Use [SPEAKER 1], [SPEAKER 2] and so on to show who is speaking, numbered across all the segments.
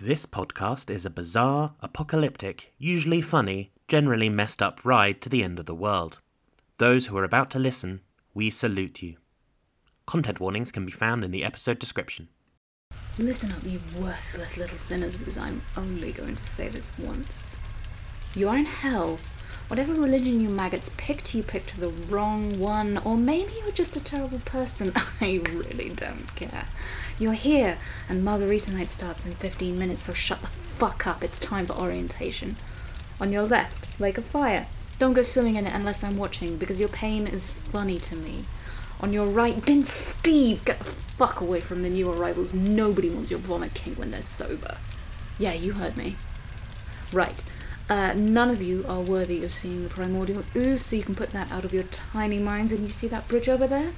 [SPEAKER 1] This podcast is a bizarre, apocalyptic, usually funny, generally messed up ride to the end of the world. Those who are about to listen, we salute you. Content warnings can be found in the episode description.
[SPEAKER 2] Listen up, you worthless little sinners, because I'm only going to say this once. You are in hell. Whatever religion you maggots picked, you picked the wrong one, or maybe you're just a terrible person. I really don't care. You're here, and Margarita night starts in 15 minutes, so shut the fuck up. It's time for orientation. On your left, lake of fire. Don't go swimming in it unless I'm watching, because your pain is funny to me. On your right, Ben Steve, get the fuck away from the new arrivals. Nobody wants your vomit king when they're sober. Yeah, you heard me. Right. Uh, none of you are worthy of seeing the primordial ooze, so you can put that out of your tiny minds. And you see that bridge over there?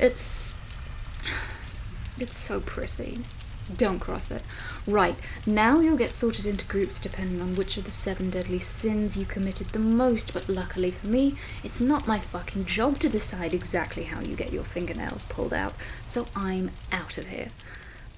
[SPEAKER 2] It's. It's so pretty. Don't cross it. Right, now you'll get sorted into groups depending on which of the seven deadly sins you committed the most, but luckily for me, it's not my fucking job to decide exactly how you get your fingernails pulled out, so I'm out of here.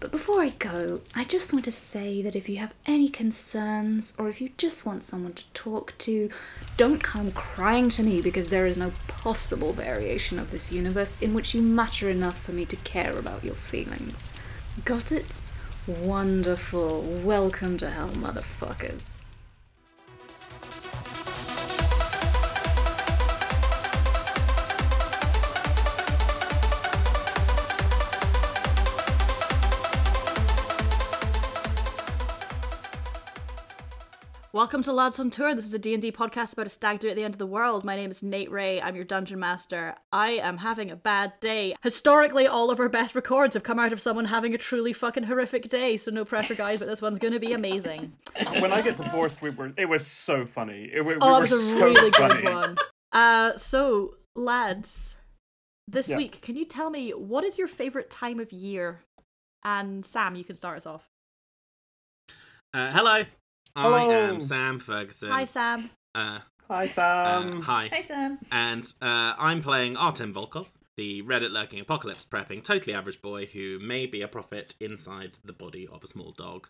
[SPEAKER 2] But before I go, I just want to say that if you have any concerns or if you just want someone to talk to, don't come crying to me because there is no possible variation of this universe in which you matter enough for me to care about your feelings. Got it? Wonderful. Welcome to hell, motherfuckers.
[SPEAKER 3] Welcome to Lads on Tour. This is a D&D podcast about a stag do at the end of the world. My name is Nate Ray. I'm your dungeon master. I am having a bad day. Historically, all of our best records have come out of someone having a truly fucking horrific day, so no pressure guys, but this one's going to be amazing.
[SPEAKER 4] when I get divorced, we were it was so funny. It, we, we
[SPEAKER 3] Oh, that
[SPEAKER 4] were
[SPEAKER 3] was a
[SPEAKER 4] so
[SPEAKER 3] really
[SPEAKER 4] funny.
[SPEAKER 3] good one. Uh so, lads, this
[SPEAKER 4] Yeah.
[SPEAKER 3] week can you tell me what is your favorite time of year? And Sam, you can start us off.
[SPEAKER 5] Uh, hello.
[SPEAKER 4] Hello.
[SPEAKER 5] I am Sam Ferguson.
[SPEAKER 3] Hi Sam. Um,
[SPEAKER 5] Uh,
[SPEAKER 4] Hi
[SPEAKER 5] uh,
[SPEAKER 4] Sam.
[SPEAKER 5] hi.
[SPEAKER 2] Sam.
[SPEAKER 5] And uh, I'm playing Artem Volkov, the Reddit lurking apocalypse prepping, totally average boy who may be a prophet inside the body of a small dog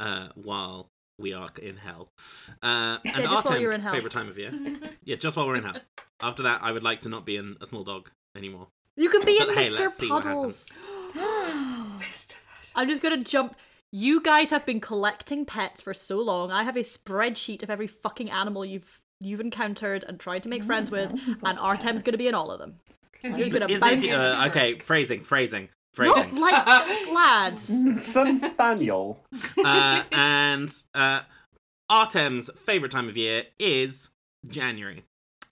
[SPEAKER 5] uh, while we are in hell. Uh, and
[SPEAKER 3] just while
[SPEAKER 5] Artem's
[SPEAKER 3] you're in hell.
[SPEAKER 5] favourite time of year. yeah, just while we're in hell. After that, I would like to not be in a small dog anymore.
[SPEAKER 3] You can be in
[SPEAKER 5] But hey, let's
[SPEAKER 3] Mr.
[SPEAKER 5] see what
[SPEAKER 3] Puddles.
[SPEAKER 2] Christopher.
[SPEAKER 3] I'm just gonna jump. You guys have been collecting pets for so long. I have a spreadsheet of every fucking animal you've you've encountered and tried to make friends with, and Artem's gonna be in all of them. You're just gonna
[SPEAKER 5] Is
[SPEAKER 3] bounce.
[SPEAKER 5] it? Uh, okay, phrasing, phrasing,
[SPEAKER 3] Not
[SPEAKER 5] phrasing.
[SPEAKER 3] like lads.
[SPEAKER 4] Sam Nathaniel.
[SPEAKER 5] uh, and uh, Artem's favorite time of year is January,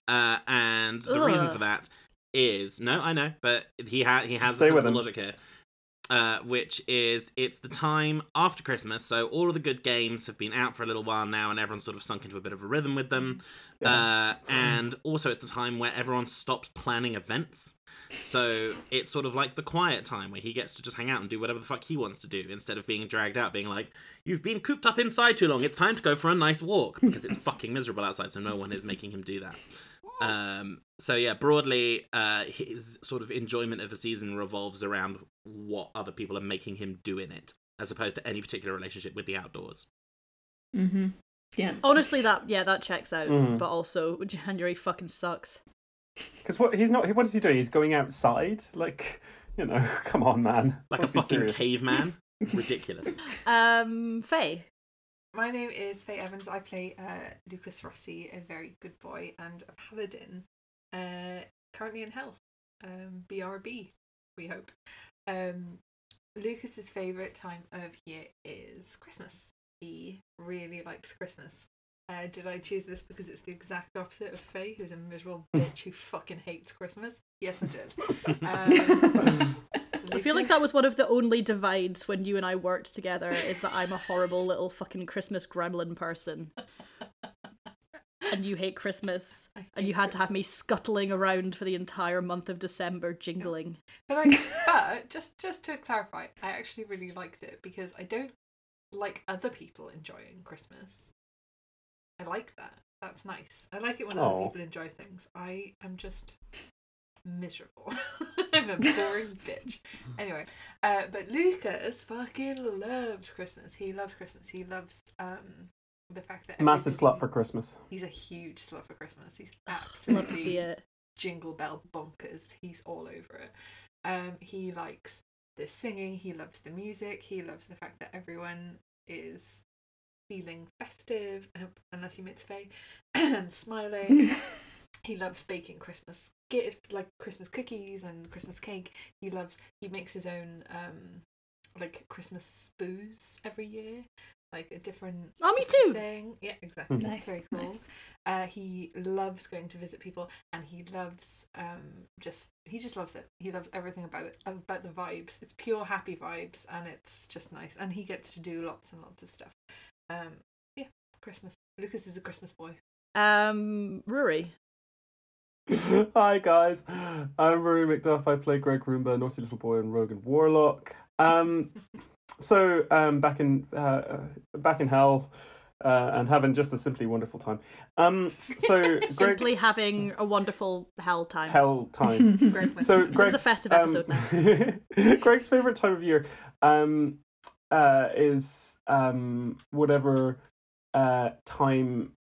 [SPEAKER 5] uh, and the reason
[SPEAKER 3] Ugh.
[SPEAKER 5] for that is no, I know, but he ha- he has
[SPEAKER 4] Stay
[SPEAKER 5] a
[SPEAKER 4] with
[SPEAKER 5] sense of
[SPEAKER 4] him.
[SPEAKER 5] logic here, uh, which is it's the time after Christmas, so all of the good games have been out for a little while now, and everyone's sort of sunk into a bit of a rhythm with them. Uh, and also, it's the time where everyone stops planning events. So it's sort of like the quiet time where he gets to just hang out and do whatever the fuck he wants to do instead of being dragged out, being like, you've been cooped up inside too long. It's time to go for a nice walk because it's fucking miserable outside, so no one is making him do that. Um, so yeah, broadly, uh, his sort of enjoyment of the season revolves around what other people are making him do in it, as opposed to any particular relationship with the outdoors.
[SPEAKER 6] Mm-hmm. Yeah.
[SPEAKER 3] Honestly, that yeah, that checks out.
[SPEAKER 4] Mm.
[SPEAKER 3] But also, January fucking sucks.
[SPEAKER 4] Because what he's not. What is he doing? He's going outside. Like you know. Come on, man.
[SPEAKER 5] Like
[SPEAKER 4] Let's
[SPEAKER 5] a
[SPEAKER 4] be
[SPEAKER 5] fucking
[SPEAKER 4] serious.
[SPEAKER 5] caveman. Ridiculous.
[SPEAKER 3] Um, Faye,
[SPEAKER 7] My name is Faye Evans. I play uh, Lucas Rossi, a very good boy and a paladin. Uh, currently in hell. Um, BRB, we hope. Um, Lucas's favourite time of year is Christmas. He really likes Christmas. Uh, did I choose this because it's the exact opposite of Faye, who's a miserable bitch who fucking hates Christmas? Yes, I did. Um,
[SPEAKER 3] I feel like
[SPEAKER 7] Lucas-
[SPEAKER 3] that was one of the only divides when you and I worked together. Is that I'm a horrible little fucking Christmas gremlin person, and you hate Christmas.
[SPEAKER 7] I
[SPEAKER 3] And you
[SPEAKER 7] hate
[SPEAKER 3] had to have me scuttling around for the entire month of December jingling.
[SPEAKER 7] But I, but just just to clarify, I actually really liked it because I don't like other people enjoying Christmas. I like that. That's nice. I like it when
[SPEAKER 4] Aw.
[SPEAKER 7] other people enjoy things. I am just miserable. I'm a boring bitch. Anyway, uh, but Lucas fucking loves Christmas. He loves Christmas. He loves um, the fact that
[SPEAKER 4] Massive
[SPEAKER 7] everybody-
[SPEAKER 4] slut for Christmas.
[SPEAKER 7] He's a huge slut for Christmas. He's
[SPEAKER 3] Love to see
[SPEAKER 7] absolutely
[SPEAKER 3] it.
[SPEAKER 7] jingle bell bonkers. He's all over it. Um, he likes the singing. He loves the music. He loves the fact that everyone is feeling festive, um, unless he meets Faye, and smiling. He loves baking Christmas gift like Christmas cookies and Christmas cake. He loves he makes his own um like Christmas booze every year. Like a different
[SPEAKER 3] Oh, me too.
[SPEAKER 7] thing. Yeah, exactly. It's
[SPEAKER 6] nice.
[SPEAKER 7] Very cool.
[SPEAKER 6] nice.
[SPEAKER 7] Uh, he loves going to visit people and he loves um just he just loves it. He loves everything about it, about the vibes. It's pure happy vibes and it's just nice. And he gets to do lots and lots of stuff. Um yeah, Christmas. Lucas is a Christmas boy.
[SPEAKER 3] Um, Rory.
[SPEAKER 4] Hi guys, I'm Rory McDuff. I play Greg Roomba, naughty little boy, and Rogue and Warlock. Um, so um, back in uh, back in hell, uh, and having just a simply wonderful time. Um, so
[SPEAKER 3] simply
[SPEAKER 4] Greg's
[SPEAKER 3] having a wonderful hell time.
[SPEAKER 4] hell time.
[SPEAKER 7] Greg went
[SPEAKER 4] So
[SPEAKER 7] to-
[SPEAKER 4] Greg's,
[SPEAKER 3] a festive episode
[SPEAKER 4] now. Greg's favorite time of year um, uh, is um, whatever uh, time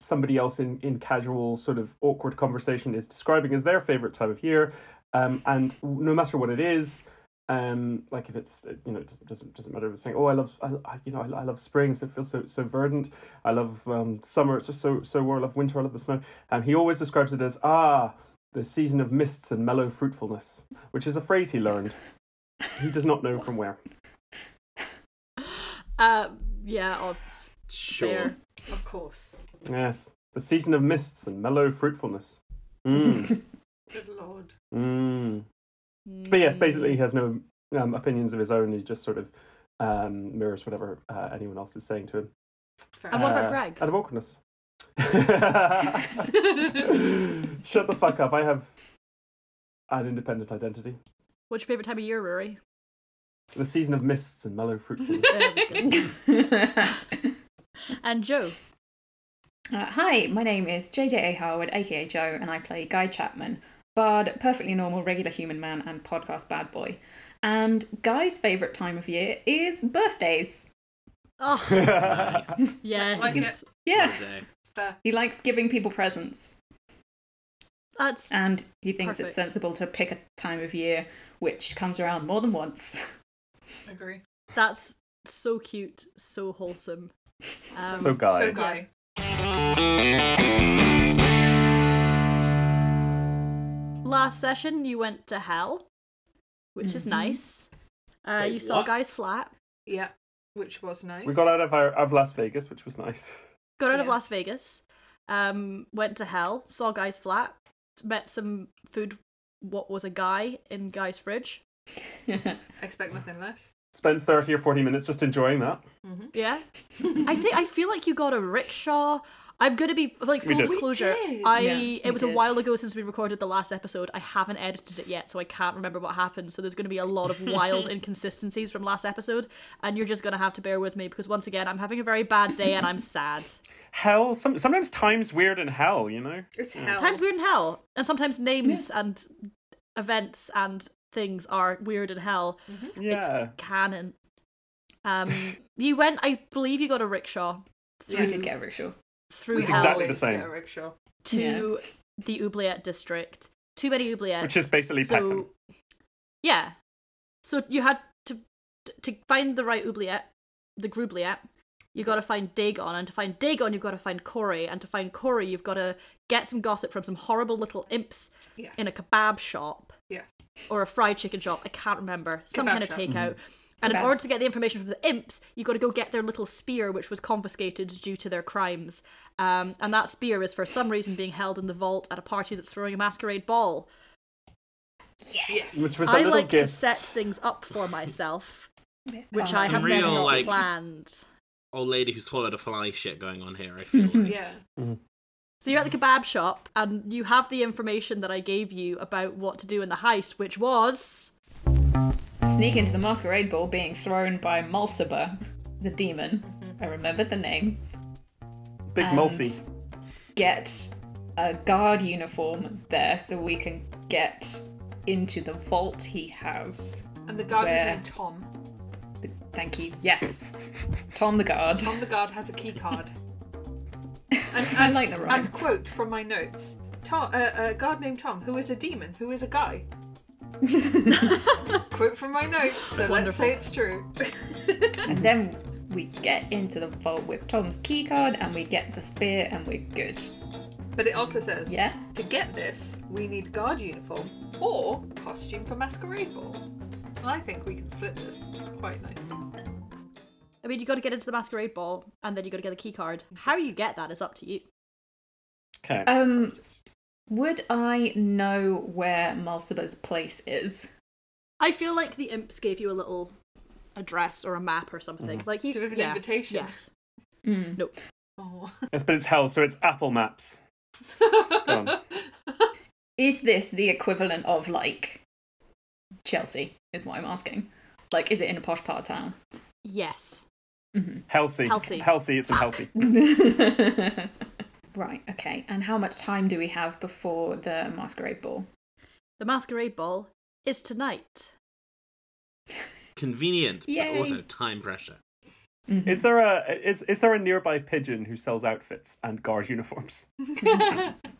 [SPEAKER 4] somebody else in, in casual sort of awkward conversation is describing as their favorite time of year, um, and no matter what it is. Um, like if it's you know it doesn't- doesn't doesn't matter if it's saying oh I love I, I- you know I, I love spring so it feels so so verdant I love um summer it's just so so warm I love winter I love the snow and he always describes it as ah the season of mists and mellow fruitfulness, which is a phrase he learned. He does not know from where.
[SPEAKER 3] Uh, yeah, or
[SPEAKER 5] Sure.
[SPEAKER 3] fair.
[SPEAKER 7] Of course.
[SPEAKER 4] Yes, the season of mists and mellow fruitfulness. Mm.
[SPEAKER 7] Good lord.
[SPEAKER 4] mm. But yes, basically
[SPEAKER 3] Mm.
[SPEAKER 4] he has no um, opinions of his own. He just sort of um, mirrors whatever uh, anyone else is saying to him.
[SPEAKER 7] Fair
[SPEAKER 3] And what
[SPEAKER 7] enough.
[SPEAKER 3] about
[SPEAKER 4] Uh,
[SPEAKER 3] Greg?
[SPEAKER 4] Out of awkwardness. Shut the fuck up. I have an independent identity.
[SPEAKER 3] What's your favorite time of year, Rory?
[SPEAKER 4] The season of mists and mellow fruitfulness.
[SPEAKER 3] There we go. and Joe.
[SPEAKER 6] Uh, hi, my name is JJA Howard, aka Joe, and I play Guy Chapman, bard, perfectly normal, regular human man, and podcast bad boy. And Guy's favourite time of year is birthdays.
[SPEAKER 3] Oh,
[SPEAKER 5] Nice.
[SPEAKER 3] yes.
[SPEAKER 7] Like it.
[SPEAKER 6] Yeah,
[SPEAKER 5] Holiday.
[SPEAKER 7] Fair.
[SPEAKER 6] he likes giving people presents,
[SPEAKER 3] That's
[SPEAKER 6] and he thinks
[SPEAKER 3] Perfect.
[SPEAKER 6] it's sensible to pick a time of year which comes around more than once.
[SPEAKER 7] Agree.
[SPEAKER 3] that's so cute, so wholesome. Um,
[SPEAKER 4] So guy.
[SPEAKER 7] So guy.
[SPEAKER 3] last session, you went to hell, which is
[SPEAKER 6] Mhm.
[SPEAKER 3] nice. Uh,
[SPEAKER 5] Mm-hmm. Wait,
[SPEAKER 3] you saw
[SPEAKER 5] what?
[SPEAKER 3] Guy's flat.
[SPEAKER 7] Yeah. Which was nice.
[SPEAKER 4] We got out of our, of Las Vegas, which was nice.
[SPEAKER 3] got out of
[SPEAKER 7] Yeah.
[SPEAKER 3] Las Vegas, um, went to hell, saw Guy's flat, met some food. What was a guy in Guy's fridge?
[SPEAKER 7] Expect nothing less.
[SPEAKER 4] Spend thirty or forty minutes just enjoying that.
[SPEAKER 3] Yeah, I think I feel like you got a rickshaw. I'm gonna be like
[SPEAKER 4] We
[SPEAKER 3] full
[SPEAKER 4] did. We
[SPEAKER 3] disclosure.
[SPEAKER 7] did.
[SPEAKER 3] I
[SPEAKER 6] Yeah, we
[SPEAKER 3] it was a
[SPEAKER 6] did.
[SPEAKER 3] while ago since we recorded the last episode. I haven't edited it yet, so I can't remember what happened. So there's gonna be a lot of wild inconsistencies from last episode, and you're just gonna have to bear with me because once again, I'm having a very bad day and I'm sad.
[SPEAKER 4] Hell, some, sometimes time's weird in hell, you know.
[SPEAKER 7] It's hell.
[SPEAKER 3] Times weird in hell, and sometimes names and events and things are weird in hell.
[SPEAKER 4] Yeah,
[SPEAKER 3] It's canon. Um, you went, I believe, you got a rickshaw
[SPEAKER 7] Yeah.
[SPEAKER 6] we did get a rickshaw.
[SPEAKER 3] through
[SPEAKER 4] It's
[SPEAKER 3] hell
[SPEAKER 4] exactly the
[SPEAKER 7] always get
[SPEAKER 4] same.
[SPEAKER 7] a rickshaw.
[SPEAKER 3] to the Oubliette district. Too many Oubliettes,
[SPEAKER 4] which is basically
[SPEAKER 3] so
[SPEAKER 4] Peckham.
[SPEAKER 3] yeah. So you had to to find the right Oubliette, the Groubliette. You got to find Dagon, and to find Dagon, you've got to find Corey, and to find Corey, you've got to get some gossip from some horrible little imps
[SPEAKER 7] Yes.
[SPEAKER 3] in a kebab shop
[SPEAKER 7] Yeah.
[SPEAKER 3] or a fried chicken shop. I can't remember. Some
[SPEAKER 7] Kebab
[SPEAKER 3] kind of
[SPEAKER 7] shop.
[SPEAKER 3] takeout. And in
[SPEAKER 6] Kebabs.
[SPEAKER 3] order to get the information from the imps, you've got to go get their little spear, which was confiscated due to their crimes. Um, and that spear is, for some reason, being held in the vault at a party that's throwing a masquerade ball.
[SPEAKER 7] Yes.
[SPEAKER 4] Which was a
[SPEAKER 3] I
[SPEAKER 4] little
[SPEAKER 3] like to
[SPEAKER 4] gift.
[SPEAKER 3] set things up for myself, which
[SPEAKER 6] Awesome.
[SPEAKER 3] I have then
[SPEAKER 5] Surreal,
[SPEAKER 3] not
[SPEAKER 5] like-
[SPEAKER 3] planned.
[SPEAKER 5] Old lady who swallowed a fly shit going on here, I feel. like.
[SPEAKER 7] Yeah.
[SPEAKER 3] So you're at the kebab shop, and you have the information that I gave you about what to do in the heist, which was
[SPEAKER 6] sneak into the masquerade ball being thrown by Mulciber, the demon. I remembered the name.
[SPEAKER 4] Big
[SPEAKER 6] and-
[SPEAKER 4] Mulsey.
[SPEAKER 6] Get a guard uniform there so we can get into the vault he has.
[SPEAKER 7] And the guard
[SPEAKER 6] Where?
[SPEAKER 7] was named Tom.
[SPEAKER 6] Thank you. Yes. Tom the guard.
[SPEAKER 7] Tom the guard has a key card. And,
[SPEAKER 6] I like the rhyme.
[SPEAKER 7] And quote from my notes: Tom, uh, a guard named Tom, who is a demon, who is a guy. quote from my notes. So let's say it's true.
[SPEAKER 6] And then we get into the vault with Tom's keycard and we get the spear and we're good.
[SPEAKER 7] But it also says,
[SPEAKER 6] Yeah?
[SPEAKER 7] to get this, we need guard uniform or costume for masquerade ball. And I think we can split this quite nicely.
[SPEAKER 3] I mean, you got to get into the masquerade ball, and then you got to get the key card. How you get that is up to you.
[SPEAKER 4] Okay.
[SPEAKER 6] Um would I know where Mulciber's place is?
[SPEAKER 3] I feel like the imps gave you a little address or a map or something. Like you
[SPEAKER 7] Do we have an
[SPEAKER 3] yeah,
[SPEAKER 7] invitation?
[SPEAKER 3] Yes.
[SPEAKER 6] Mm.
[SPEAKER 7] Oh.
[SPEAKER 4] Yes, but it's hell, so it's Apple Maps. on.
[SPEAKER 6] Is this the equivalent of like Chelsea? Is what I'm asking. Like, is it in a posh part of town?
[SPEAKER 3] Yes.
[SPEAKER 4] Healthy.
[SPEAKER 3] Healthy.
[SPEAKER 4] Healthy, it's in healthy.
[SPEAKER 6] right, okay. And how much time do we have before the masquerade ball?
[SPEAKER 3] The masquerade ball is tonight.
[SPEAKER 5] Convenient,
[SPEAKER 6] Yay.
[SPEAKER 5] but also time pressure.
[SPEAKER 4] Is there a is is there a nearby pigeon who sells outfits and guard uniforms?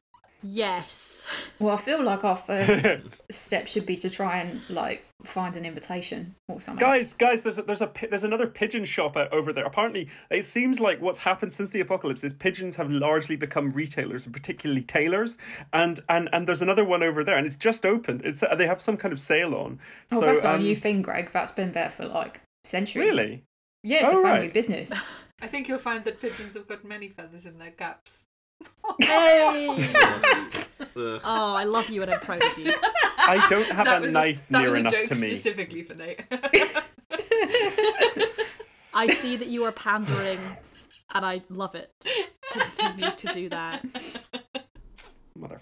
[SPEAKER 3] Yes.
[SPEAKER 6] Well, I feel like our first step should be to try and like find an invitation or something.
[SPEAKER 4] guys, guys, there's a, there's a pi- there's another pigeon shop out over there. Apparently, it seems like what's happened since the apocalypse is pigeons have largely become retailers, and particularly tailors. And and and there's another one over there, and it's just opened. It's uh, they have some kind of sale on.
[SPEAKER 6] oh,
[SPEAKER 4] so
[SPEAKER 6] that's our
[SPEAKER 4] um,
[SPEAKER 6] new thing, Greg. That's been there for like centuries.
[SPEAKER 4] really.
[SPEAKER 6] Yeah, it's
[SPEAKER 4] Oh,
[SPEAKER 6] a family
[SPEAKER 4] right.
[SPEAKER 6] business.
[SPEAKER 7] I think you'll find that pigeons have got many feathers in their gaps.
[SPEAKER 3] Hey.
[SPEAKER 5] Ugh.
[SPEAKER 3] oh, I love you and I'm proud of you.
[SPEAKER 4] I don't have
[SPEAKER 7] that
[SPEAKER 4] a
[SPEAKER 7] was
[SPEAKER 4] knife
[SPEAKER 7] that
[SPEAKER 4] near
[SPEAKER 7] was a
[SPEAKER 4] enough
[SPEAKER 7] joke
[SPEAKER 4] to me.
[SPEAKER 7] specifically for Nate.
[SPEAKER 3] I see that you are pandering, and I love it. Continue to do that.
[SPEAKER 4] Motherfucker.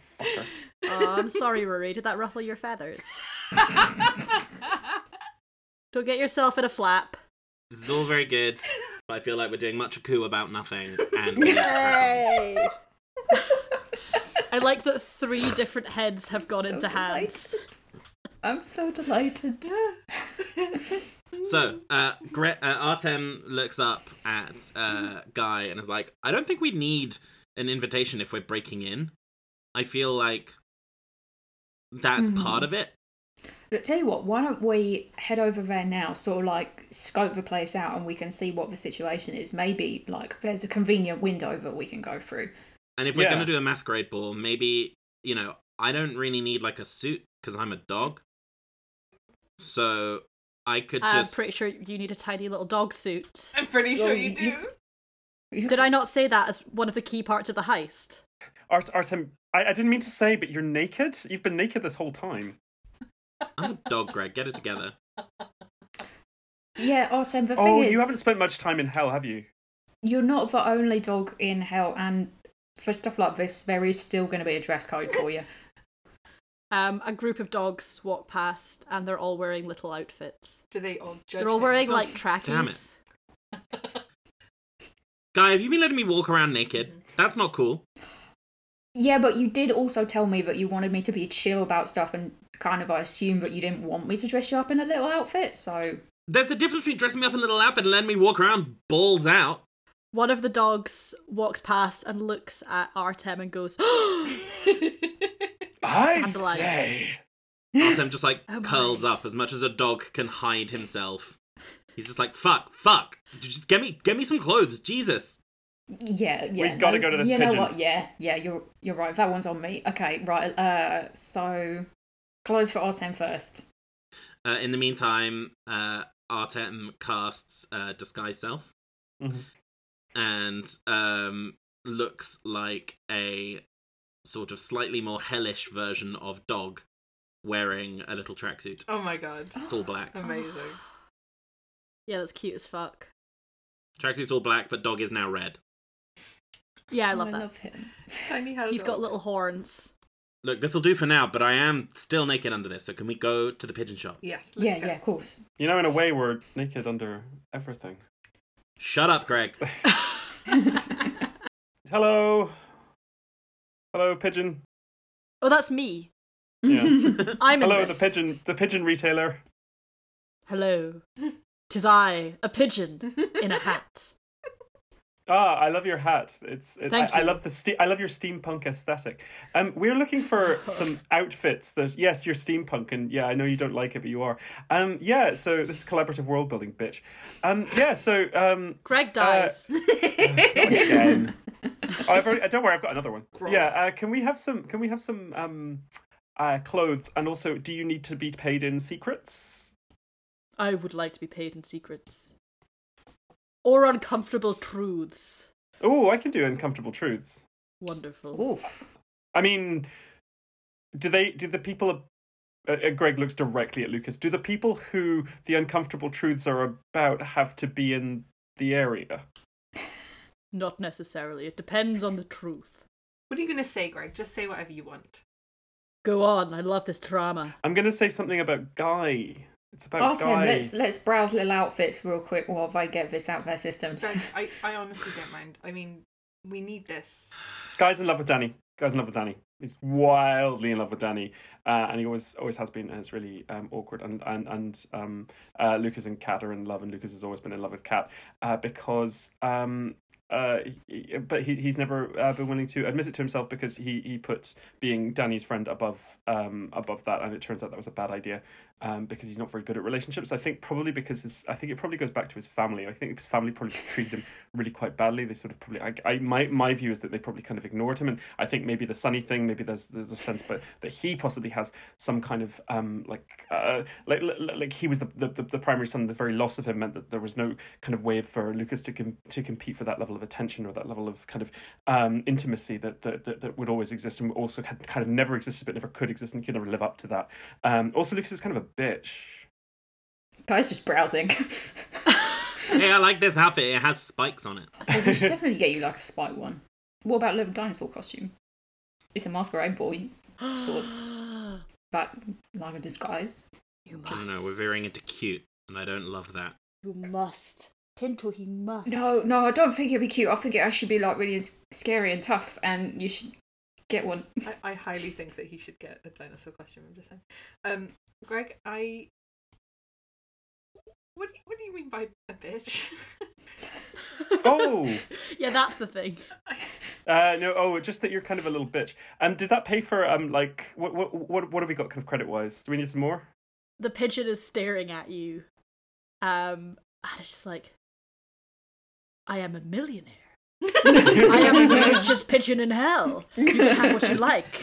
[SPEAKER 3] Oh, I'm sorry, Rory. Did that ruffle your feathers? Don't get yourself in a flap.
[SPEAKER 5] This is all very good, but I feel like we're doing much a coup about nothing, and we need to crack on.
[SPEAKER 3] I like that three different heads have gone into hands.
[SPEAKER 6] I'm so delighted.
[SPEAKER 5] So, uh, Gre- uh, Artem looks up at uh, Guy and is like, "I don't think we need an invitation if we're breaking in. I feel like that's part of it.
[SPEAKER 6] Look, tell you what, why don't we head over there now, sort of like scope the place out and we can see what the situation is. Maybe like there's a convenient window that we can go through.
[SPEAKER 5] And if we're
[SPEAKER 4] Yeah.
[SPEAKER 5] gonna do a masquerade ball, maybe you know, I don't really need like a suit because I'm a dog. So I could
[SPEAKER 3] I'm
[SPEAKER 5] just
[SPEAKER 3] Uh, pretty sure you need a tiny little dog suit.
[SPEAKER 7] I'm pretty sure
[SPEAKER 6] Well,
[SPEAKER 7] you
[SPEAKER 6] you-
[SPEAKER 7] do.
[SPEAKER 3] Did I not say that as one of the key parts of the heist?
[SPEAKER 4] Art, Artem, I, I didn't mean to say, but you're naked. You've been naked this whole time.
[SPEAKER 5] I'm a dog, Greg. Get it together.
[SPEAKER 6] Yeah, Artem, the
[SPEAKER 4] oh,
[SPEAKER 6] thing is,
[SPEAKER 4] you haven't spent much time in hell, have you?
[SPEAKER 6] you're not the only dog in hell, and for stuff like this, there is still going to be a dress code for you.
[SPEAKER 3] Um, a group of dogs walk past and they're all wearing little outfits.
[SPEAKER 7] Do they all judge?
[SPEAKER 3] They're all
[SPEAKER 7] him?
[SPEAKER 3] wearing like
[SPEAKER 5] Damn
[SPEAKER 3] trackies.
[SPEAKER 5] it. Guy, have you been letting me walk around naked? That's not cool.
[SPEAKER 6] yeah, but you did also tell me that you wanted me to be chill about stuff, and kind of I assumed that you didn't want me to dress you up in a little outfit, so.
[SPEAKER 5] There's a difference between dressing me up in a little outfit and letting me walk around balls out.
[SPEAKER 3] One of the dogs walks past and looks at Artem and goes,
[SPEAKER 4] I
[SPEAKER 3] Scandalised.
[SPEAKER 4] say.
[SPEAKER 5] Artem just like
[SPEAKER 3] Oh my.
[SPEAKER 5] curls up as much as a dog can hide himself. He's just like, fuck, fuck. Just get me get me some clothes, Jesus.
[SPEAKER 6] Yeah, yeah.
[SPEAKER 4] We've gotta go to this
[SPEAKER 6] You
[SPEAKER 4] pigeon.
[SPEAKER 6] know what? Yeah, yeah. You're you're right. That one's on me. Okay, right. Uh, so clothes for Artem first.
[SPEAKER 5] Uh, in the meantime, uh, Artem casts uh, disguise self
[SPEAKER 4] Mhm.
[SPEAKER 5] and um, looks like a sort of slightly more hellish version of dog wearing a little tracksuit.
[SPEAKER 7] oh my god,
[SPEAKER 5] It's all black.
[SPEAKER 3] Oh,
[SPEAKER 7] amazing.
[SPEAKER 3] Yeah, that's cute as fuck.
[SPEAKER 5] Tracksuit's all black, but dog is now red.
[SPEAKER 3] Yeah, I
[SPEAKER 6] Oh,
[SPEAKER 3] love that.
[SPEAKER 6] love him.
[SPEAKER 7] Tiny hell.
[SPEAKER 3] He's got little horns.
[SPEAKER 5] Look, this will do for now, but I am still naked under this, so can we go to the pigeon shop?
[SPEAKER 7] Yes. Let's
[SPEAKER 6] Yeah,
[SPEAKER 7] go.
[SPEAKER 6] yeah. Of course.
[SPEAKER 4] You know, in a way, we're naked under everything.
[SPEAKER 5] Shut up, Greg.
[SPEAKER 4] Hello. Hello, pigeon.
[SPEAKER 3] Oh, that's me.
[SPEAKER 4] Yeah.
[SPEAKER 3] I'm in
[SPEAKER 4] Hello, the
[SPEAKER 3] this.
[SPEAKER 4] pigeon, the pigeon retailer.
[SPEAKER 3] Hello. Tis I, a pigeon in a hat.
[SPEAKER 4] Ah, I love your hat. It's, it,
[SPEAKER 3] Thank
[SPEAKER 4] I, I
[SPEAKER 3] you.
[SPEAKER 4] love the ste- I love your steampunk aesthetic. Um, we're looking for some outfits that yes, you're steampunk, and yeah, I know you don't like it, but you are. Um, yeah. So this is collaborative world building, bitch. Um, yeah. So um,
[SPEAKER 3] Greg dies.
[SPEAKER 4] again. I've already, don't worry, I've got another one. Yeah. Uh, can we have some? Can we have some um, uh, clothes? And also, do you need to be paid in secrets?
[SPEAKER 3] I would like to be paid in secrets. Or uncomfortable truths.
[SPEAKER 4] Oh, I can do uncomfortable truths.
[SPEAKER 3] Wonderful.
[SPEAKER 6] Oof.
[SPEAKER 4] I mean, do they? Do the people? Uh, uh, Greg looks directly at Lucas. Do the people who the uncomfortable truths are about have to be in the area?
[SPEAKER 3] Not necessarily. It depends on the truth.
[SPEAKER 7] What are you going to say, Greg? Just say whatever you want.
[SPEAKER 3] Go on, I love this drama.
[SPEAKER 4] I'm gonna say something about Guy. It's about
[SPEAKER 6] Artem,
[SPEAKER 4] Guy.
[SPEAKER 6] let's let's browse little outfits real quick while I get this out of their systems.
[SPEAKER 7] Greg, I, I honestly don't mind. I mean, we need this.
[SPEAKER 4] Guy's in love with Danny. Guy's in love with Danny. He's wildly in love with Danny, uh, and he always always has been. And it's really um, awkward. And and and um, uh, Lucas and Kat are in love, and Lucas has always been in love with Kat uh, because. Um, uh, he- but he he's never uh, been willing to admit it to himself because he he puts being Danny's friend above um above that, and it turns out that was a bad idea, um because he's not very good at relationships. I think probably because his I think it probably goes back to his family. I think his family probably treated him really quite badly. They sort of probably I, I my my view is that they probably kind of ignored him, and I think maybe the sunny thing, maybe there's there's a sense, but that he possibly has some kind of um like uh like like, like he was the, the the primary son. The very loss of him meant that there was no kind of way for Lucas to com- to compete for that level of attention or that level of kind of um intimacy that that that, that would always exist and also had kind of never existed but never could exist and could never live up to that. Um, also, Lucas is kind of a bitch.
[SPEAKER 6] Guy's just browsing.
[SPEAKER 5] hey, I like this outfit. It has spikes on it.
[SPEAKER 6] Well, we should definitely get you like a spike one. What about little dinosaur costume? It's a masquerade boy sort of that like a disguise.
[SPEAKER 3] You
[SPEAKER 5] I
[SPEAKER 3] must.
[SPEAKER 5] don't know. We're veering into cute, and I don't love that.
[SPEAKER 3] You must. Pinto, he must.
[SPEAKER 6] No, no, I don't think it'd be cute. I think it actually be like really s- scary and tough, and you should get one.
[SPEAKER 7] I, I highly think that he should get a dinosaur costume. I'm just saying. Um, Greg, I. What do you, what do you mean by a bitch?
[SPEAKER 4] Oh.
[SPEAKER 3] Yeah, that's the thing.
[SPEAKER 4] Uh, no, oh, just that you're kind of a little bitch. Um, did that pay for um, like what what what what have we got kind of credit wise? Do we need some more?
[SPEAKER 3] The pigeon is staring at you. Um, and it's just like, I am a millionaire. I am the richest pigeon in hell. You can have what you like.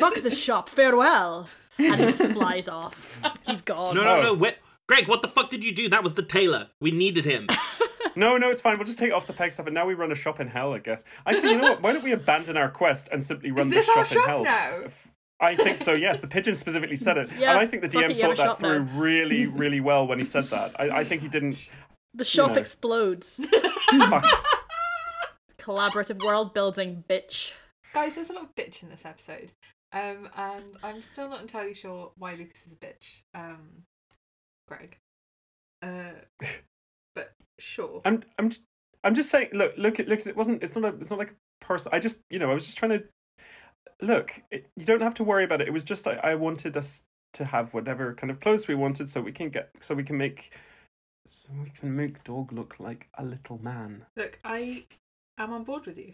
[SPEAKER 3] Fuck the shop. Farewell. And he just flies off. He's gone.
[SPEAKER 5] No, no,
[SPEAKER 4] no.
[SPEAKER 5] no. Wait. Greg, what the fuck did you do? That was the tailor. We needed him.
[SPEAKER 4] No, no, it's fine. We'll just take it off the peg stuff, and now we run a shop in hell, I guess. Actually, you know what? Why don't we abandon our quest and simply run
[SPEAKER 7] this
[SPEAKER 4] the shop
[SPEAKER 7] our shop
[SPEAKER 4] in hell?
[SPEAKER 7] now?
[SPEAKER 4] F- I think so. Yes, the pigeon specifically said it,
[SPEAKER 3] Yeah,
[SPEAKER 4] and I think the
[SPEAKER 3] fuck
[SPEAKER 4] DM
[SPEAKER 3] it, you have a
[SPEAKER 4] thought that
[SPEAKER 3] shop
[SPEAKER 4] through
[SPEAKER 3] now.
[SPEAKER 4] really, really well when he said that. I, I think he didn't.
[SPEAKER 3] The shop
[SPEAKER 4] know.
[SPEAKER 3] explodes.
[SPEAKER 4] Fuck.
[SPEAKER 3] Collaborative world building, bitch.
[SPEAKER 7] Guys, there's a lot of bitch in this episode. Um, and I'm still not entirely sure why Lucas is a bitch. Um, Greg. Uh, but sure.
[SPEAKER 4] I'm, I'm, j- I'm just saying. Look, look, it- look. It wasn't. It's not. A, it's not like a person. I just, you know, I was just trying to. Look, it, you don't have to worry about it. It was just I, I wanted us to have whatever kind of clothes we wanted, so we can get, so we can make, so we can make dog look like a little man.
[SPEAKER 7] Look, I am on board with you.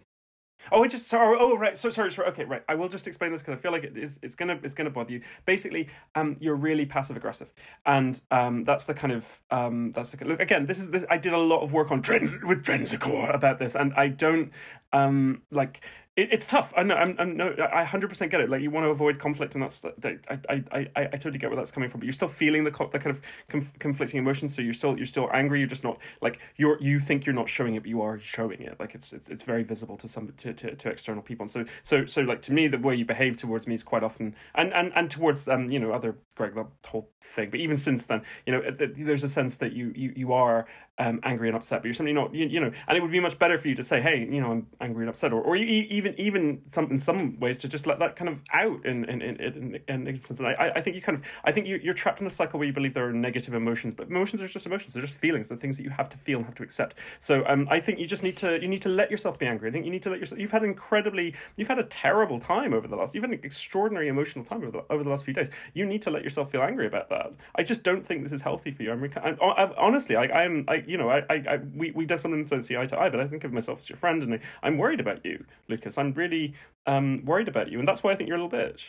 [SPEAKER 4] Oh, I just sorry. Oh, right. So sorry, sorry. Okay, right. I will just explain this because I feel like it is. It's gonna. It's gonna bother you. Basically, um, you're really passive aggressive, and um, that's the kind of um, that's the look. Again, this is this. I did a lot of work on trends with Drensicore about this, and I don't um like. It, it's tough. I know. I'm, I'm no. I hundred percent get it. Like you want to avoid conflict, and that's. That, I, I, I, I totally get where that's coming from. But you're still feeling the, co- the kind of conf- conflicting emotions. So you're still you're still angry. You're just not like you're you think you're not showing it, but you are showing it. Like it's it's, it's very visible to some to, to, to external people. And so so so like to me, the way you behave towards me is quite often, and and and towards um you know other Greg that whole thing. But even since then, you know it- it- there's a sense that you you you are um, angry and upset, but you're simply not, you, you know, and it would be much better for you to say, hey, you know, I'm angry and upset, or, or you, e- even even some in some ways to just let that kind of out in in in in, in instance. And I- I, I think you kind of, I think you you're trapped in a cycle where you believe there are negative emotions, but emotions are just emotions. They're just feelings. They're things that you have to feel and have to accept. So um, I think you just need to you need to let yourself be angry. I think you need to let yourself. You've had incredibly, you've had a terrible time over the last. You've had an extraordinary emotional time over the, over the last few days. You need to let yourself feel angry about that. I just don't think this is healthy for you. I'm, rec- I'm, I'm honestly, I, I'm, I, you know, I, I, I we, we don't sometimes don't see eye to eye, but I think of myself as your friend, and I, I'm worried about you, Lucas. I'm really um worried about you, and that's why I think you're a little bitch.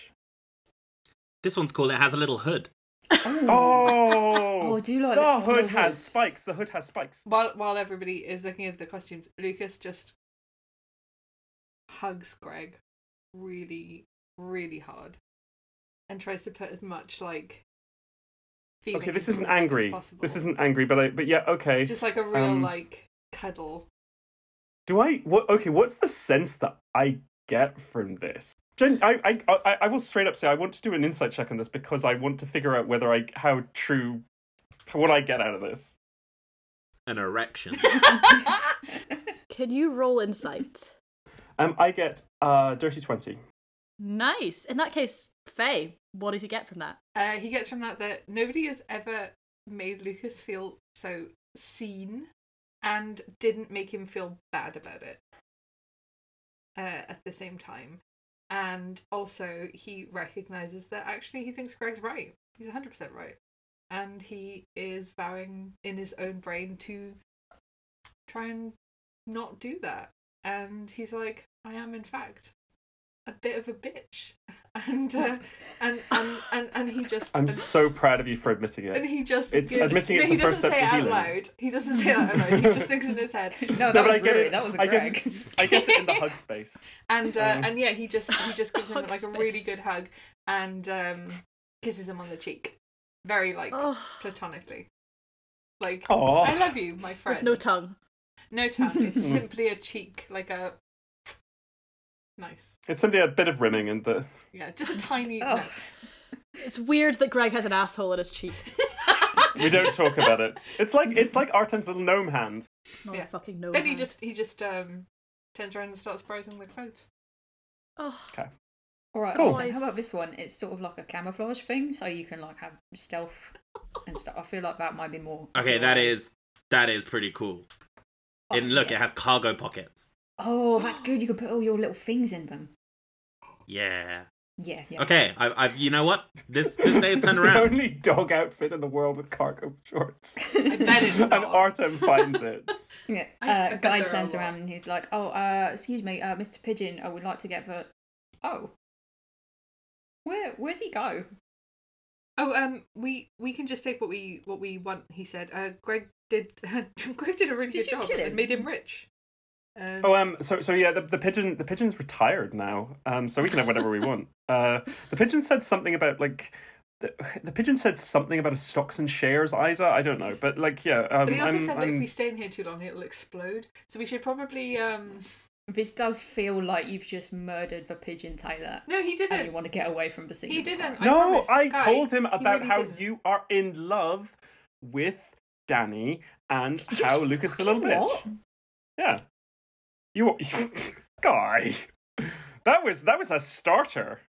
[SPEAKER 5] This one's called It Has a Little Hood.
[SPEAKER 4] Oh,
[SPEAKER 6] Oh, do you like
[SPEAKER 4] the
[SPEAKER 6] the-
[SPEAKER 4] hood
[SPEAKER 6] the
[SPEAKER 4] has
[SPEAKER 6] hoods?
[SPEAKER 4] spikes. The hood has spikes.
[SPEAKER 7] While while everybody is looking at the costumes, Lucas just hugs Greg really, really hard, and tries to put as much like. Feeling
[SPEAKER 4] Okay, this
[SPEAKER 7] into
[SPEAKER 4] isn't
[SPEAKER 7] Greg as
[SPEAKER 4] angry.
[SPEAKER 7] possible.
[SPEAKER 4] This isn't angry, but I, but yeah, okay.
[SPEAKER 7] just like a real
[SPEAKER 4] um,
[SPEAKER 7] like cuddle.
[SPEAKER 4] Do I what? Okay, what's the sense that I get from this? Jen, I, I, I, I will straight up say I want to do an insight check on this because I want to figure out whether I how true what I get out of this.
[SPEAKER 5] An erection.
[SPEAKER 3] Can you roll insight?
[SPEAKER 4] Um, I get uh dirty twenty.
[SPEAKER 3] Nice. In that case, Faye, what does he get from that?
[SPEAKER 7] Uh, he gets from that that nobody has ever made Lucas feel so seen and didn't make him feel bad about it uh, at the same time. And also, he recognizes that actually he thinks Greg's right. He's 100% right. And he is vowing in his own brain to try and not do that. And he's like, I am, in fact, a bit of a bitch. And, uh, and, and, and, and he just.
[SPEAKER 4] I'm
[SPEAKER 7] and-
[SPEAKER 4] so proud of you for admitting
[SPEAKER 7] and
[SPEAKER 4] it.
[SPEAKER 7] he just
[SPEAKER 4] It's-
[SPEAKER 7] gives-
[SPEAKER 4] admitting it's
[SPEAKER 7] no, he
[SPEAKER 4] the first
[SPEAKER 7] doesn't
[SPEAKER 4] step
[SPEAKER 7] say
[SPEAKER 4] to
[SPEAKER 7] it out
[SPEAKER 4] healing.
[SPEAKER 7] loud. He doesn't say it out loud. He just thinks in his head.
[SPEAKER 6] No, oh, that
[SPEAKER 4] No, but
[SPEAKER 6] was
[SPEAKER 4] I get
[SPEAKER 6] Rory,
[SPEAKER 4] it.
[SPEAKER 6] That was a
[SPEAKER 4] I get
[SPEAKER 6] Greg.
[SPEAKER 4] I get it in the hug space.
[SPEAKER 7] And uh,
[SPEAKER 4] Um,
[SPEAKER 7] and yeah, he just he just gives him
[SPEAKER 3] Hug
[SPEAKER 7] like a really
[SPEAKER 3] space.
[SPEAKER 7] good hug and um, kisses him on the cheek, very like
[SPEAKER 3] Oh,
[SPEAKER 7] platonically. Like
[SPEAKER 4] Aw.
[SPEAKER 7] I love you, my friend.
[SPEAKER 3] there's no tongue.
[SPEAKER 7] no tongue. It's simply a cheek, like a nice.
[SPEAKER 4] It's simply a bit of rimming and the
[SPEAKER 7] Yeah, just a tiny.
[SPEAKER 6] Oh.
[SPEAKER 7] no.
[SPEAKER 3] It's weird that Greg has an asshole in his cheek.
[SPEAKER 4] we don't talk about it. It's like it's like Artem's little gnome hand.
[SPEAKER 3] It's not
[SPEAKER 7] Yeah.
[SPEAKER 3] a fucking no.
[SPEAKER 7] Then he
[SPEAKER 3] hand.
[SPEAKER 7] just he just um turns around and starts browsing the clothes.
[SPEAKER 3] Oh,
[SPEAKER 6] All right.
[SPEAKER 4] Cool.
[SPEAKER 6] Also, how
[SPEAKER 3] Nice.
[SPEAKER 6] about this one? It's sort of like a camouflage thing, so you can like have stealth and stuff. I feel like that might be more.
[SPEAKER 5] Okay, that is that is pretty cool.
[SPEAKER 6] Oh,
[SPEAKER 5] and look,
[SPEAKER 6] yeah.
[SPEAKER 5] it has cargo pockets.
[SPEAKER 6] Oh, that's good. You can put all your little things in them.
[SPEAKER 5] Yeah.
[SPEAKER 6] Yeah. yeah.
[SPEAKER 5] Okay, I've, I've you know what? This this day has turned
[SPEAKER 4] the
[SPEAKER 5] around.
[SPEAKER 4] only dog outfit in the world with cargo shorts.
[SPEAKER 7] I bet it's
[SPEAKER 4] and
[SPEAKER 7] not.
[SPEAKER 4] Artem finds it.
[SPEAKER 6] Yeah.
[SPEAKER 7] I- I
[SPEAKER 6] Uh,
[SPEAKER 7] bet
[SPEAKER 6] guy
[SPEAKER 7] there are a
[SPEAKER 6] turns
[SPEAKER 7] lot.
[SPEAKER 6] around and he's like, "Oh, uh, excuse me, uh, Mr. Pigeon. I would like to get the. Oh, where where'd he go?
[SPEAKER 7] Oh, um, we we can just take what we what we want. He said. Uh, Greg did. Greg did a really
[SPEAKER 6] Did
[SPEAKER 7] good
[SPEAKER 6] you
[SPEAKER 7] job.
[SPEAKER 6] kill
[SPEAKER 7] It
[SPEAKER 6] him?
[SPEAKER 7] made him rich. Um,
[SPEAKER 4] Oh, um, so so yeah, the, the pigeon the pigeon's retired now, um, so we can have whatever we want. Uh, the pigeon said something about like. The, the pigeon said something about a stocks and shares, Isa. I don't know, but like, yeah. Um,
[SPEAKER 7] but he also
[SPEAKER 4] I'm-
[SPEAKER 7] said that
[SPEAKER 4] I'm-
[SPEAKER 7] if we stay in here too long, it'll explode. So we should probably. Um,
[SPEAKER 6] This does feel like you've just murdered the pigeon tailor,
[SPEAKER 7] no, he
[SPEAKER 6] and you
[SPEAKER 7] didn't.
[SPEAKER 6] want to get away from the scene.
[SPEAKER 7] He didn't. I
[SPEAKER 4] no,
[SPEAKER 7] promise,
[SPEAKER 4] I
[SPEAKER 7] Guy,
[SPEAKER 4] told him
[SPEAKER 7] he
[SPEAKER 4] about
[SPEAKER 7] really
[SPEAKER 4] how
[SPEAKER 7] didn't.
[SPEAKER 4] you are in love with Danny and how Lucas is a little bitch.
[SPEAKER 6] What?
[SPEAKER 4] Yeah, you guy. That was that was a starter.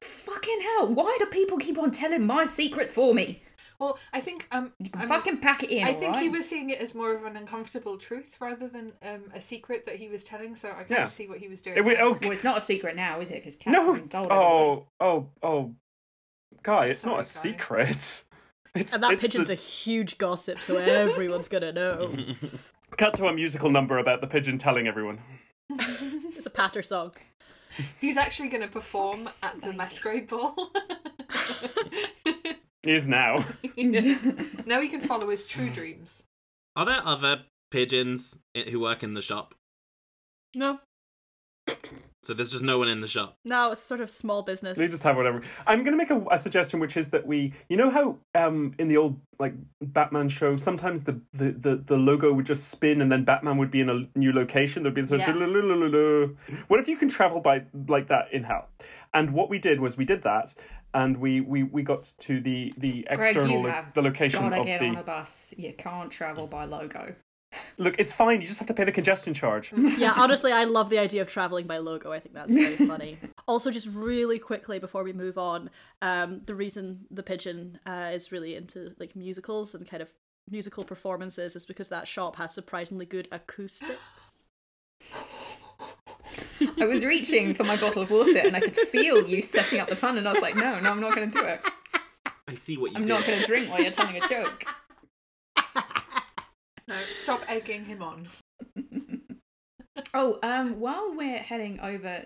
[SPEAKER 6] Fucking hell! Why do people keep on telling my secrets for me?
[SPEAKER 7] Well, I think um,
[SPEAKER 6] You can
[SPEAKER 7] I'm-
[SPEAKER 6] fucking pack it in.
[SPEAKER 7] I think he
[SPEAKER 6] alright?
[SPEAKER 7] was seeing it as more of an uncomfortable truth rather than um, a secret that he was telling. So I can
[SPEAKER 4] Yeah.
[SPEAKER 7] see what he was doing.
[SPEAKER 4] It, wa-
[SPEAKER 7] there.
[SPEAKER 4] oh
[SPEAKER 6] Well, it's not a secret now, is it? Because
[SPEAKER 4] No.
[SPEAKER 6] Catherine told everyone.
[SPEAKER 4] Oh, oh, oh, guy, it's not a
[SPEAKER 7] Sorry, guy.
[SPEAKER 4] secret. It's,
[SPEAKER 3] and that
[SPEAKER 4] it's
[SPEAKER 3] pigeon's
[SPEAKER 4] the,
[SPEAKER 3] a huge gossip, so everyone's gonna know.
[SPEAKER 4] cut to a musical number about the pigeon telling everyone.
[SPEAKER 3] It's a patter song.
[SPEAKER 7] He's actually going to perform
[SPEAKER 6] Fuck's
[SPEAKER 7] at the
[SPEAKER 6] sake.
[SPEAKER 7] masquerade ball.
[SPEAKER 4] He is now.
[SPEAKER 7] now he can follow his true dreams.
[SPEAKER 5] Are there other pigeons i- who work in the shop?
[SPEAKER 3] No,
[SPEAKER 5] So there's just no one in the shop.
[SPEAKER 3] no, it's sort of small business.
[SPEAKER 4] They just have whatever. I'm gonna make a, a suggestion, which is that we, you know how um in the old like Batman show, sometimes the the the, the logo would just spin and then Batman would be in a new location. There'd be sort of
[SPEAKER 7] Yes.
[SPEAKER 4] "Dululululu." What if you can travel by like that in hell? And what we did was we did that. and we we we got to the the
[SPEAKER 6] Greg,
[SPEAKER 4] external
[SPEAKER 6] you
[SPEAKER 4] lo-
[SPEAKER 6] have
[SPEAKER 4] the location
[SPEAKER 6] Gotta
[SPEAKER 4] of
[SPEAKER 6] get on a
[SPEAKER 4] the
[SPEAKER 6] bus. You can't travel by logo.
[SPEAKER 4] look. It's fine. You just have to pay the congestion charge.
[SPEAKER 3] yeah, honestly, I love the idea of traveling by logo. I think that's very funny. also, just really quickly before we move on, um, the reason the pigeon uh, is really into like musicals and kind of musical performances is because that shop has surprisingly good acoustics.
[SPEAKER 6] I was reaching for my bottle of water and I could feel you setting up the plan, and I was like, no, no, I'm not going to do it.
[SPEAKER 5] I see what you
[SPEAKER 6] I'm
[SPEAKER 5] did.
[SPEAKER 6] not going to drink while you're telling a joke.
[SPEAKER 7] No, stop egging him on.
[SPEAKER 6] Oh, um, while we're heading over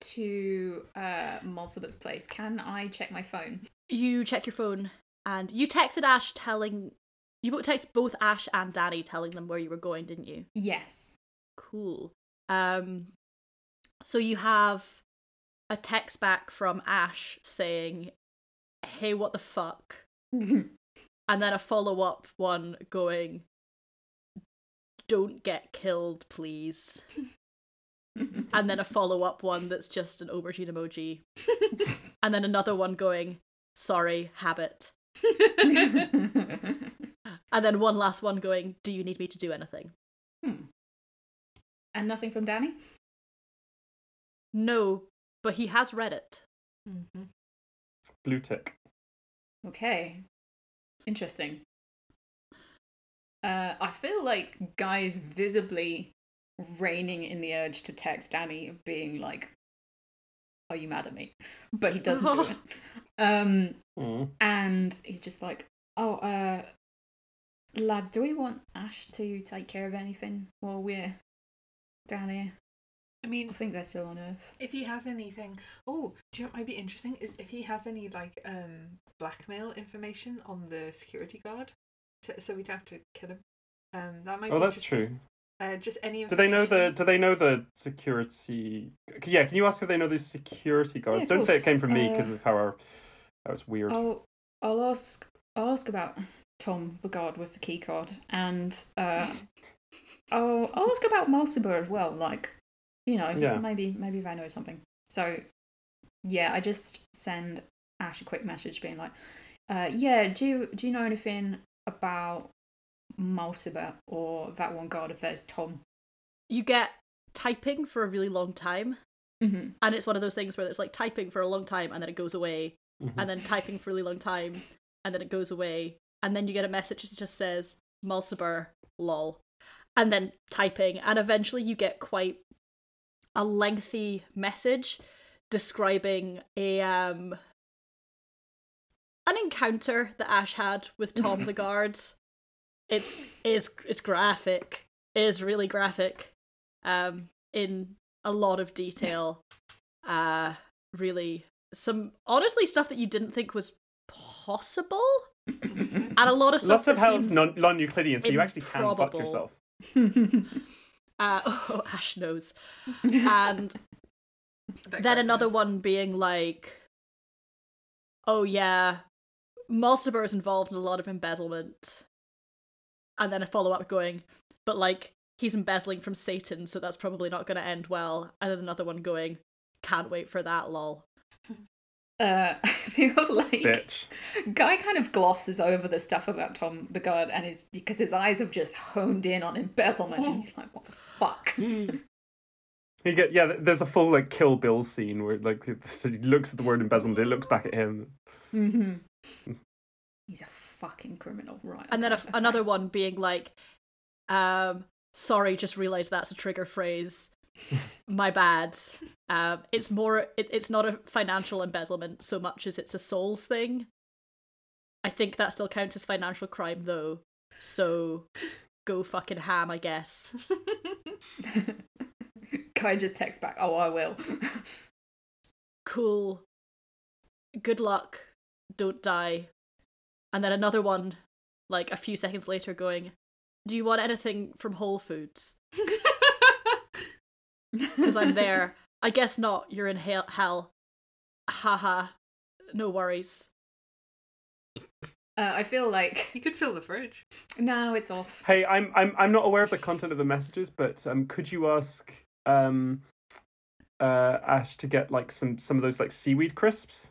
[SPEAKER 6] to uh, Mulsibut's place, can I check my phone?
[SPEAKER 3] you check your phone and you texted Ash telling you both text both Ash and Danny telling them where you were going, didn't you?
[SPEAKER 6] Yes.
[SPEAKER 3] Cool. Um, so you have a text back from Ash saying, "Hey, what the fuck?" and then a follow up one going, "Don't get killed, please." and then a follow up one that's just an aubergine emoji, and then another one going, "Sorry, habit." And then one last one going, "Do you need me to do anything?"
[SPEAKER 6] and nothing from Danny?
[SPEAKER 3] No, but he has read it.
[SPEAKER 7] Mm-hmm.
[SPEAKER 4] Blue tick.
[SPEAKER 6] Okay. Interesting. Uh, I feel like Guy's visibly reining in the urge to text Danny, being like, Are you mad at me? But he doesn't do it. Um,
[SPEAKER 4] Mm.
[SPEAKER 6] and he's just like, Oh, uh, lads, do we want Ash to take care of anything while we're down here?
[SPEAKER 7] I
[SPEAKER 6] I
[SPEAKER 7] mean,
[SPEAKER 6] think they're still on Earth.
[SPEAKER 7] if he has anything, oh, do you know what might be interesting is if he has any like um blackmail information on the security guard, to, so we'd have to kill him. Um, that might.
[SPEAKER 4] Oh,
[SPEAKER 7] be
[SPEAKER 4] that's true.
[SPEAKER 7] interesting. Uh, just any.
[SPEAKER 4] Do they know the
[SPEAKER 7] information-
[SPEAKER 4] Do they know the security? Yeah, can you ask if they know the security guards?
[SPEAKER 6] Yeah, of
[SPEAKER 4] Don't say
[SPEAKER 6] course.
[SPEAKER 4] it came from me
[SPEAKER 6] Uh, oh,
[SPEAKER 4] because of how our, that was weird.
[SPEAKER 6] I'll I'll ask I'll ask about Tom Bogard with the key card, and uh, I'll I'll ask about Mulciber as well. Like, you know,
[SPEAKER 4] Yeah.
[SPEAKER 6] maybe maybe they know something. So, yeah, I just send Ash a quick message being like, uh, yeah, do you, do you know anything about Mulciber or that one guard of theirs, Tom?
[SPEAKER 3] You get typing for a really long time,
[SPEAKER 6] Mm-hmm.
[SPEAKER 3] and it's one of those things where it's like typing for a long time and then it goes away,
[SPEAKER 4] Mhm.
[SPEAKER 3] and then typing for a really long time and then it goes away, and then you get a message that just says Mulciber lol, and then typing, and eventually you get quite a lengthy message describing a um an encounter that Ash had with Tom the guard. It's is it's graphic. It is really graphic. Um in a lot of detail. Uh really some honestly stuff that you didn't think was possible and a lot of stuff
[SPEAKER 4] Lots of
[SPEAKER 3] that
[SPEAKER 4] hell's
[SPEAKER 3] seems
[SPEAKER 4] non Euclidean, so you actually can fuck
[SPEAKER 3] improbable.
[SPEAKER 4] yourself.
[SPEAKER 3] uh, oh, Ash knows. And
[SPEAKER 7] That
[SPEAKER 3] then
[SPEAKER 7] guard
[SPEAKER 3] another
[SPEAKER 7] knows.
[SPEAKER 3] one being like, oh yeah, Mulciber is involved in a lot of embezzlement. And then a follow up going, but like, he's embezzling from Satan, so that's probably not going to end well. And then another one going, can't wait for that, lol.
[SPEAKER 6] Uh, I feel like
[SPEAKER 4] Bitch.
[SPEAKER 6] Guy kind of glosses over the stuff about Tom the guard, and his because his eyes have just honed in on embezzlement, and he's like, "What the fuck?"
[SPEAKER 4] You get yeah. There's a full like Kill Bill scene where like so he looks at the word embezzlement, it looks back at him.
[SPEAKER 6] Mm-hmm. He's a fucking criminal, right?
[SPEAKER 3] And then a, another one being like, um, sorry, just realized that's a trigger phrase. My bad. Um, it's more, it, it's not a financial embezzlement so much as it's a souls thing. I think that still counts as financial crime though. So go fucking ham, I guess.
[SPEAKER 6] Guy just texts back, "Oh, I will."
[SPEAKER 3] Cool. Good luck. Don't die. And then another one, like a few seconds later, going, Do you want anything from Whole Foods? because I'm there. I guess not. You're in hell. hell. Haha. No worries.
[SPEAKER 6] Uh, I feel like
[SPEAKER 7] You could fill the fridge.
[SPEAKER 6] no, it's off.
[SPEAKER 4] Hey, I'm I'm I'm not aware of the content of the messages, but um, could you ask um, uh, Ash to get like some some of those like seaweed crisps?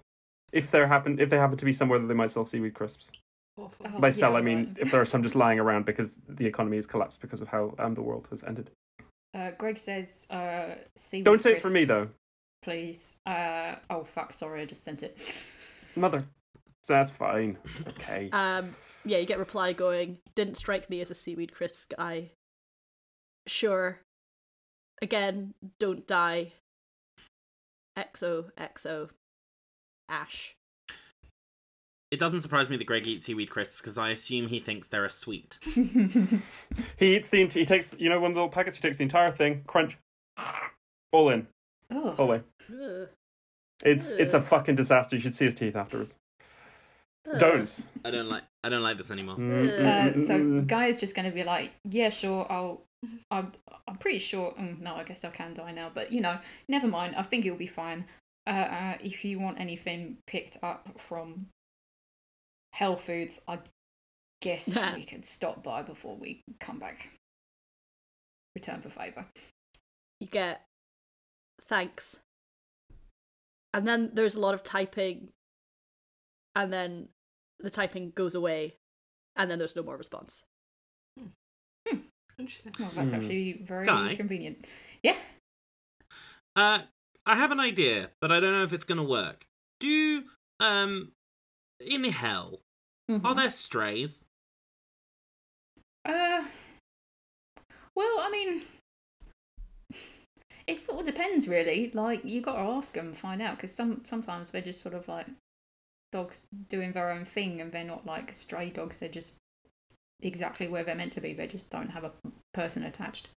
[SPEAKER 4] If there happen if they happen to be somewhere that they might sell seaweed crisps.
[SPEAKER 7] Awful.
[SPEAKER 6] Oh.
[SPEAKER 4] By sell,
[SPEAKER 6] yeah,
[SPEAKER 4] I mean
[SPEAKER 6] right.
[SPEAKER 4] if there are some just lying around because the economy has collapsed because of how um, the world has ended.
[SPEAKER 6] Uh, Greg says, uh, see.
[SPEAKER 4] Don't say it's for me though,
[SPEAKER 6] Please. Uh, oh, fuck, sorry, I just sent it.
[SPEAKER 4] mother. So that's fine. It's okay.
[SPEAKER 6] Uh.
[SPEAKER 3] Um, yeah, you get reply going, didn't strike me as a seaweed crisps guy. Sure. Again, don't die. Exo, exo. Ash.
[SPEAKER 5] It doesn't surprise me that Greg eats seaweed crisps because I assume he thinks they're a sweet.
[SPEAKER 4] he eats the ent- he takes you know one of the little packets. He takes the entire thing, crunch, all in,
[SPEAKER 6] oh,
[SPEAKER 4] all in.
[SPEAKER 3] Ugh.
[SPEAKER 4] It's it's a
[SPEAKER 3] Ugh.
[SPEAKER 4] fucking disaster. You should see his teeth afterwards. Don't.
[SPEAKER 5] I don't like I don't like this anymore.
[SPEAKER 4] Mm, mm,
[SPEAKER 6] Uh,
[SPEAKER 4] mm,
[SPEAKER 6] so
[SPEAKER 4] mm, mm.
[SPEAKER 6] guy is just going to be like, yeah, sure, I'll, I'm, I'm pretty sure. mm, no, I guess I can die now, but you know, never mind. I think you'll be fine. Uh, uh, if you want anything picked up from Hell Foods, I guess we can stop by before we come back. Return for favour.
[SPEAKER 3] You get thanks. And then there's a lot of typing. And then the typing goes away. And then there's no more response.
[SPEAKER 7] Interesting.
[SPEAKER 6] Well, Oh, that's
[SPEAKER 4] Hmm.
[SPEAKER 6] actually very
[SPEAKER 5] Guy?
[SPEAKER 6] convenient. Yeah.
[SPEAKER 5] Uh, I have an idea, but I don't know if it's gonna work. Do um in hell
[SPEAKER 4] Mm-hmm.
[SPEAKER 5] are
[SPEAKER 6] Mhm.
[SPEAKER 5] there strays?
[SPEAKER 6] Uh, well, I mean, it sort of depends, really. Like, you got to ask them, find out, because some sometimes they're just sort of like dogs doing their own thing, and they're not like stray dogs. They're just exactly where they're meant to be. They just don't have a person attached.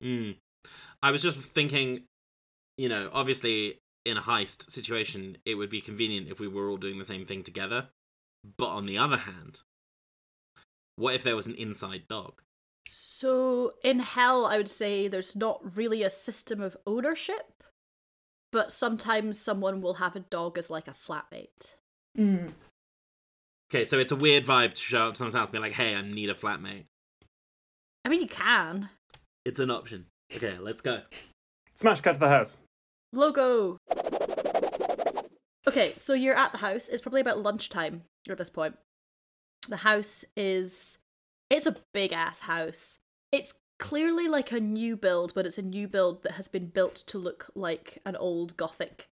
[SPEAKER 5] Mm. I was just thinking, you know, obviously in a heist situation, it would be convenient if we were all doing the same thing together. But on the other hand, what if there was an inside dog?
[SPEAKER 3] So in hell, I would say there's not really a system of ownership, but sometimes someone will have a dog as like a flatmate.
[SPEAKER 6] Mm.
[SPEAKER 5] Okay, so it's a weird vibe to show up to someone's house and be like, hey, I need a flatmate.
[SPEAKER 3] I mean, you can.
[SPEAKER 5] It's an option. Okay, let's go.
[SPEAKER 4] Smash cut to the house.
[SPEAKER 3] Logo. Okay, so you're at the house. It's probably about lunchtime at this point. The house is. It's a big ass house. It's clearly like a new build, but it's a new build that has been built to look like an old gothic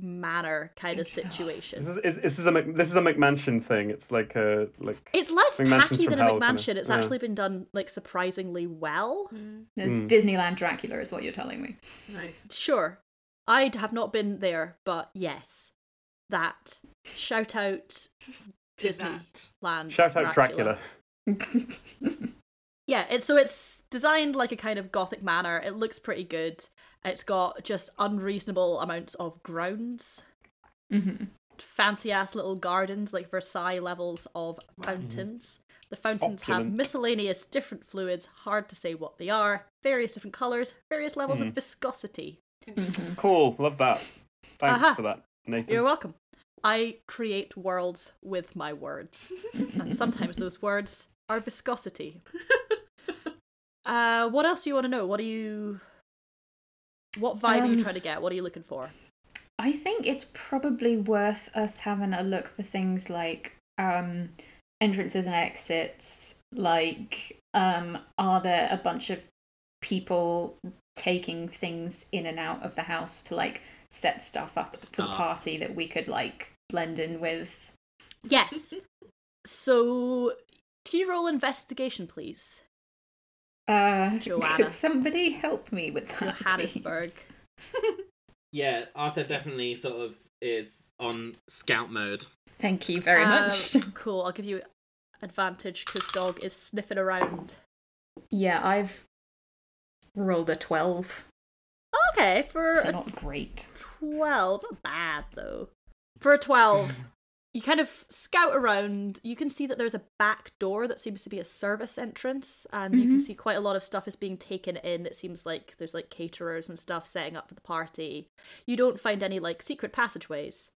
[SPEAKER 3] manor kind of situation.
[SPEAKER 4] This is, is, this is a Mc- this is a McMansion thing. It's like a like
[SPEAKER 3] It's less
[SPEAKER 4] Like mansions
[SPEAKER 3] tacky
[SPEAKER 4] from
[SPEAKER 3] than a
[SPEAKER 4] hell, kinda.
[SPEAKER 3] McMansion. It's
[SPEAKER 4] Yeah.
[SPEAKER 3] actually been done like surprisingly well.
[SPEAKER 7] Mm,
[SPEAKER 6] There's
[SPEAKER 4] Mm.
[SPEAKER 6] Disneyland Dracula, is what you're telling me.
[SPEAKER 7] nice.
[SPEAKER 3] Sure, I'd have not been there, but yes, that shout out
[SPEAKER 7] Did
[SPEAKER 3] Disneyland.
[SPEAKER 7] that.
[SPEAKER 4] shout out Dracula.
[SPEAKER 3] Yeah, it's so it's designed like a kind of gothic manor. It looks pretty good. It's got just unreasonable amounts of grounds,
[SPEAKER 6] hmm
[SPEAKER 3] fancy ass little gardens like Versailles levels of fountains. The fountains have
[SPEAKER 4] Opulent.
[SPEAKER 3] miscellaneous different fluids, hard to say what they are, various different colours, various levels of
[SPEAKER 4] Mhm.
[SPEAKER 3] viscosity.
[SPEAKER 4] Cool, love that. Thanks
[SPEAKER 3] Aha.
[SPEAKER 4] for that, Nathan.
[SPEAKER 3] You're welcome. I create worlds with my words, and sometimes those words are viscosity. Uh, what else do you want to know? What are you? What vibe are you
[SPEAKER 6] Um,
[SPEAKER 3] trying to get? What are you looking for?
[SPEAKER 6] I think it's probably worth us having a look for things like um, entrances and exits. Like, um, are there a bunch of people taking things in and out of the house to like set stuff up for the
[SPEAKER 5] Stuff.
[SPEAKER 6] party that we could like blend in with?
[SPEAKER 3] Yes. so, can you roll investigation, please?
[SPEAKER 6] Uh,
[SPEAKER 3] Joanna.
[SPEAKER 6] Could somebody help me with that?
[SPEAKER 3] Johannesburg.
[SPEAKER 6] please?
[SPEAKER 5] Yeah, Arta definitely sort of is on scout mode.
[SPEAKER 6] Thank you very
[SPEAKER 3] Um,
[SPEAKER 6] much.
[SPEAKER 3] cool. I'll give you advantage because dog is sniffing around.
[SPEAKER 6] yeah, I've rolled a 12,
[SPEAKER 3] Okay, for
[SPEAKER 6] so
[SPEAKER 3] a
[SPEAKER 6] not great.
[SPEAKER 3] 12 not bad though for a 12 you kind of scout around you can see that there's a back door that seems to be a service entrance and you can
[SPEAKER 6] Mhm.
[SPEAKER 3] see quite a lot of stuff is being taken in it seems like there's like caterers and stuff setting up for the party you don't find any like secret passageways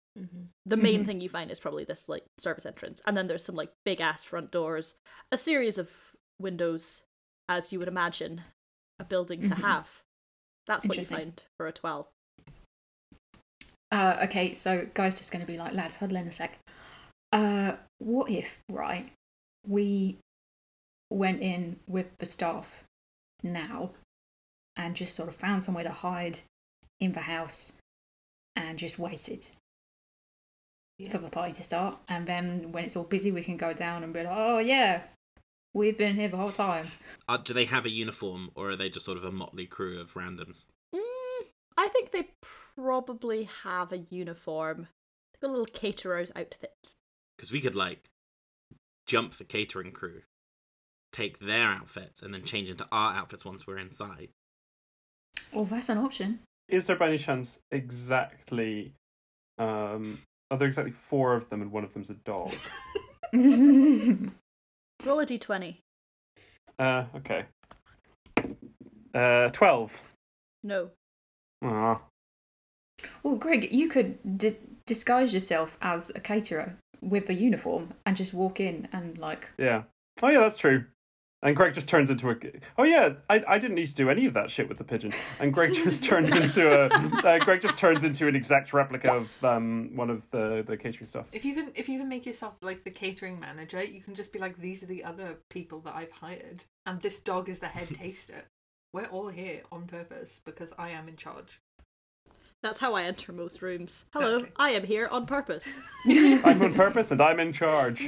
[SPEAKER 3] the main
[SPEAKER 6] Mhm.
[SPEAKER 3] thing you find is probably this like service entrance and then there's some like big ass front doors a series of windows as you would imagine a building
[SPEAKER 6] Mhm.
[SPEAKER 3] to have that's what you
[SPEAKER 6] Interesting.
[SPEAKER 3] find for a 12
[SPEAKER 6] Uh, okay, so guy's just going to be like, lads, huddle in a sec. Uh, what if, right, we went in with the staff now and just sort of found somewhere to hide in the house and just waited for the party to start. And then when it's all busy, we can go down and be like, oh, yeah, we've been here the whole time.
[SPEAKER 5] Uh, do they have a uniform, or are they just sort of a motley crew of randoms?
[SPEAKER 3] Mm, I think they probably have a uniform. They've got little caterer's outfits.
[SPEAKER 5] Because we could like jump the catering crew, take their outfits, and then change into our outfits once we're inside.
[SPEAKER 6] Well, that's an option.
[SPEAKER 4] Is there by any chance exactly? Um, are there exactly four of them, and one of them's a dog?
[SPEAKER 3] Roll a d20.
[SPEAKER 4] uh, okay. Uh, twelve.
[SPEAKER 3] No.
[SPEAKER 4] Ah,
[SPEAKER 6] well, Greg, you could di- disguise yourself as a caterer with a uniform and just walk in and, like,
[SPEAKER 4] yeah. Oh yeah, that's true. And Greg just turns into a. Oh yeah, I, I didn't need to do any of that shit with the pigeon. And Greg just turns into a. Uh, Greg just turns into an exact replica of um one of the the catering stuff.
[SPEAKER 7] If you can, if you can make yourself like the catering manager, you can just be like, these are the other people that I've hired, and this dog is the head taster. We're all here on purpose because I am in charge.
[SPEAKER 3] That's how I enter most rooms. Hello,
[SPEAKER 7] Exactly.
[SPEAKER 3] I am here on purpose.
[SPEAKER 4] I'm on purpose and I'm in charge.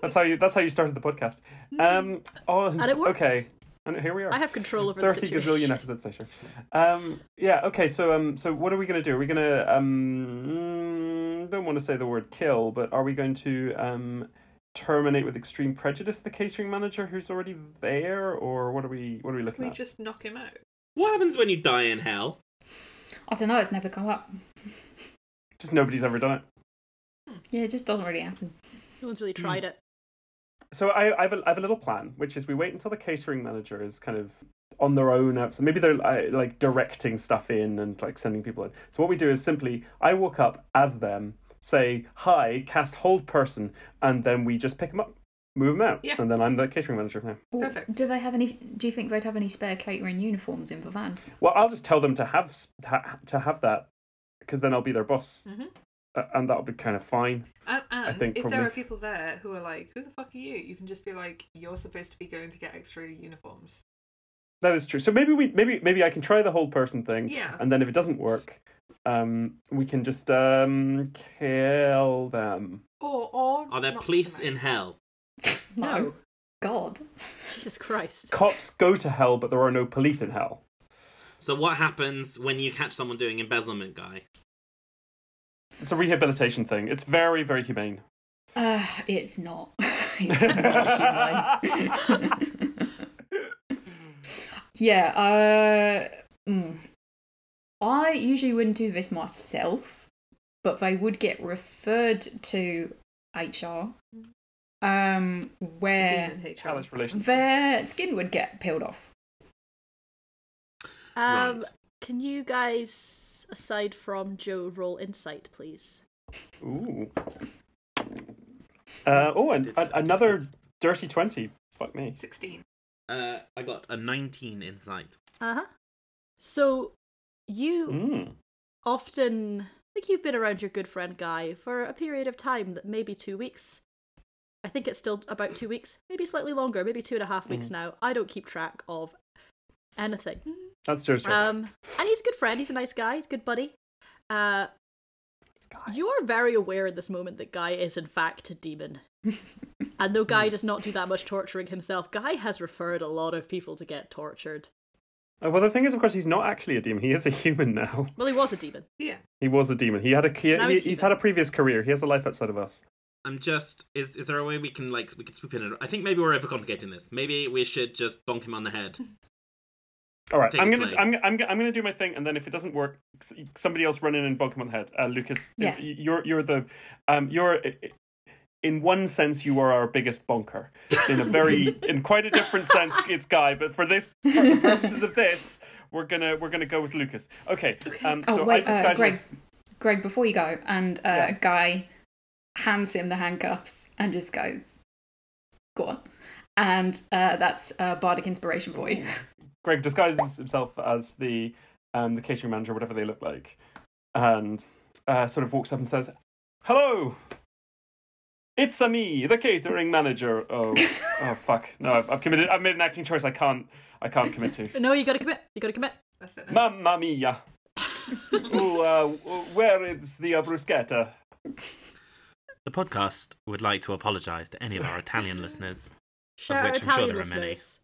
[SPEAKER 4] That's how you. That's how you started the podcast. Um. Oh.
[SPEAKER 3] Mm. And it worked.
[SPEAKER 4] Okay. And here we are.
[SPEAKER 3] I have control over the
[SPEAKER 4] Thirty
[SPEAKER 3] situation.
[SPEAKER 4] gazillion episodes later. Um. Yeah. Okay. So um. So what are we gonna do? Are we gonna um? mm, Don't want to say the word kill, but are we going to um? Terminate with extreme prejudice the catering manager who's already there, or what are we? What are we looking
[SPEAKER 7] Can we
[SPEAKER 4] at?
[SPEAKER 7] just knock him out?
[SPEAKER 5] What happens when you die in hell?
[SPEAKER 6] I don't know, it's never come up.
[SPEAKER 4] Just nobody's ever done it.
[SPEAKER 6] Yeah, it just doesn't really happen.
[SPEAKER 3] No one's really tried it.
[SPEAKER 4] So I, I, have a, I have a little plan, which is we wait until the catering manager is kind of on their own outside. Maybe they're uh, like directing stuff in and like sending people in. So what we do is simply I walk up as them, say hi, cast hold person, and then we just pick them up, move them out,
[SPEAKER 7] Yeah.
[SPEAKER 4] and then I'm the catering manager now.
[SPEAKER 6] Well,
[SPEAKER 7] Perfect.
[SPEAKER 6] Do they have any? Do you think they'd have any spare catering uniforms in the van?
[SPEAKER 4] Well, I'll just tell them to have s- to ha- to have that, because then I'll be their boss,
[SPEAKER 7] Mhm.
[SPEAKER 4] A- and that'll be kind of fine.
[SPEAKER 7] And, and
[SPEAKER 4] think
[SPEAKER 7] if
[SPEAKER 4] probably-
[SPEAKER 7] there are people there who are like, who the fuck are you? You can just be like, you're supposed to be going to get extra uniforms.
[SPEAKER 4] That is true. So maybe we maybe maybe I can try the whole person thing.
[SPEAKER 7] Yeah.
[SPEAKER 4] And then if it doesn't work, um, we can just um kill them.
[SPEAKER 7] Or or
[SPEAKER 5] Are there
[SPEAKER 7] knock
[SPEAKER 5] police
[SPEAKER 7] them
[SPEAKER 5] in hell?
[SPEAKER 3] No.
[SPEAKER 6] God.
[SPEAKER 3] Um, Jesus Christ.
[SPEAKER 4] Cops go to hell, but there are no police in hell.
[SPEAKER 5] So what happens when you catch someone doing embezzlement, guy?
[SPEAKER 4] It's a rehabilitation thing. It's very very humane.
[SPEAKER 6] Uh, it's not. it's not human. yeah. Uh, mm. I usually wouldn't do this myself, but they would get referred to HR, um,
[SPEAKER 7] out.
[SPEAKER 6] where
[SPEAKER 7] Demon HR.
[SPEAKER 4] Challenge relations.
[SPEAKER 6] their skin would get peeled off.
[SPEAKER 3] Um,
[SPEAKER 5] Right.
[SPEAKER 3] Can you guys, aside from Joe, roll insight, please?
[SPEAKER 4] Ooh. Uh, oh, and a- another dirty twenty. Fuck me.
[SPEAKER 7] Sixteen.
[SPEAKER 5] Uh, I got a 19 insight.
[SPEAKER 3] Uh huh. So, you
[SPEAKER 4] Mm.
[SPEAKER 3] often like you've been around your good friend guy for a period of time that maybe two weeks i think it's still about two weeks maybe slightly longer maybe two and a half weeks
[SPEAKER 4] Mhm.
[SPEAKER 3] now i don't keep track of anything
[SPEAKER 4] That's Joe's job.
[SPEAKER 3] um and he's a good friend he's a nice guy he's a good buddy uh you're very aware in this moment that guy is in fact a demon and though guy does not do that much torturing himself guy has referred a lot of people to get tortured
[SPEAKER 4] Uh, well, the thing is, of course, he's not actually a demon. He is a human now.
[SPEAKER 3] well he was a demon
[SPEAKER 7] Yeah.
[SPEAKER 4] He was a demon. He had a he,
[SPEAKER 3] Now
[SPEAKER 4] he,
[SPEAKER 3] he's
[SPEAKER 4] he's
[SPEAKER 3] human.
[SPEAKER 4] had a previous career. He has a life outside of us.
[SPEAKER 5] I'm just is is there a way we can like we could swoop in and I think maybe we're overcomplicating this. Maybe we should just bonk him on the head.
[SPEAKER 4] All right,
[SPEAKER 5] take
[SPEAKER 4] I'm
[SPEAKER 5] his
[SPEAKER 4] gonna
[SPEAKER 5] place.
[SPEAKER 4] I'm, I'm I'm gonna do my thing, and then if it doesn't work, s- somebody else run in and bonk him on the head. Uh, Lucas,
[SPEAKER 6] Yeah.
[SPEAKER 4] y- you're you're the um you're in one sense you are our biggest bonker. In a very in quite a different sense, it's Guy. But for this for the purposes of this, we're gonna we're gonna go with Lucas. Okay. Um,
[SPEAKER 6] Oh
[SPEAKER 4] so I
[SPEAKER 6] wait, uh,
[SPEAKER 4] disguise
[SPEAKER 6] Greg,
[SPEAKER 4] as-
[SPEAKER 6] Greg, before you go, and uh,
[SPEAKER 4] Yeah.
[SPEAKER 6] Guy hands him the handcuffs and just goes, "Go on," and uh, that's uh, Bardic inspiration for you.
[SPEAKER 4] Greg disguises himself as the um the catering manager, whatever they look like, and uh, sort of walks up and says, "Hello, it's a me, the catering manager." Oh, oh fuck! No, I've, I've committed. I've made an acting choice. I can't. I can't commit to.
[SPEAKER 3] No, you gotta commit. You gotta commit.
[SPEAKER 7] That's it. Now.
[SPEAKER 4] Mamma mia! Ooh, uh, where is the uh, bruschetta?
[SPEAKER 5] The podcast would like to apologise to any of our Italian listeners.
[SPEAKER 3] Share
[SPEAKER 5] which
[SPEAKER 3] our
[SPEAKER 5] I'm sure
[SPEAKER 3] Italian
[SPEAKER 5] there are many.
[SPEAKER 3] listeners.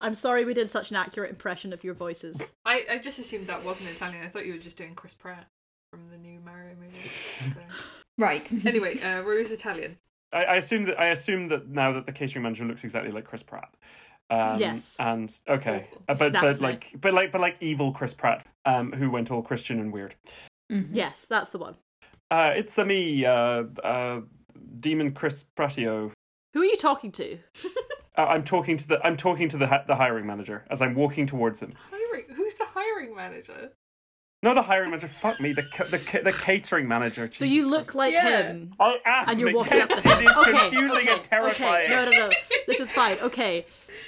[SPEAKER 3] I'm sorry we did such an accurate impression of your voices.
[SPEAKER 7] I, I just assumed that wasn't Italian. I thought you were just doing Chris Pratt from the new Mario movie. Okay.
[SPEAKER 6] Right.
[SPEAKER 7] anyway, uh, Rory's Italian.
[SPEAKER 4] I, I assume that I assume that now that the catering manager looks exactly like Chris Pratt. Um,
[SPEAKER 3] Yes.
[SPEAKER 4] And okay,
[SPEAKER 7] Awful.
[SPEAKER 4] Uh, but
[SPEAKER 3] Snaps
[SPEAKER 4] but
[SPEAKER 3] it.
[SPEAKER 4] like but like but like evil Chris Pratt, um, who went all Christian and weird.
[SPEAKER 6] Mhm.
[SPEAKER 3] Yes, that's the one.
[SPEAKER 4] Uh, it's a me, uh, uh, demon Chris Prattio.
[SPEAKER 3] Who are you talking to?
[SPEAKER 4] Uh, I'm talking to the I'm talking to the hi- the hiring manager as I'm walking towards him.
[SPEAKER 7] Hiring. Who's the hiring manager?
[SPEAKER 4] No, the hiring manager. fuck me. The ca- the ca- the catering manager.
[SPEAKER 3] So you look like
[SPEAKER 7] Yeah.
[SPEAKER 3] him.
[SPEAKER 4] I am.
[SPEAKER 3] And you're
[SPEAKER 4] it
[SPEAKER 3] walking
[SPEAKER 4] is-
[SPEAKER 3] up to him.
[SPEAKER 4] It is
[SPEAKER 3] okay,
[SPEAKER 4] confusing
[SPEAKER 3] okay,
[SPEAKER 4] and terrifying.
[SPEAKER 3] Okay. No, no, no. This is fine. Okay.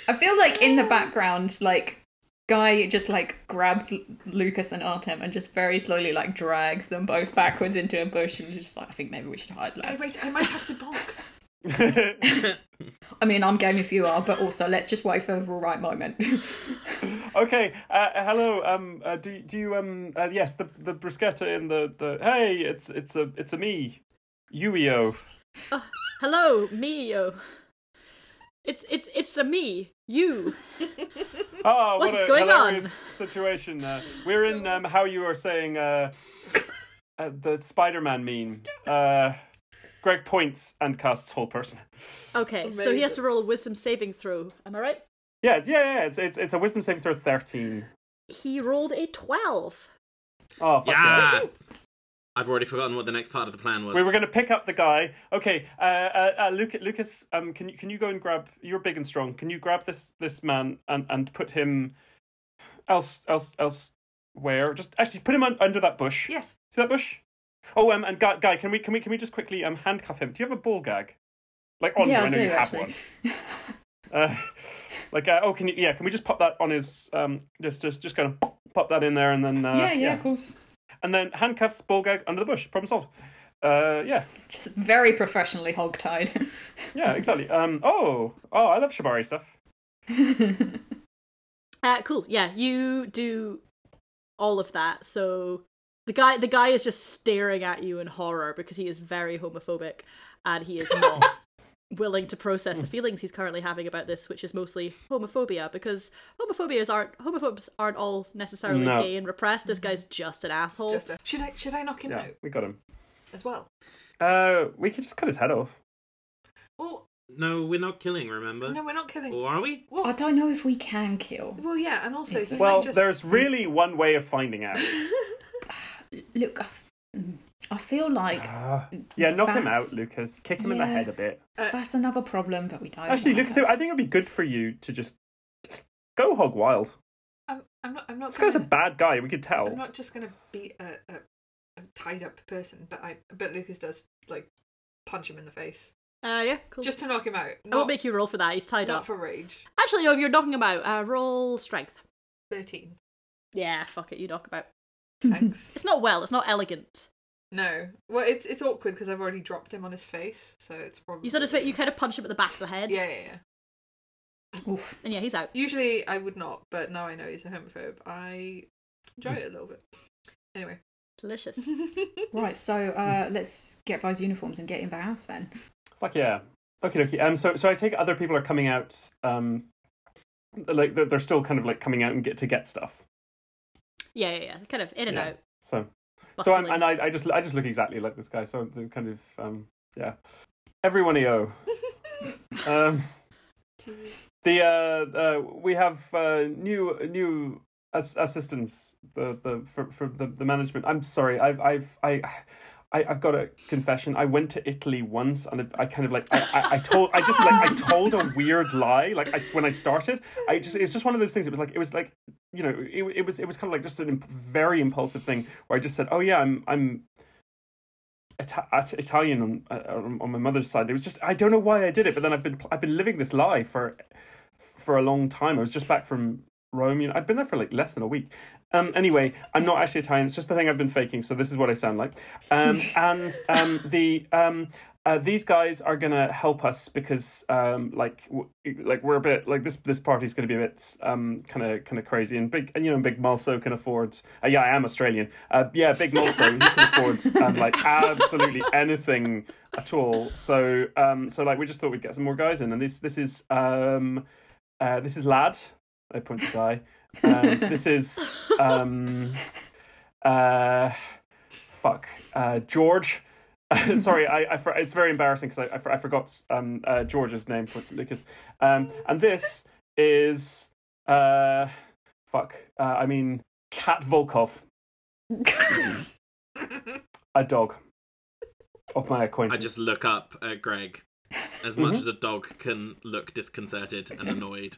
[SPEAKER 6] I feel like in the background, like Guy just like grabs L- Lucas and Artem and just very slowly like drags them both backwards into a bush and just like I think maybe we should hide
[SPEAKER 7] I
[SPEAKER 6] lads.
[SPEAKER 7] might, I might have to bonk.
[SPEAKER 6] I mean, I'm game if you are, but also let's just wait for the right moment.
[SPEAKER 4] Uh, Okay. Uh, hello. Um. Uh, do do you um? Uh, yes. The the bruschetta in the the. Hey, it's it's a it's a me, Yuio.
[SPEAKER 3] Hello, me. yo. It's it's it's a me. You.
[SPEAKER 4] Ah,
[SPEAKER 3] What
[SPEAKER 4] what
[SPEAKER 3] is
[SPEAKER 4] a
[SPEAKER 3] going on?
[SPEAKER 4] hilarious situation. Uh, we're in um how you were saying uh, uh the Spider-Man meme. Uh, Greg points and casts whole person.
[SPEAKER 3] Okay. So he has to roll a wisdom saving throw. Am I right?
[SPEAKER 4] Yeah, it's- yeah, yeah. It's it's it's a wisdom saving throw thirteen.
[SPEAKER 3] He rolled a twelve.
[SPEAKER 4] Oh, fuck yeah.
[SPEAKER 5] yes. I've already forgotten what the next part of the plan was.
[SPEAKER 4] We were going to pick up the guy. Okay, uh, uh, uh, Luca, Lucas, um, can you can you go and grab? You're big and strong. Can you grab this this man and and put him else else elsewhere? Just actually put him un- under that bush.
[SPEAKER 7] Yes.
[SPEAKER 4] See that bush? Oh, um, and guy, guy, can we can we can we just quickly um handcuff him? Do you have a ball gag? Like on
[SPEAKER 6] yeah,
[SPEAKER 4] you,
[SPEAKER 6] I
[SPEAKER 4] I know
[SPEAKER 6] do
[SPEAKER 4] you have
[SPEAKER 6] actually.
[SPEAKER 4] one. Uh, like uh, oh, can you? Yeah, can we just pop that on his um? Just just just kind of pop that in there and then uh,
[SPEAKER 6] yeah, yeah, of course.
[SPEAKER 4] and then handcuffs, ball gag under the bush. Problem solved. Uh, yeah.
[SPEAKER 6] Just very professionally hogtied.
[SPEAKER 4] Yeah, exactly. Um, oh, oh, I love shibari stuff.
[SPEAKER 3] Uh, cool. Yeah, you do all of that. So the guy, the guy is just staring at you in horror because he is very homophobic, and he is not willing to process the feelings he's currently having about this, which is mostly homophobia. Because homophobias aren't homophobes aren't all necessarily
[SPEAKER 4] No.
[SPEAKER 3] gay and repressed. This guy's just an asshole.
[SPEAKER 7] Mm-hmm. Just a, should I should I knock him
[SPEAKER 4] Yeah,
[SPEAKER 7] out
[SPEAKER 4] we got him.
[SPEAKER 7] as well?
[SPEAKER 4] Uh, we could just cut his head off.
[SPEAKER 7] Well,
[SPEAKER 5] No, we're not killing, remember?
[SPEAKER 7] no, we're not killing.
[SPEAKER 5] Or are we?
[SPEAKER 6] I
[SPEAKER 7] Well,
[SPEAKER 6] don't know if we can kill.
[SPEAKER 7] well, yeah, and also
[SPEAKER 6] It's
[SPEAKER 7] he
[SPEAKER 6] fine.
[SPEAKER 4] Well,
[SPEAKER 7] might just.
[SPEAKER 4] there's really one way of finding out.
[SPEAKER 6] Look, I, f- I feel like
[SPEAKER 4] Ah. yeah, knock him out,
[SPEAKER 6] That's-
[SPEAKER 4] Lucas. Kick him in the
[SPEAKER 6] Yeah.
[SPEAKER 4] head a bit.
[SPEAKER 6] that's another problem that we don't.
[SPEAKER 4] Actually,
[SPEAKER 6] wanna
[SPEAKER 4] Lucas,
[SPEAKER 6] have.
[SPEAKER 4] I think it would be good for you to just, just go hog wild.
[SPEAKER 7] I'm, I'm not. I'm not.
[SPEAKER 4] This guy's a
[SPEAKER 7] gonna-
[SPEAKER 4] bad guy. We could
[SPEAKER 7] I'm
[SPEAKER 4] tell.
[SPEAKER 7] not just gonna be a, a, a tied up person, but I but Lucas does like punch him in the face
[SPEAKER 3] Uh, yeah, cool.
[SPEAKER 7] just to knock him out.
[SPEAKER 3] I won't
[SPEAKER 7] Not,
[SPEAKER 3] make you roll for that. He's tied
[SPEAKER 7] not
[SPEAKER 3] up.
[SPEAKER 7] for rage.
[SPEAKER 3] Actually, no. If you're knocking about, uh, roll strength.
[SPEAKER 7] Thirteen.
[SPEAKER 3] Yeah, fuck it. You knock about.
[SPEAKER 7] Thanks.
[SPEAKER 3] It's not well. It's not elegant.
[SPEAKER 7] no. Well, it's it's awkward because I've already dropped him on his face, so it's probably.
[SPEAKER 3] You sort of you kind of punch him at the back of the head.
[SPEAKER 7] Yeah, yeah, yeah.
[SPEAKER 6] Oof.
[SPEAKER 3] And yeah, he's out.
[SPEAKER 7] Usually I would not, but now I know he's a homophobe. I enjoy it a little bit. Anyway.
[SPEAKER 3] Delicious.
[SPEAKER 6] Right, so uh, let's get Vi's uniforms and get in the house then.
[SPEAKER 4] Fuck yeah. Okay, okay. Um, so so I take it other people are coming out. Um, like they're, they're still kind of like coming out and get to get stuff.
[SPEAKER 3] yeah, yeah, yeah. Kind of in and
[SPEAKER 4] Yeah.
[SPEAKER 3] out.
[SPEAKER 4] So so
[SPEAKER 3] Bustling.
[SPEAKER 4] I'm, and I, I just I just look exactly like this guy. So I'm the kind of um yeah. Everyone EO. um, the uh, uh we have uh, new new as- assistants the the for, for the, the management. I'm sorry. I've I've I. I, I've got a confession. I went to Italy once, and I, I kind of like I, I, I told I just like I told a weird lie. Like I, when I started, I just it's just one of those things. It was like it was like you know it, it was it was kind of like just a imp- very impulsive thing where I just said, oh yeah, I'm I'm Ita- At- Italian on, uh, on on my mother's side. It was just I don't know why I did it, but then I've been I've been living this lie for for a long time. I was just back from Rome. You know, I'd been there for like less than a week. Um, anyway, I'm not actually Italian. It's just the thing I've been faking. So this is what I sound like. Um, and um, the um, uh, these guys are gonna help us because um, like w- like we're a bit like this this party's gonna be a bit um kind of kind of crazy and big and you know big Malso can afford. Uh, yeah, I am Australian. Uh, yeah, big Malso he can afford um, like absolutely anything at all. So um so like we just thought we'd get some more guys in and this this is um uh, this is lad. I point to guy. Um, this is um uh fuck uh George. Sorry, I, I for, it's very embarrassing because I, I, for- I forgot um uh, George's name for Lucas. Um and this is uh fuck uh, I mean Kat Volkov, a dog of my
[SPEAKER 5] I
[SPEAKER 4] acquaintance.
[SPEAKER 5] just look up at Greg as
[SPEAKER 4] Mm-hmm.
[SPEAKER 5] much as a dog can look disconcerted and annoyed.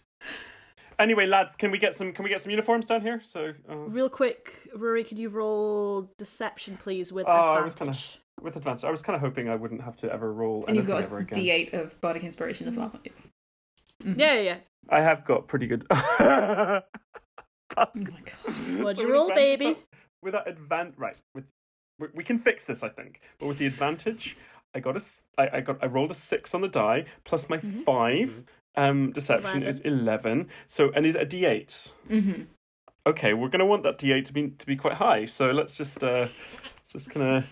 [SPEAKER 4] Anyway, lads, can we get some can we get some uniforms down here? So uh,
[SPEAKER 3] Real quick, Rory, could you roll deception, please, with
[SPEAKER 4] Oh, I was gonna-
[SPEAKER 3] advantage?
[SPEAKER 4] with advantage, I was kind of hoping I wouldn't have to ever roll
[SPEAKER 6] And you've
[SPEAKER 4] anything
[SPEAKER 6] got
[SPEAKER 4] ever
[SPEAKER 6] a
[SPEAKER 4] again.
[SPEAKER 6] D8 of bardic inspiration as well. haven't you?
[SPEAKER 3] Yeah, yeah, yeah.
[SPEAKER 4] I have got pretty good. What'd
[SPEAKER 6] Oh my god.
[SPEAKER 3] What'd you roll, baby?
[SPEAKER 4] With that advantage, right? With we- we can fix this, I think. But with the advantage, I got a, s- I, I got, I rolled a six on the die plus my
[SPEAKER 6] Mm-hmm.
[SPEAKER 4] five. Um, deception is eleven. So and is a D eight.
[SPEAKER 6] Mm-hmm.
[SPEAKER 4] Okay, we're gonna want that D eight to be to be quite high. So let's just, uh, it's just gonna,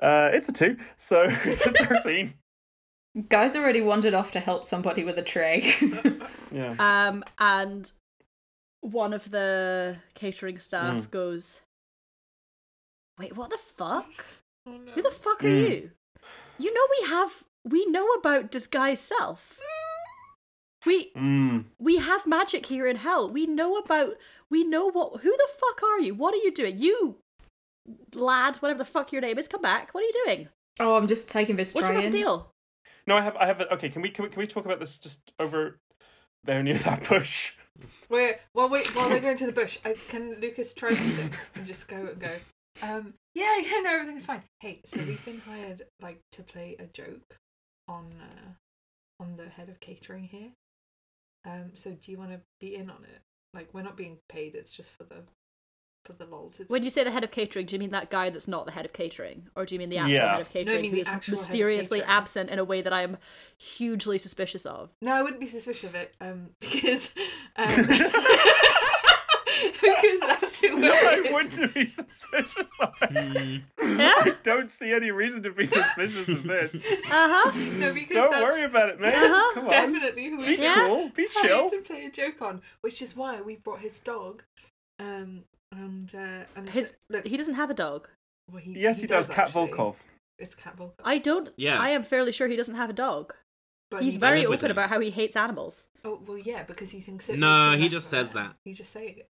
[SPEAKER 4] uh, it's a two. So it's a thirteen.
[SPEAKER 6] Guy's already wandered off to help somebody with a tray.
[SPEAKER 4] Yeah.
[SPEAKER 3] Um, and one of the catering
[SPEAKER 4] Mm.
[SPEAKER 3] staff goes, "Wait, what the fuck?
[SPEAKER 7] Oh no.
[SPEAKER 3] Who the fuck are
[SPEAKER 4] Mm.
[SPEAKER 3] you? You know we have, we know about disguise self. We
[SPEAKER 4] Mm.
[SPEAKER 3] we have magic here in hell. We know about, we know what. Who the fuck are you? What are you doing? You lad, whatever the fuck your name is, come back. What are you doing?
[SPEAKER 6] oh, I'm just taking this
[SPEAKER 3] What's
[SPEAKER 6] tray
[SPEAKER 3] your fucking
[SPEAKER 6] in.
[SPEAKER 3] deal?
[SPEAKER 4] No, I have, I have. A, okay, can we, can we can we talk about this just over there near that bush?
[SPEAKER 7] Wait, while we while they're going to the bush, I, can Lucas try something and just go and go. Um, yeah, yeah, no, everything's fine. Hey, so we've been hired like to play a joke on uh, on the head of catering here. Um, so do you want to be in on it? Like, we're not being paid. It's just for the for the lols. It's
[SPEAKER 3] When you say the head of catering, do you mean that guy that's not the head of catering, or do you mean the actual
[SPEAKER 4] Yeah.
[SPEAKER 3] head of
[SPEAKER 7] mean
[SPEAKER 3] catering
[SPEAKER 7] the
[SPEAKER 3] who is
[SPEAKER 7] actual head of
[SPEAKER 3] mysteriously
[SPEAKER 7] catering.
[SPEAKER 3] absent in a way that I am hugely suspicious of?
[SPEAKER 7] No, I wouldn't be suspicious of it um, because um, because that's who
[SPEAKER 4] No, I
[SPEAKER 7] we're.
[SPEAKER 4] wouldn't be suspicious of it.
[SPEAKER 3] Yeah.
[SPEAKER 7] Hmm.
[SPEAKER 4] I don't see any reason to be suspicious of this.
[SPEAKER 3] Uh huh.
[SPEAKER 7] No, because
[SPEAKER 4] Don't
[SPEAKER 7] that's
[SPEAKER 4] worry about it, mate.
[SPEAKER 3] Uh-huh.
[SPEAKER 4] Come on.
[SPEAKER 7] definitely who
[SPEAKER 4] Be
[SPEAKER 7] we
[SPEAKER 3] Yeah.
[SPEAKER 4] cool. Be
[SPEAKER 7] hired
[SPEAKER 4] chill.
[SPEAKER 7] to play a joke on, which is why we brought his dog. Um and uh and
[SPEAKER 3] His
[SPEAKER 7] look,
[SPEAKER 3] he doesn't have a dog.
[SPEAKER 7] well, he,
[SPEAKER 4] Yes, he, does. Kat
[SPEAKER 7] actually.
[SPEAKER 4] Volkov.
[SPEAKER 7] It's Cat Volkov.
[SPEAKER 3] I don't.
[SPEAKER 5] Yeah.
[SPEAKER 3] I am fairly sure he doesn't have a dog.
[SPEAKER 7] but
[SPEAKER 3] He's
[SPEAKER 7] he-
[SPEAKER 3] very
[SPEAKER 5] live with
[SPEAKER 3] open
[SPEAKER 5] him.
[SPEAKER 3] about how he hates animals.
[SPEAKER 7] Oh well, yeah, because he thinks it.
[SPEAKER 5] No,
[SPEAKER 7] makes him
[SPEAKER 5] he
[SPEAKER 7] less
[SPEAKER 5] just
[SPEAKER 7] of a
[SPEAKER 5] says
[SPEAKER 7] man.
[SPEAKER 5] that.
[SPEAKER 7] He just saying it.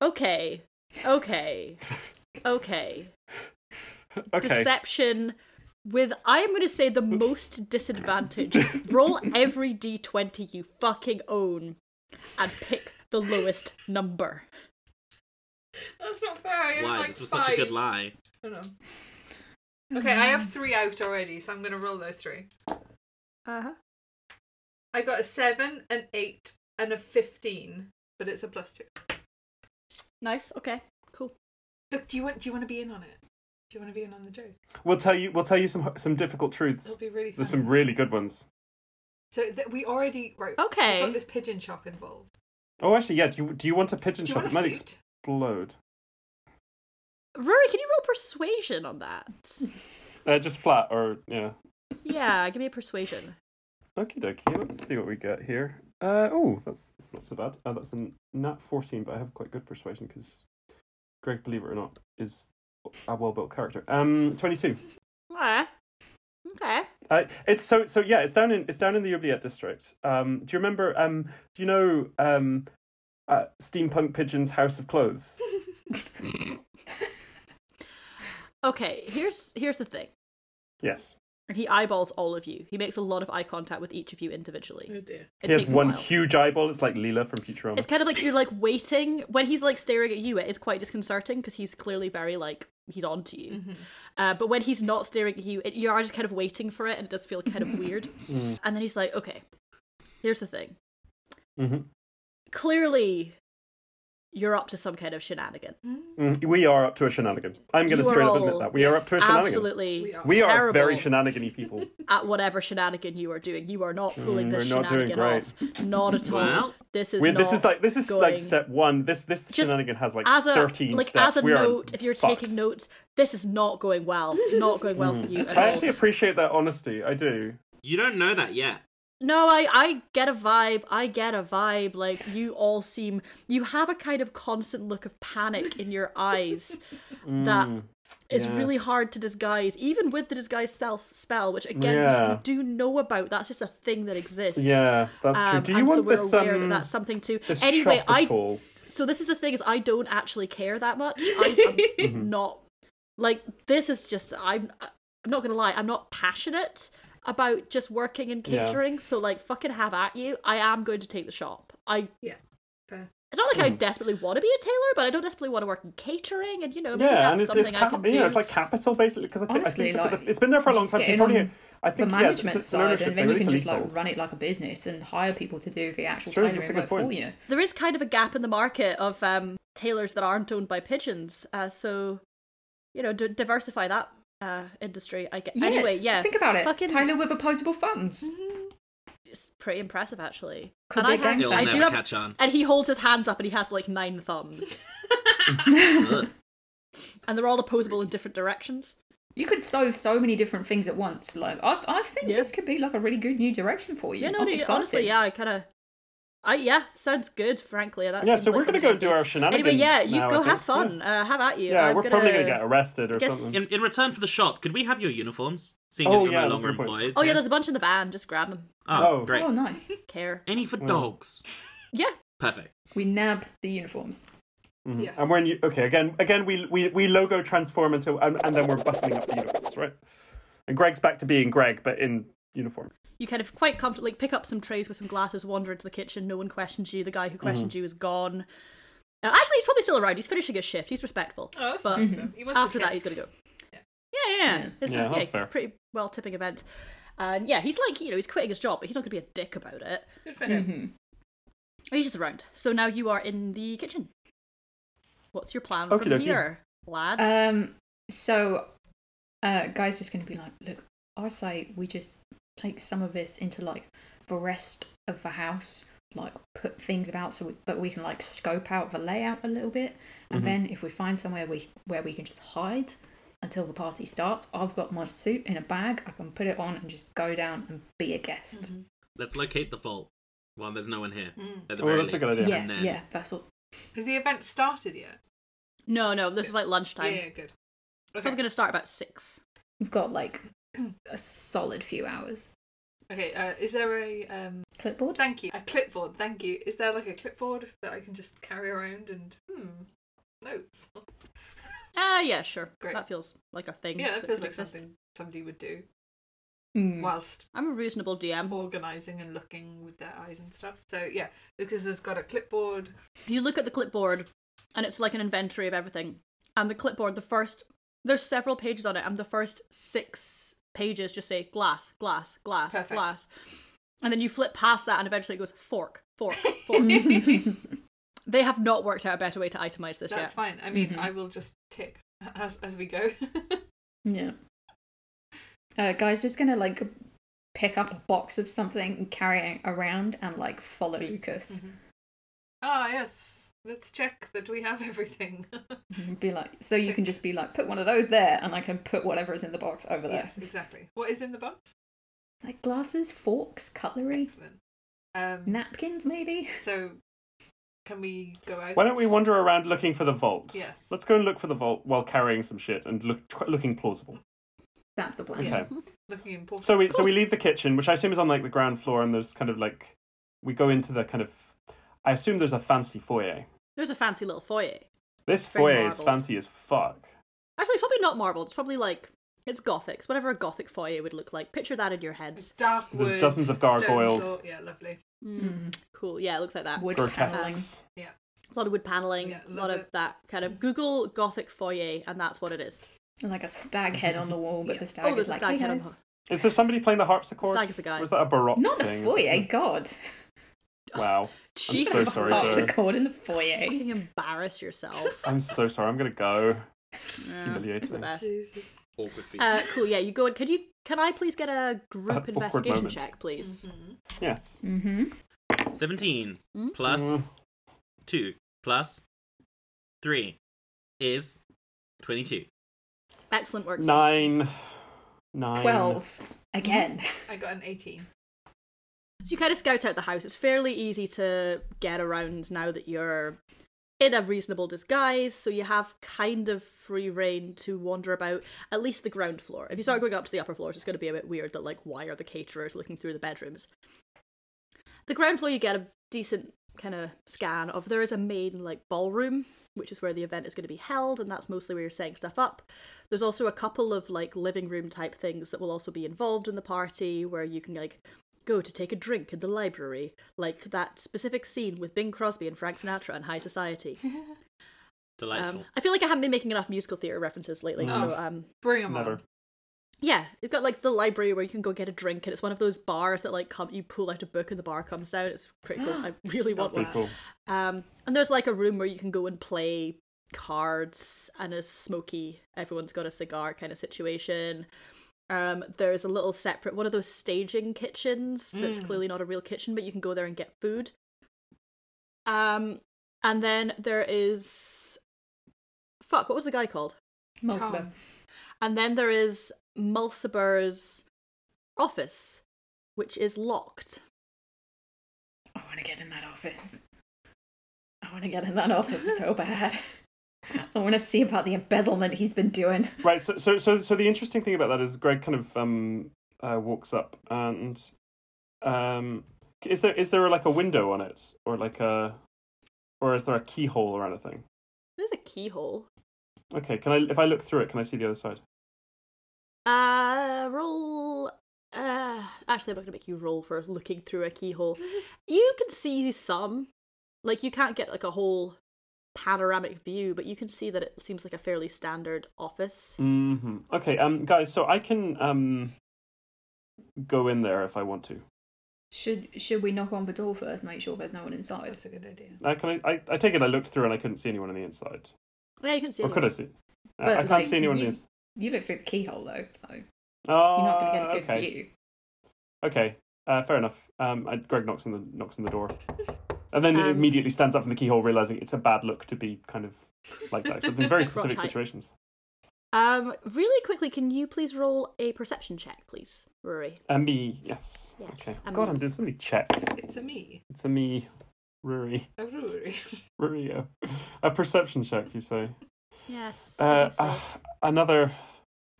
[SPEAKER 3] Okay. Okay. Okay.
[SPEAKER 4] Okay.
[SPEAKER 3] Deception. With I am going to say the most disadvantage. Roll every d20 you fucking own, and pick the lowest number.
[SPEAKER 7] That's not fair. I have
[SPEAKER 5] Why?
[SPEAKER 7] like
[SPEAKER 5] this was
[SPEAKER 7] five.
[SPEAKER 5] such a good lie.
[SPEAKER 7] Hold on. Okay, I have three out already, so I'm gonna roll those three.
[SPEAKER 3] Uh huh.
[SPEAKER 7] I got a seven, an eight, and a fifteen, but it's a plus two.
[SPEAKER 3] Nice. Okay. Cool.
[SPEAKER 7] Look, do you want? Do you want to be in on it? Do you want to be in on the joke?
[SPEAKER 4] We'll tell you. We'll tell you some some difficult truths.
[SPEAKER 7] It'll be really fun.
[SPEAKER 4] There's some really good ones.
[SPEAKER 7] So th- we already right.
[SPEAKER 3] Okay.
[SPEAKER 7] We've got this pigeon shop involved.
[SPEAKER 4] Oh, actually, yeah. Do you do you want a pigeon
[SPEAKER 7] Do you
[SPEAKER 4] shop?
[SPEAKER 7] want a
[SPEAKER 4] it might
[SPEAKER 7] suit?
[SPEAKER 4] explode.
[SPEAKER 3] Rory, can you roll persuasion on that?
[SPEAKER 4] Uh, just flat or yeah.
[SPEAKER 3] yeah, give me a persuasion.
[SPEAKER 4] Okie dokie. Let's see what we get here. Uh, oh, that's that's not so bad. Uh, that's a nat fourteen, but I have quite good persuasion because Greg, believe it or not, is a well-built character. Um, twenty-two.
[SPEAKER 3] Yeah. Okay.
[SPEAKER 4] Uh, it's so so yeah. It's down in it's down in the Oubliette district. Um, do you remember? Um, do you know? Um, uh, steampunk pigeon's house of clothes.
[SPEAKER 3] Okay, here's here's the thing.
[SPEAKER 4] Yes,
[SPEAKER 3] And he eyeballs all of you. He makes a lot of eye contact with each of you individually.
[SPEAKER 7] Oh dear.
[SPEAKER 3] It
[SPEAKER 4] he
[SPEAKER 3] takes
[SPEAKER 4] has
[SPEAKER 3] a
[SPEAKER 4] one
[SPEAKER 3] while.
[SPEAKER 4] huge eyeball. It's like Leela from Futurama.
[SPEAKER 3] It's kind of like you're like waiting when he's like staring at you. It is quite disconcerting because he's clearly very like he's on to you. Uh, but when he's not staring at you, it, you are just kind of waiting for it, and it does
[SPEAKER 4] Mm.
[SPEAKER 3] feel kind of weird. And then he's like, "Okay, here's the thing.
[SPEAKER 4] Mhm.
[SPEAKER 3] clearly you're up to some kind of shenanigan.
[SPEAKER 4] Mm, we are up to a shenanigan. I'm going to
[SPEAKER 3] You are
[SPEAKER 4] straight up
[SPEAKER 3] all-
[SPEAKER 4] admit that. We are up to a shenanigan.
[SPEAKER 3] Absolutely.
[SPEAKER 7] We are.
[SPEAKER 4] We are very
[SPEAKER 3] terrible.
[SPEAKER 4] shenanigan-y people.
[SPEAKER 3] At whatever shenanigan you are doing, you are not pulling
[SPEAKER 4] Mm,
[SPEAKER 3] this
[SPEAKER 4] we're not doing
[SPEAKER 3] shenanigan off. Not at all.
[SPEAKER 5] Well,
[SPEAKER 3] this is
[SPEAKER 4] We're,
[SPEAKER 3] not
[SPEAKER 4] this is like this is like
[SPEAKER 3] going-
[SPEAKER 4] step one. This this
[SPEAKER 3] Just
[SPEAKER 4] shenanigan has like
[SPEAKER 3] as a
[SPEAKER 4] thirteen
[SPEAKER 3] like
[SPEAKER 4] steps.
[SPEAKER 3] as a
[SPEAKER 4] We are
[SPEAKER 3] note. If you're
[SPEAKER 4] fucked. Mm.
[SPEAKER 3] taking notes, this is not going well. Not going well for you at
[SPEAKER 4] I
[SPEAKER 3] all.
[SPEAKER 4] actually appreciate that honesty. I do.
[SPEAKER 5] You don't know that yet.
[SPEAKER 3] No, I, I get a vibe. I get a vibe. Like, you all seem. You have a kind of constant look of panic in your eyes that
[SPEAKER 4] Mm,
[SPEAKER 3] is
[SPEAKER 4] yeah.
[SPEAKER 3] really hard to disguise, even with the disguise self spell, which, again, we-
[SPEAKER 4] Yeah.
[SPEAKER 3] we do know about. That's just a thing that exists.
[SPEAKER 4] Yeah, that's
[SPEAKER 3] Um,
[SPEAKER 4] true. Do you
[SPEAKER 3] and
[SPEAKER 4] want
[SPEAKER 3] so we're
[SPEAKER 4] this
[SPEAKER 3] aware
[SPEAKER 4] um
[SPEAKER 3] that that's something to.
[SPEAKER 4] this
[SPEAKER 3] Anyway,
[SPEAKER 4] shop
[SPEAKER 3] I
[SPEAKER 4] at all?
[SPEAKER 3] so this is the thing is I don't actually care that much. I,
[SPEAKER 4] Mm-hmm.
[SPEAKER 3] I'm not like this is just I'm I'm not gonna lie. I'm not passionate about just working and
[SPEAKER 4] Yeah.
[SPEAKER 3] catering. So like fucking have at you. I am going to take the shop. I
[SPEAKER 7] Yeah, fair.
[SPEAKER 3] It's not like
[SPEAKER 4] Mm.
[SPEAKER 3] I desperately want to be a tailor, but I don't desperately want to work in catering. And you know maybe
[SPEAKER 4] Yeah, and
[SPEAKER 3] that's
[SPEAKER 4] it's,
[SPEAKER 3] something
[SPEAKER 4] it's,
[SPEAKER 3] I
[SPEAKER 4] cap-
[SPEAKER 3] can
[SPEAKER 4] you
[SPEAKER 3] do.
[SPEAKER 4] know, it's like capital basically because I think,
[SPEAKER 6] Honestly,
[SPEAKER 4] I think
[SPEAKER 6] like,
[SPEAKER 4] it's been there for a long
[SPEAKER 6] just
[SPEAKER 4] time. So
[SPEAKER 6] getting
[SPEAKER 4] probably
[SPEAKER 6] on
[SPEAKER 4] I think
[SPEAKER 6] the
[SPEAKER 4] yeah, it's-
[SPEAKER 6] management
[SPEAKER 4] it's an
[SPEAKER 6] side,
[SPEAKER 4] ownership
[SPEAKER 6] and
[SPEAKER 4] thing.
[SPEAKER 6] then you
[SPEAKER 4] It's
[SPEAKER 6] can
[SPEAKER 4] a
[SPEAKER 6] just like
[SPEAKER 4] leasehold.
[SPEAKER 6] run it like a business and hire people to do the actual
[SPEAKER 4] true,
[SPEAKER 6] tailoring
[SPEAKER 4] that's a
[SPEAKER 6] work
[SPEAKER 4] good point.
[SPEAKER 6] for you.
[SPEAKER 3] there is kind of a gap in the market of um, tailors that aren't owned by pigeons. Uh, so you know d- diversify that uh, industry. I get anyway. Yeah,
[SPEAKER 6] Think about it.
[SPEAKER 3] Fucking- Mm-hmm.
[SPEAKER 6] Taylor with opposable funds.
[SPEAKER 3] it's pretty impressive actually.
[SPEAKER 6] Could
[SPEAKER 3] and
[SPEAKER 6] be
[SPEAKER 3] I,
[SPEAKER 6] a gang
[SPEAKER 3] have,
[SPEAKER 5] It'll
[SPEAKER 6] I
[SPEAKER 5] never
[SPEAKER 3] do have,
[SPEAKER 5] catch on.
[SPEAKER 3] and he holds his hands up and he has like nine thumbs,
[SPEAKER 5] Ugh.
[SPEAKER 3] and they're all opposable in different directions.
[SPEAKER 6] You could sew so many different things at once. Like I, I think
[SPEAKER 3] Yeah.
[SPEAKER 6] this could be like a really good new direction for you.
[SPEAKER 3] Yeah, no,
[SPEAKER 6] I'm
[SPEAKER 3] no,
[SPEAKER 6] excited.
[SPEAKER 3] honestly, yeah, I kind of, I yeah, sounds good. Frankly, that
[SPEAKER 4] Yeah,
[SPEAKER 3] seems
[SPEAKER 4] so
[SPEAKER 3] like
[SPEAKER 4] we're gonna
[SPEAKER 3] something
[SPEAKER 4] go
[SPEAKER 3] I'd
[SPEAKER 4] do our shenanigans.
[SPEAKER 3] Anyway, yeah, you
[SPEAKER 4] now, I
[SPEAKER 3] go
[SPEAKER 4] think.
[SPEAKER 3] have
[SPEAKER 4] Yeah.
[SPEAKER 3] fun. Uh, have at you.
[SPEAKER 4] Yeah,
[SPEAKER 3] I'm
[SPEAKER 4] we're
[SPEAKER 3] gonna...
[SPEAKER 4] probably gonna get arrested or
[SPEAKER 3] guess-
[SPEAKER 4] something.
[SPEAKER 5] in, in return for the shop, could we have your uniforms? Seeing
[SPEAKER 4] Oh,
[SPEAKER 5] as you're
[SPEAKER 4] yeah,
[SPEAKER 5] no
[SPEAKER 4] that's
[SPEAKER 5] longer
[SPEAKER 4] a good point.
[SPEAKER 5] employed.
[SPEAKER 3] Oh yeah, there's a bunch in the van. Just grab them.
[SPEAKER 5] Oh,
[SPEAKER 4] Oh.
[SPEAKER 5] great.
[SPEAKER 6] Oh, nice.
[SPEAKER 3] Care.
[SPEAKER 5] Any for
[SPEAKER 4] Well.
[SPEAKER 5] dogs?
[SPEAKER 3] Yeah.
[SPEAKER 5] Perfect.
[SPEAKER 6] We nab the uniforms.
[SPEAKER 4] Mhm.
[SPEAKER 7] Yes.
[SPEAKER 4] And we're in, u- okay again. Again, we we, we logo transform into and, and then we're buttoning up the uniforms, right? And Greg's back to being Greg, but in uniform.
[SPEAKER 3] You kind of quite comfortably like, pick up some trays with some glasses, wander into the kitchen. No one questions you. The guy who questioned
[SPEAKER 4] Mm-hmm.
[SPEAKER 3] you is gone. Uh, actually, he's probably still around. He's finishing his shift. He's respectful.
[SPEAKER 7] Oh, that's
[SPEAKER 3] But mm-hmm.
[SPEAKER 7] nice of him. He wants
[SPEAKER 3] after
[SPEAKER 7] to
[SPEAKER 3] that he's
[SPEAKER 7] test.
[SPEAKER 3] gonna go yeah yeah, yeah. It's
[SPEAKER 4] Yeah,
[SPEAKER 3] like,
[SPEAKER 4] that's fair.
[SPEAKER 3] pretty well tipping event and yeah he's like you know he's quitting his job but he's not gonna be a dick about it
[SPEAKER 7] Good for him.
[SPEAKER 6] hmm
[SPEAKER 3] he's just around so now you are in the kitchen what's your plan from
[SPEAKER 4] Okey-dokey.
[SPEAKER 3] here lads
[SPEAKER 6] Um. So, uh, guy's just going to be like, look, I say we just take some of this into like the rest of the house, like put things about so we, but we can like scope out the layout a little bit, and then if we find somewhere we where we can just hide until the party starts, I've got my suit in a bag. I can put it on and just go down and be a guest.
[SPEAKER 5] Let's locate the vault. Well, there's no one here. At the
[SPEAKER 4] Oh,
[SPEAKER 5] very
[SPEAKER 4] that's a
[SPEAKER 5] least.
[SPEAKER 4] good idea.
[SPEAKER 6] Yeah,
[SPEAKER 5] And
[SPEAKER 6] Mm. yeah,
[SPEAKER 5] then-
[SPEAKER 6] that's all.
[SPEAKER 3] Mm-hmm.
[SPEAKER 7] Has the event started yet?
[SPEAKER 3] no no this is like
[SPEAKER 7] Yeah,
[SPEAKER 3] lunchtime
[SPEAKER 7] yeah, good. Okay.
[SPEAKER 3] probably gonna start about six
[SPEAKER 6] We've got like a solid few hours.
[SPEAKER 7] Okay. Uh, is there a um?
[SPEAKER 6] Clipboard.
[SPEAKER 7] Thank you. A clipboard. Thank you. Is there like a clipboard that I can just carry around and hmm notes?
[SPEAKER 3] ah yeah sure
[SPEAKER 7] Great.
[SPEAKER 3] that feels like a thing
[SPEAKER 7] Yeah, that feels
[SPEAKER 3] could
[SPEAKER 7] like
[SPEAKER 3] exist. Hmm.
[SPEAKER 7] something somebody would do
[SPEAKER 6] Mm.
[SPEAKER 7] whilst
[SPEAKER 3] i'm a reasonable dm
[SPEAKER 7] organising and looking with their eyes and stuff. So yeah, Lucas has got a clipboard.
[SPEAKER 3] you look at the clipboard and it's like an inventory of everything and the clipboard the first there's several pages on it and the first six pages just say glass glass glass
[SPEAKER 7] Perfect.
[SPEAKER 3] glass and then you flip past that and eventually it goes fork fork fork they have not worked out a better way to itemize this
[SPEAKER 7] That's Mm-hmm.
[SPEAKER 3] yet
[SPEAKER 7] fine. I mean,
[SPEAKER 6] Mhm.
[SPEAKER 7] I will just tick as as we go.
[SPEAKER 6] Yeah. Uh, guy's just gonna like pick up a box of something and carry it around and like follow Lucas
[SPEAKER 3] Mm-hmm.
[SPEAKER 7] ah yes, let's check that we have everything.
[SPEAKER 6] and be like, so you can just be like, put one of those there, and I can put whatever is in the box over there.
[SPEAKER 7] yes, exactly. What is in the box?
[SPEAKER 6] Like glasses, forks, cutlery,
[SPEAKER 7] Excellent. Um,
[SPEAKER 6] napkins, maybe.
[SPEAKER 7] So, can we go out?
[SPEAKER 4] Why don't we wander around looking for the vault?
[SPEAKER 7] Yes.
[SPEAKER 4] Let's go and look for the vault while carrying some shit and look tw- looking plausible.
[SPEAKER 6] That's the plan.
[SPEAKER 4] Okay.
[SPEAKER 7] Yeah. Looking important.
[SPEAKER 4] So we so we leave the kitchen, which I assume is on like the ground floor, and there's kind of like we go into the kind of I assume there's a fancy foyer.
[SPEAKER 3] there's a fancy little foyer
[SPEAKER 4] This
[SPEAKER 3] Very
[SPEAKER 4] foyer is
[SPEAKER 3] marbled.
[SPEAKER 4] fancy as fuck.
[SPEAKER 3] actually it's probably not marbled it's probably like it's gothic it's whatever a gothic foyer would look like picture that in your heads
[SPEAKER 7] It's dark
[SPEAKER 4] There's
[SPEAKER 7] wood,
[SPEAKER 4] dozens of
[SPEAKER 7] stone
[SPEAKER 4] gargoils.
[SPEAKER 7] floor. Yeah, lovely.
[SPEAKER 6] Mm.
[SPEAKER 3] cool yeah it looks like that
[SPEAKER 6] Wood paneling.
[SPEAKER 4] Grotesques.
[SPEAKER 3] a lot of wood paneling
[SPEAKER 7] Yeah,
[SPEAKER 3] a lot
[SPEAKER 7] love
[SPEAKER 3] of
[SPEAKER 7] it.
[SPEAKER 3] that kind of google gothic foyer and that's what it is
[SPEAKER 6] And like a stag head on the wall, but
[SPEAKER 7] Yeah.
[SPEAKER 6] the stag
[SPEAKER 3] oh
[SPEAKER 6] is
[SPEAKER 3] there's a
[SPEAKER 6] like,
[SPEAKER 3] stag
[SPEAKER 6] "Hey,
[SPEAKER 3] head on
[SPEAKER 6] guys."
[SPEAKER 3] the
[SPEAKER 4] Is there somebody playing the harpsichord?
[SPEAKER 3] Stag is the guy.
[SPEAKER 4] Or is that a baroque
[SPEAKER 6] Not the
[SPEAKER 4] thing?
[SPEAKER 6] foyer, God.
[SPEAKER 4] Wow.
[SPEAKER 3] Jesus,
[SPEAKER 4] so sorry,
[SPEAKER 6] Pops
[SPEAKER 4] sir.
[SPEAKER 6] a cord in the foyer.
[SPEAKER 3] fucking embarrass yourself.
[SPEAKER 4] I'm so sorry. I'm gonna go.
[SPEAKER 3] Yeah, it's
[SPEAKER 6] Oh,
[SPEAKER 3] the
[SPEAKER 4] Humiliating.
[SPEAKER 3] best.
[SPEAKER 7] Jesus.
[SPEAKER 5] Awkward feet.
[SPEAKER 3] Uh, cool. Yeah, you go. Can you? Can I please get a
[SPEAKER 4] Uh,
[SPEAKER 3] group
[SPEAKER 4] awkward
[SPEAKER 3] investigation
[SPEAKER 4] moment.
[SPEAKER 3] check, please?
[SPEAKER 7] Mhm.
[SPEAKER 4] Yes.
[SPEAKER 6] Mm-hmm.
[SPEAKER 5] 17
[SPEAKER 3] Mm.
[SPEAKER 5] plus
[SPEAKER 4] Mm.
[SPEAKER 5] 2 plus 3 is 22.
[SPEAKER 3] Excellent work. sir.
[SPEAKER 4] Nine. Nine.
[SPEAKER 6] Twelve again.
[SPEAKER 3] Mm-hmm.
[SPEAKER 7] I got an 18.
[SPEAKER 3] So you kind of scout out the house. It's fairly easy to get around now that you're in a reasonable disguise, so you have kind of free reign to wander about at least the ground floor. If you start going up to the upper floors, it's going to be a bit weird that, like, why are the caterers looking through the bedrooms? The ground floor, you get a decent kind of scan of there is a main, like, ballroom, which is where the event is going to be held, and that's mostly where you're setting stuff up. There's also a couple of, like, living room type things that will also be involved in the party where you can, like, go to take a drink in the library, like that specific scene with Bing Crosby and Frank Sinatra in High Society.
[SPEAKER 5] Delightful.
[SPEAKER 3] Um, I feel like I haven't been making enough musical theatre references lately, so
[SPEAKER 7] Oh.
[SPEAKER 3] um,
[SPEAKER 7] Bring 'em
[SPEAKER 4] Never.
[SPEAKER 7] on.
[SPEAKER 3] yeah, you've got like the library where you can go get a drink, and it's one of those bars that like come, you pull out a book and the bar comes down. It's pretty cool. I really want one.
[SPEAKER 4] Pretty cool.
[SPEAKER 3] Um, and there's like a room where you can go and play cards and a smoky, everyone's got a cigar kind of situation. Um, there's a little separate one of those staging kitchens that's
[SPEAKER 7] Mm.
[SPEAKER 3] clearly not a real kitchen, but you can go there and get food. Um, and then there is fuck, what was the guy called?
[SPEAKER 6] Multiple.
[SPEAKER 3] And then there is Mulciber's office, which is locked.
[SPEAKER 6] I want to get in that office. I want to get in that office so bad. I want to see about the embezzlement he's been doing.
[SPEAKER 4] Right. So, so, so, so the interesting thing about that is Greg kind of um uh, walks up and um is there is there like a window on it or like a or is there a keyhole or anything?
[SPEAKER 3] There's a keyhole.
[SPEAKER 4] Okay. Can I if I look through it? Can I see the other side?
[SPEAKER 3] Uh, roll. Uh, actually, I'm not gonna make you roll for looking through a keyhole. you can see some, like you can't get like a whole panoramic view, but you can see that it seems like a fairly standard office.
[SPEAKER 4] hmm Okay. Um, guys. So I can um go in there if I want to.
[SPEAKER 6] Should should we knock on the door first, make sure there's no one inside?
[SPEAKER 7] That's a good idea.
[SPEAKER 4] I Uh, can. I, I, I take it. I looked through and I couldn't see anyone on the inside.
[SPEAKER 3] Yeah, you can see.
[SPEAKER 4] Or Oh, could I
[SPEAKER 3] anyone.
[SPEAKER 4] see? I-
[SPEAKER 6] But,
[SPEAKER 4] I can't
[SPEAKER 6] like,
[SPEAKER 4] see anyone on
[SPEAKER 6] you-
[SPEAKER 4] the inside.
[SPEAKER 6] You look through the keyhole though, so you're
[SPEAKER 4] Oh,
[SPEAKER 6] not going to get a good
[SPEAKER 4] okay.
[SPEAKER 6] view.
[SPEAKER 4] Okay, uh, fair enough. Um, I, Greg knocks on the knocks on the door, and then
[SPEAKER 3] Um,
[SPEAKER 4] immediately stands up from the keyhole, realizing it's a bad look to be kind of like that. So in very specific
[SPEAKER 3] Crotchite.
[SPEAKER 4] situations.
[SPEAKER 3] Um, really quickly, can you please roll a perception check, please, Rory?
[SPEAKER 4] Emmy, Uh, yes.
[SPEAKER 3] Yes,
[SPEAKER 4] Okay.
[SPEAKER 3] a
[SPEAKER 4] God,
[SPEAKER 3] me.
[SPEAKER 4] I'm doing so many checks.
[SPEAKER 7] It's a me.
[SPEAKER 4] It's a me, Ruri,
[SPEAKER 7] A Rory.
[SPEAKER 4] Rurio. A perception check, you say?
[SPEAKER 3] Yes.
[SPEAKER 4] Uh, uh, another,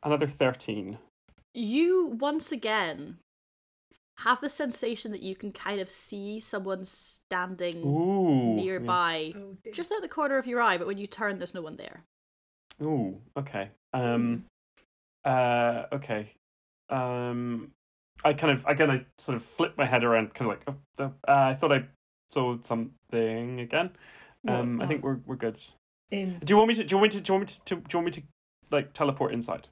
[SPEAKER 4] another thirteen.
[SPEAKER 3] you once again have the sensation that you can kind of see someone standing
[SPEAKER 4] Ooh.
[SPEAKER 3] nearby,
[SPEAKER 7] Oh, dear.
[SPEAKER 3] just out the corner of your eye. But when you turn, there's no one there.
[SPEAKER 4] yes. Ooh. Okay. Um. Uh. Okay. Um. I kind of again I sort of flip my head around, kind of like oh, uh, I thought I saw something again. Um,
[SPEAKER 7] uh-huh.
[SPEAKER 6] What-
[SPEAKER 4] I think we're we're good.
[SPEAKER 6] in-
[SPEAKER 4] Do you want me to? Do you want me to? Do you want me to? to do you want me to like teleport inside?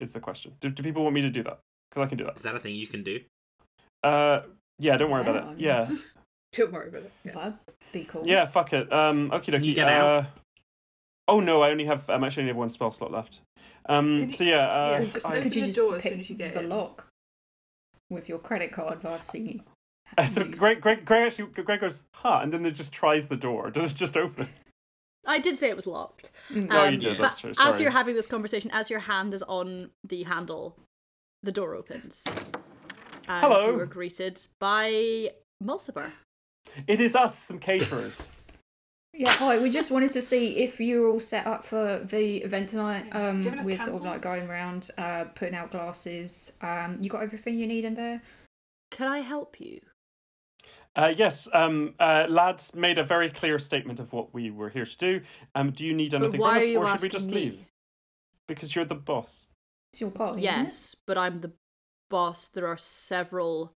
[SPEAKER 4] Is the question. Do, do people want me to do that? Because I can do
[SPEAKER 5] Is that a thing you can do?
[SPEAKER 4] that. Uh, yeah. Don't worry
[SPEAKER 6] Yeah, I
[SPEAKER 4] about it.
[SPEAKER 6] mean-
[SPEAKER 4] Yeah.
[SPEAKER 7] Don't worry about it. Yeah.
[SPEAKER 6] that'd be cool.
[SPEAKER 4] Yeah. Fuck it. Um. Okay.
[SPEAKER 5] Can you
[SPEAKER 4] dokie.
[SPEAKER 5] get
[SPEAKER 4] uh,
[SPEAKER 5] out?
[SPEAKER 4] Oh no! I only have. I'm actually only have one spell slot left. Um.
[SPEAKER 7] Could you-
[SPEAKER 4] so yeah. Uh,
[SPEAKER 7] yeah, just
[SPEAKER 4] I-
[SPEAKER 7] open
[SPEAKER 6] Could you
[SPEAKER 7] the
[SPEAKER 6] just
[SPEAKER 7] door as
[SPEAKER 6] pick
[SPEAKER 7] soon as you get
[SPEAKER 6] the
[SPEAKER 7] in.
[SPEAKER 6] lock with your credit card that I've seen you?
[SPEAKER 4] Uh, so
[SPEAKER 6] use?
[SPEAKER 4] Greg, Greg, Greg actually, Greg goes, huh, and then they just tries the door. Does it just open?
[SPEAKER 3] I did say it was locked.
[SPEAKER 6] Mm.
[SPEAKER 4] Oh, you did,
[SPEAKER 3] but
[SPEAKER 4] that's true,
[SPEAKER 3] As
[SPEAKER 4] sorry.
[SPEAKER 3] you're having this conversation, as your hand is on the handle, the door opens. And
[SPEAKER 4] Hello.
[SPEAKER 3] you are greeted by Mulciber.
[SPEAKER 4] It is us, some caterers.
[SPEAKER 6] Yeah, hi. We just wanted to see if you were all set up for the event tonight.
[SPEAKER 7] Yeah. Do you have
[SPEAKER 6] Um,
[SPEAKER 7] enough
[SPEAKER 6] we're sort of
[SPEAKER 7] candles?
[SPEAKER 6] like going around, uh, putting out glasses. Um, you got everything you need in there.
[SPEAKER 3] Can I help you?
[SPEAKER 4] uh, yes, um, uh, lad made a very clear statement of what we were here to do. Um, do you need
[SPEAKER 3] But
[SPEAKER 4] anything
[SPEAKER 3] why
[SPEAKER 4] from
[SPEAKER 3] are
[SPEAKER 4] us,
[SPEAKER 3] you
[SPEAKER 4] or should we
[SPEAKER 3] asking
[SPEAKER 4] just
[SPEAKER 3] me?
[SPEAKER 4] leave? Because you're the boss.
[SPEAKER 6] It's your party. isn't it?
[SPEAKER 3] Yes, but I'm the boss. There are several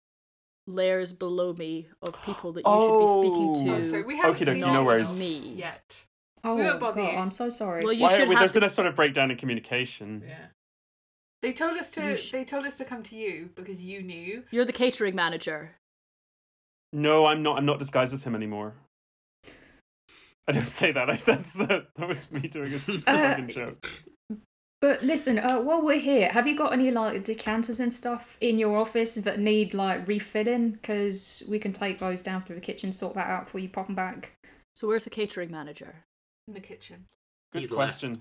[SPEAKER 3] layers below me of people that you should be speaking
[SPEAKER 4] Oh.
[SPEAKER 3] to.
[SPEAKER 7] Oh, sorry, we haven't
[SPEAKER 4] Okie dokie,
[SPEAKER 7] seen
[SPEAKER 3] no
[SPEAKER 7] that
[SPEAKER 3] worries. Me.
[SPEAKER 7] yet.
[SPEAKER 6] Oh
[SPEAKER 7] We won't
[SPEAKER 6] God,
[SPEAKER 7] bother you.
[SPEAKER 6] I'm so sorry.
[SPEAKER 3] Well, you
[SPEAKER 4] Why,
[SPEAKER 3] should
[SPEAKER 4] well,
[SPEAKER 3] have.
[SPEAKER 4] there's been a sort of breakdown in communication.
[SPEAKER 7] Yeah. They told us to.
[SPEAKER 3] You sh-
[SPEAKER 7] They told us to come to you because you knew.
[SPEAKER 3] You're the catering manager.
[SPEAKER 4] No, I'm not. I'm not disguised as him anymore. I don't say that. I, that's the, that was me doing a
[SPEAKER 3] Uh,
[SPEAKER 4] fucking joke.
[SPEAKER 6] But listen, uh, while we're here, have you got any like decanters and stuff in your office that need like refilling? Because we can take those down to the kitchen, sort that out before you pop them back.
[SPEAKER 3] So where's the catering manager?
[SPEAKER 7] in the kitchen.
[SPEAKER 4] Good
[SPEAKER 5] He's
[SPEAKER 4] question.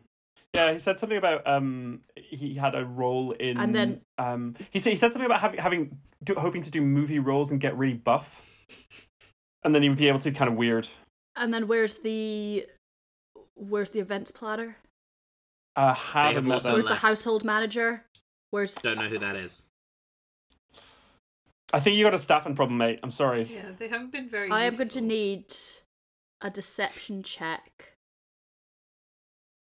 [SPEAKER 4] Yeah, he said something about um he had a role in
[SPEAKER 3] And then-
[SPEAKER 4] um he said he said something about having having do, hoping to do movie roles and get really buff, and then he would be able to be kind of weird.
[SPEAKER 3] And then where's the where's the events platter?
[SPEAKER 5] They
[SPEAKER 4] Uh,
[SPEAKER 5] have
[SPEAKER 4] haven't met
[SPEAKER 5] also
[SPEAKER 4] them.
[SPEAKER 3] Where's the
[SPEAKER 5] left.
[SPEAKER 3] household manager? Where's
[SPEAKER 5] Don't know who that is.
[SPEAKER 4] I think you got a staffing problem, mate. I'm sorry.
[SPEAKER 7] Yeah, they haven't been very.
[SPEAKER 3] I am going to
[SPEAKER 7] useful.
[SPEAKER 3] need a deception check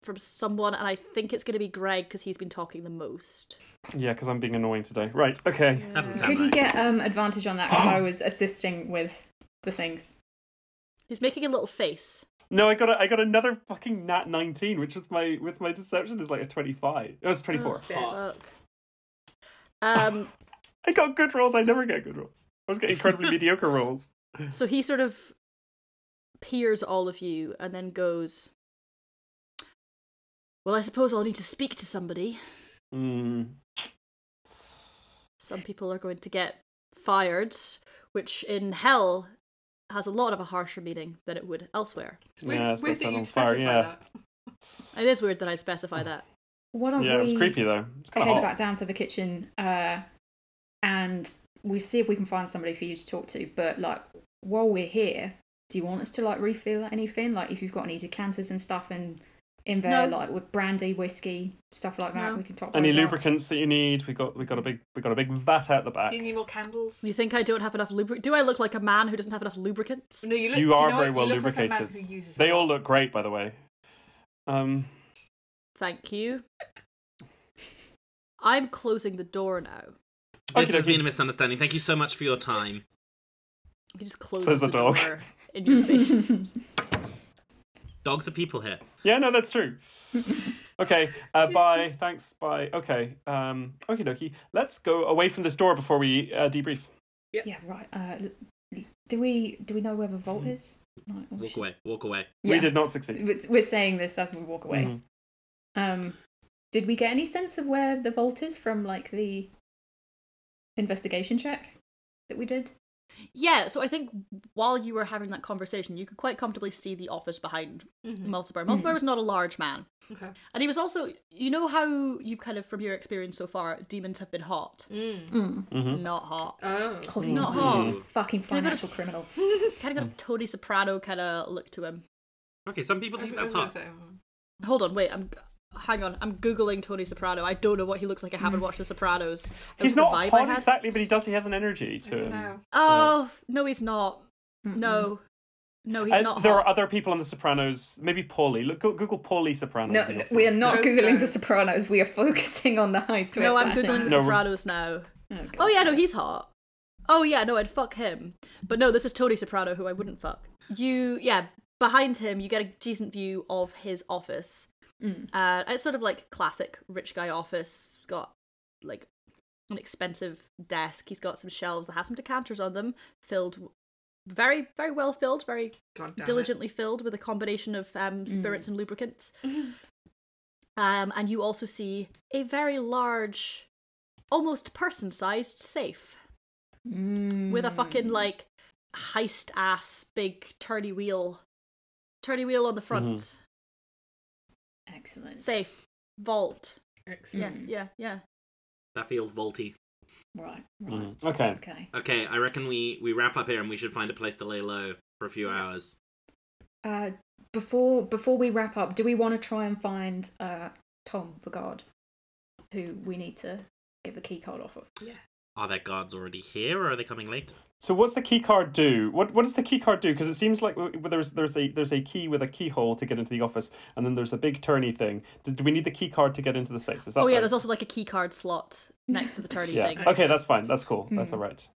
[SPEAKER 3] from someone, and I think it's going to be Greg because he's been talking the most.
[SPEAKER 4] Yeah, because I'm being annoying today. Right. Okay.
[SPEAKER 5] Doesn't sound
[SPEAKER 6] Could you
[SPEAKER 5] right.
[SPEAKER 6] get um, advantage on that? Because I was assisting with the things.
[SPEAKER 3] He's making a little face.
[SPEAKER 4] No, I got a, I got another fucking nat 19, which with my with my deception is like a 25. It was 24.
[SPEAKER 3] Oh, fuck. Um,
[SPEAKER 4] I got good rolls. I never get good rolls. I was getting incredibly mediocre rolls.
[SPEAKER 3] so he sort of peers all of you and then goes, Well, I suppose I'll need to speak to somebody.
[SPEAKER 4] Mm.
[SPEAKER 3] Some people are going to get fired, which in hell has a lot of a harsher meaning than it would elsewhere.
[SPEAKER 7] Weird,
[SPEAKER 4] Yeah, it's got
[SPEAKER 7] weird that
[SPEAKER 4] set
[SPEAKER 7] you
[SPEAKER 4] on fire,
[SPEAKER 7] specify
[SPEAKER 4] yeah.
[SPEAKER 7] that.
[SPEAKER 3] It is weird that I specify that.
[SPEAKER 6] Why don't
[SPEAKER 4] Yeah, it
[SPEAKER 6] we
[SPEAKER 4] was creepy though. It's kind
[SPEAKER 6] head
[SPEAKER 4] of
[SPEAKER 3] Oh.
[SPEAKER 4] hot.
[SPEAKER 6] back down to the kitchen uh, and we see if we can find somebody for you to talk to? But like while we're here, do you want us to like refill anything? Like if you've got any decanters and stuff and in there,
[SPEAKER 3] No.
[SPEAKER 6] like with brandy, whiskey, stuff like that,
[SPEAKER 3] No.
[SPEAKER 6] we can top
[SPEAKER 4] Any
[SPEAKER 6] those up.
[SPEAKER 4] lubricants that you need? We got we got a big we got a big vat out the back.
[SPEAKER 7] You need more candles.
[SPEAKER 3] You think I don't have enough lubricant? Do I look like a man who doesn't have enough lubricants?
[SPEAKER 7] Oh, No, you look. do
[SPEAKER 4] You
[SPEAKER 7] you
[SPEAKER 4] are
[SPEAKER 7] know
[SPEAKER 4] very
[SPEAKER 7] what?
[SPEAKER 4] well
[SPEAKER 7] you look Like a man
[SPEAKER 4] lubricated.
[SPEAKER 7] who uses a
[SPEAKER 4] They all
[SPEAKER 7] lot.
[SPEAKER 4] look great, by the way. Um,
[SPEAKER 3] Thank you. I'm closing the door now.
[SPEAKER 5] This
[SPEAKER 4] Okie
[SPEAKER 5] has
[SPEAKER 4] dokie.
[SPEAKER 5] been a misunderstanding. Thank you so much for your time.
[SPEAKER 3] He just closes
[SPEAKER 4] Says
[SPEAKER 3] the,
[SPEAKER 4] the dog.
[SPEAKER 3] door in your face.
[SPEAKER 5] Dogs are people here.
[SPEAKER 4] Yeah, no, that's true. okay, uh, bye. Thanks. Bye. Okay. Um, okay, dokie. Let's go away from this door before we uh, debrief.
[SPEAKER 6] Yeah, right. Uh, l- l- do we do we know where the vault is? No, oh,
[SPEAKER 5] Walk
[SPEAKER 6] shit.
[SPEAKER 5] away. Walk away.
[SPEAKER 4] We
[SPEAKER 6] Yeah.
[SPEAKER 4] did not succeed.
[SPEAKER 6] It's- We're saying this as we walk away.
[SPEAKER 4] Mhm.
[SPEAKER 6] Um, did we get any sense of where the vault is from, like the investigation check that we did?
[SPEAKER 3] yeah, so I think while you were having that conversation, you could quite comfortably see the office behind
[SPEAKER 7] Mhm.
[SPEAKER 3] Mulciber. Mulciber was not a large man.
[SPEAKER 7] Okay.
[SPEAKER 3] And he was also, you know how you've kind of, from your experience so far, demons have been hot?
[SPEAKER 7] Mm.
[SPEAKER 3] Hmm.
[SPEAKER 4] mm-hmm. Hmm?
[SPEAKER 3] Not hot.
[SPEAKER 7] Oh.
[SPEAKER 6] Of course,
[SPEAKER 3] he's not
[SPEAKER 6] He's
[SPEAKER 3] hard.
[SPEAKER 6] a fucking
[SPEAKER 3] Can I go to-
[SPEAKER 6] financial criminal.
[SPEAKER 3] Kind
[SPEAKER 4] Hmm.
[SPEAKER 3] of got a Tony Soprano kind of look to him.
[SPEAKER 5] Okay, some people
[SPEAKER 7] I
[SPEAKER 5] think
[SPEAKER 7] think
[SPEAKER 5] that's
[SPEAKER 7] I was
[SPEAKER 5] hot.
[SPEAKER 7] gonna say,
[SPEAKER 3] Hold on, wait, I'm. Hang on, I'm googling Tony Soprano. I don't know what he looks like. I haven't watched The Sopranos. It was
[SPEAKER 4] Hmm. He's
[SPEAKER 3] the
[SPEAKER 4] not
[SPEAKER 3] vibe I
[SPEAKER 4] hot
[SPEAKER 3] had.
[SPEAKER 4] exactly, but he does. He has an energy
[SPEAKER 7] I
[SPEAKER 4] to
[SPEAKER 7] don't
[SPEAKER 4] him.
[SPEAKER 7] know.
[SPEAKER 3] Oh no, he's not. No, no, he's
[SPEAKER 4] Uh,
[SPEAKER 3] not.
[SPEAKER 4] there
[SPEAKER 3] hot.
[SPEAKER 4] are other people on The Sopranos. Maybe Paulie. Look, go- Google Paulie Soprano.
[SPEAKER 6] No,
[SPEAKER 4] and you'll
[SPEAKER 6] no,
[SPEAKER 4] see.
[SPEAKER 6] we are not
[SPEAKER 7] No,
[SPEAKER 6] googling
[SPEAKER 7] no.
[SPEAKER 6] The Sopranos. We are focusing on the heist.
[SPEAKER 3] no, I'm googling
[SPEAKER 6] we're
[SPEAKER 3] the
[SPEAKER 6] planning.
[SPEAKER 4] No, we're-
[SPEAKER 3] Sopranos now.
[SPEAKER 6] Oh, God.
[SPEAKER 3] Oh yeah, no, he's hot. Oh yeah, no, I'd fuck him. But no, this is Tony Soprano, who I wouldn't fuck. You, yeah, behind him, you get a decent view of his office.
[SPEAKER 6] Mm.
[SPEAKER 3] Uh, it's sort of like classic rich guy office. It's got like an expensive desk. He's got some shelves that have some decanters on them, filled, w- very, very well filled, very
[SPEAKER 7] God damn it. Mm.
[SPEAKER 3] diligently filled with a combination of um, spirits and lubricants.
[SPEAKER 7] Mm-hmm.
[SPEAKER 3] um, and you also see a very large, almost person sized safe
[SPEAKER 6] Mm.
[SPEAKER 3] with a
[SPEAKER 7] Mm.
[SPEAKER 3] fucking like heist ass big turny wheel, turny wheel on the front.
[SPEAKER 4] Mm-hmm.
[SPEAKER 6] Excellent.
[SPEAKER 3] Safe, vault. Yeah,
[SPEAKER 7] Excellent.
[SPEAKER 3] yeah, yeah.
[SPEAKER 5] That feels vaulty.
[SPEAKER 6] Right. Right.
[SPEAKER 4] Mm, Okay.
[SPEAKER 6] Okay.
[SPEAKER 5] Okay, I reckon we we wrap up here and we should find a place to lay low for a few hours.
[SPEAKER 6] Uh, before before we wrap up, do we want to try and find uh Tom the guard, who we need to give a key card off of?
[SPEAKER 5] Are their guards already here or are they coming later?
[SPEAKER 4] So what's the key card do? What what does the key card do? Because it seems like w- w- there's there's a there's a key with a keyhole to get into the office, and then there's a big turny thing. Do, do we need the key card to get into the safe? Is that
[SPEAKER 3] Oh yeah,
[SPEAKER 4] right?
[SPEAKER 3] there's also like a key card slot next to the turny
[SPEAKER 4] yeah.
[SPEAKER 3] thing.
[SPEAKER 4] Okay, that's fine. That's cool. That's
[SPEAKER 6] Hmm.
[SPEAKER 4] all right.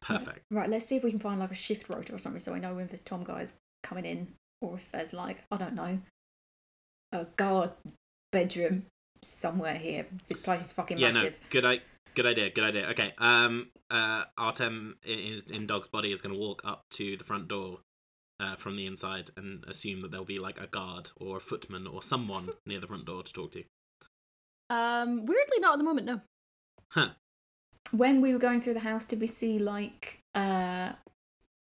[SPEAKER 5] Perfect.
[SPEAKER 6] Right. Let's see if we can find like a shift rotor or something, so I know when this Tom guy's coming in, or if there's like I don't know, a guard bedroom somewhere here. This place is fucking
[SPEAKER 5] yeah, no,
[SPEAKER 6] massive.
[SPEAKER 5] good. I Good idea. Good idea. Okay. Um. Uh. Artem in, in Dog's body is going to walk up to the front door, uh, from the inside, and assume that there'll be like a guard or a footman or someone near the front door to talk to.
[SPEAKER 3] Um, weirdly, not at the moment. No.
[SPEAKER 5] Huh.
[SPEAKER 6] When we were going through the house, did we see like uh,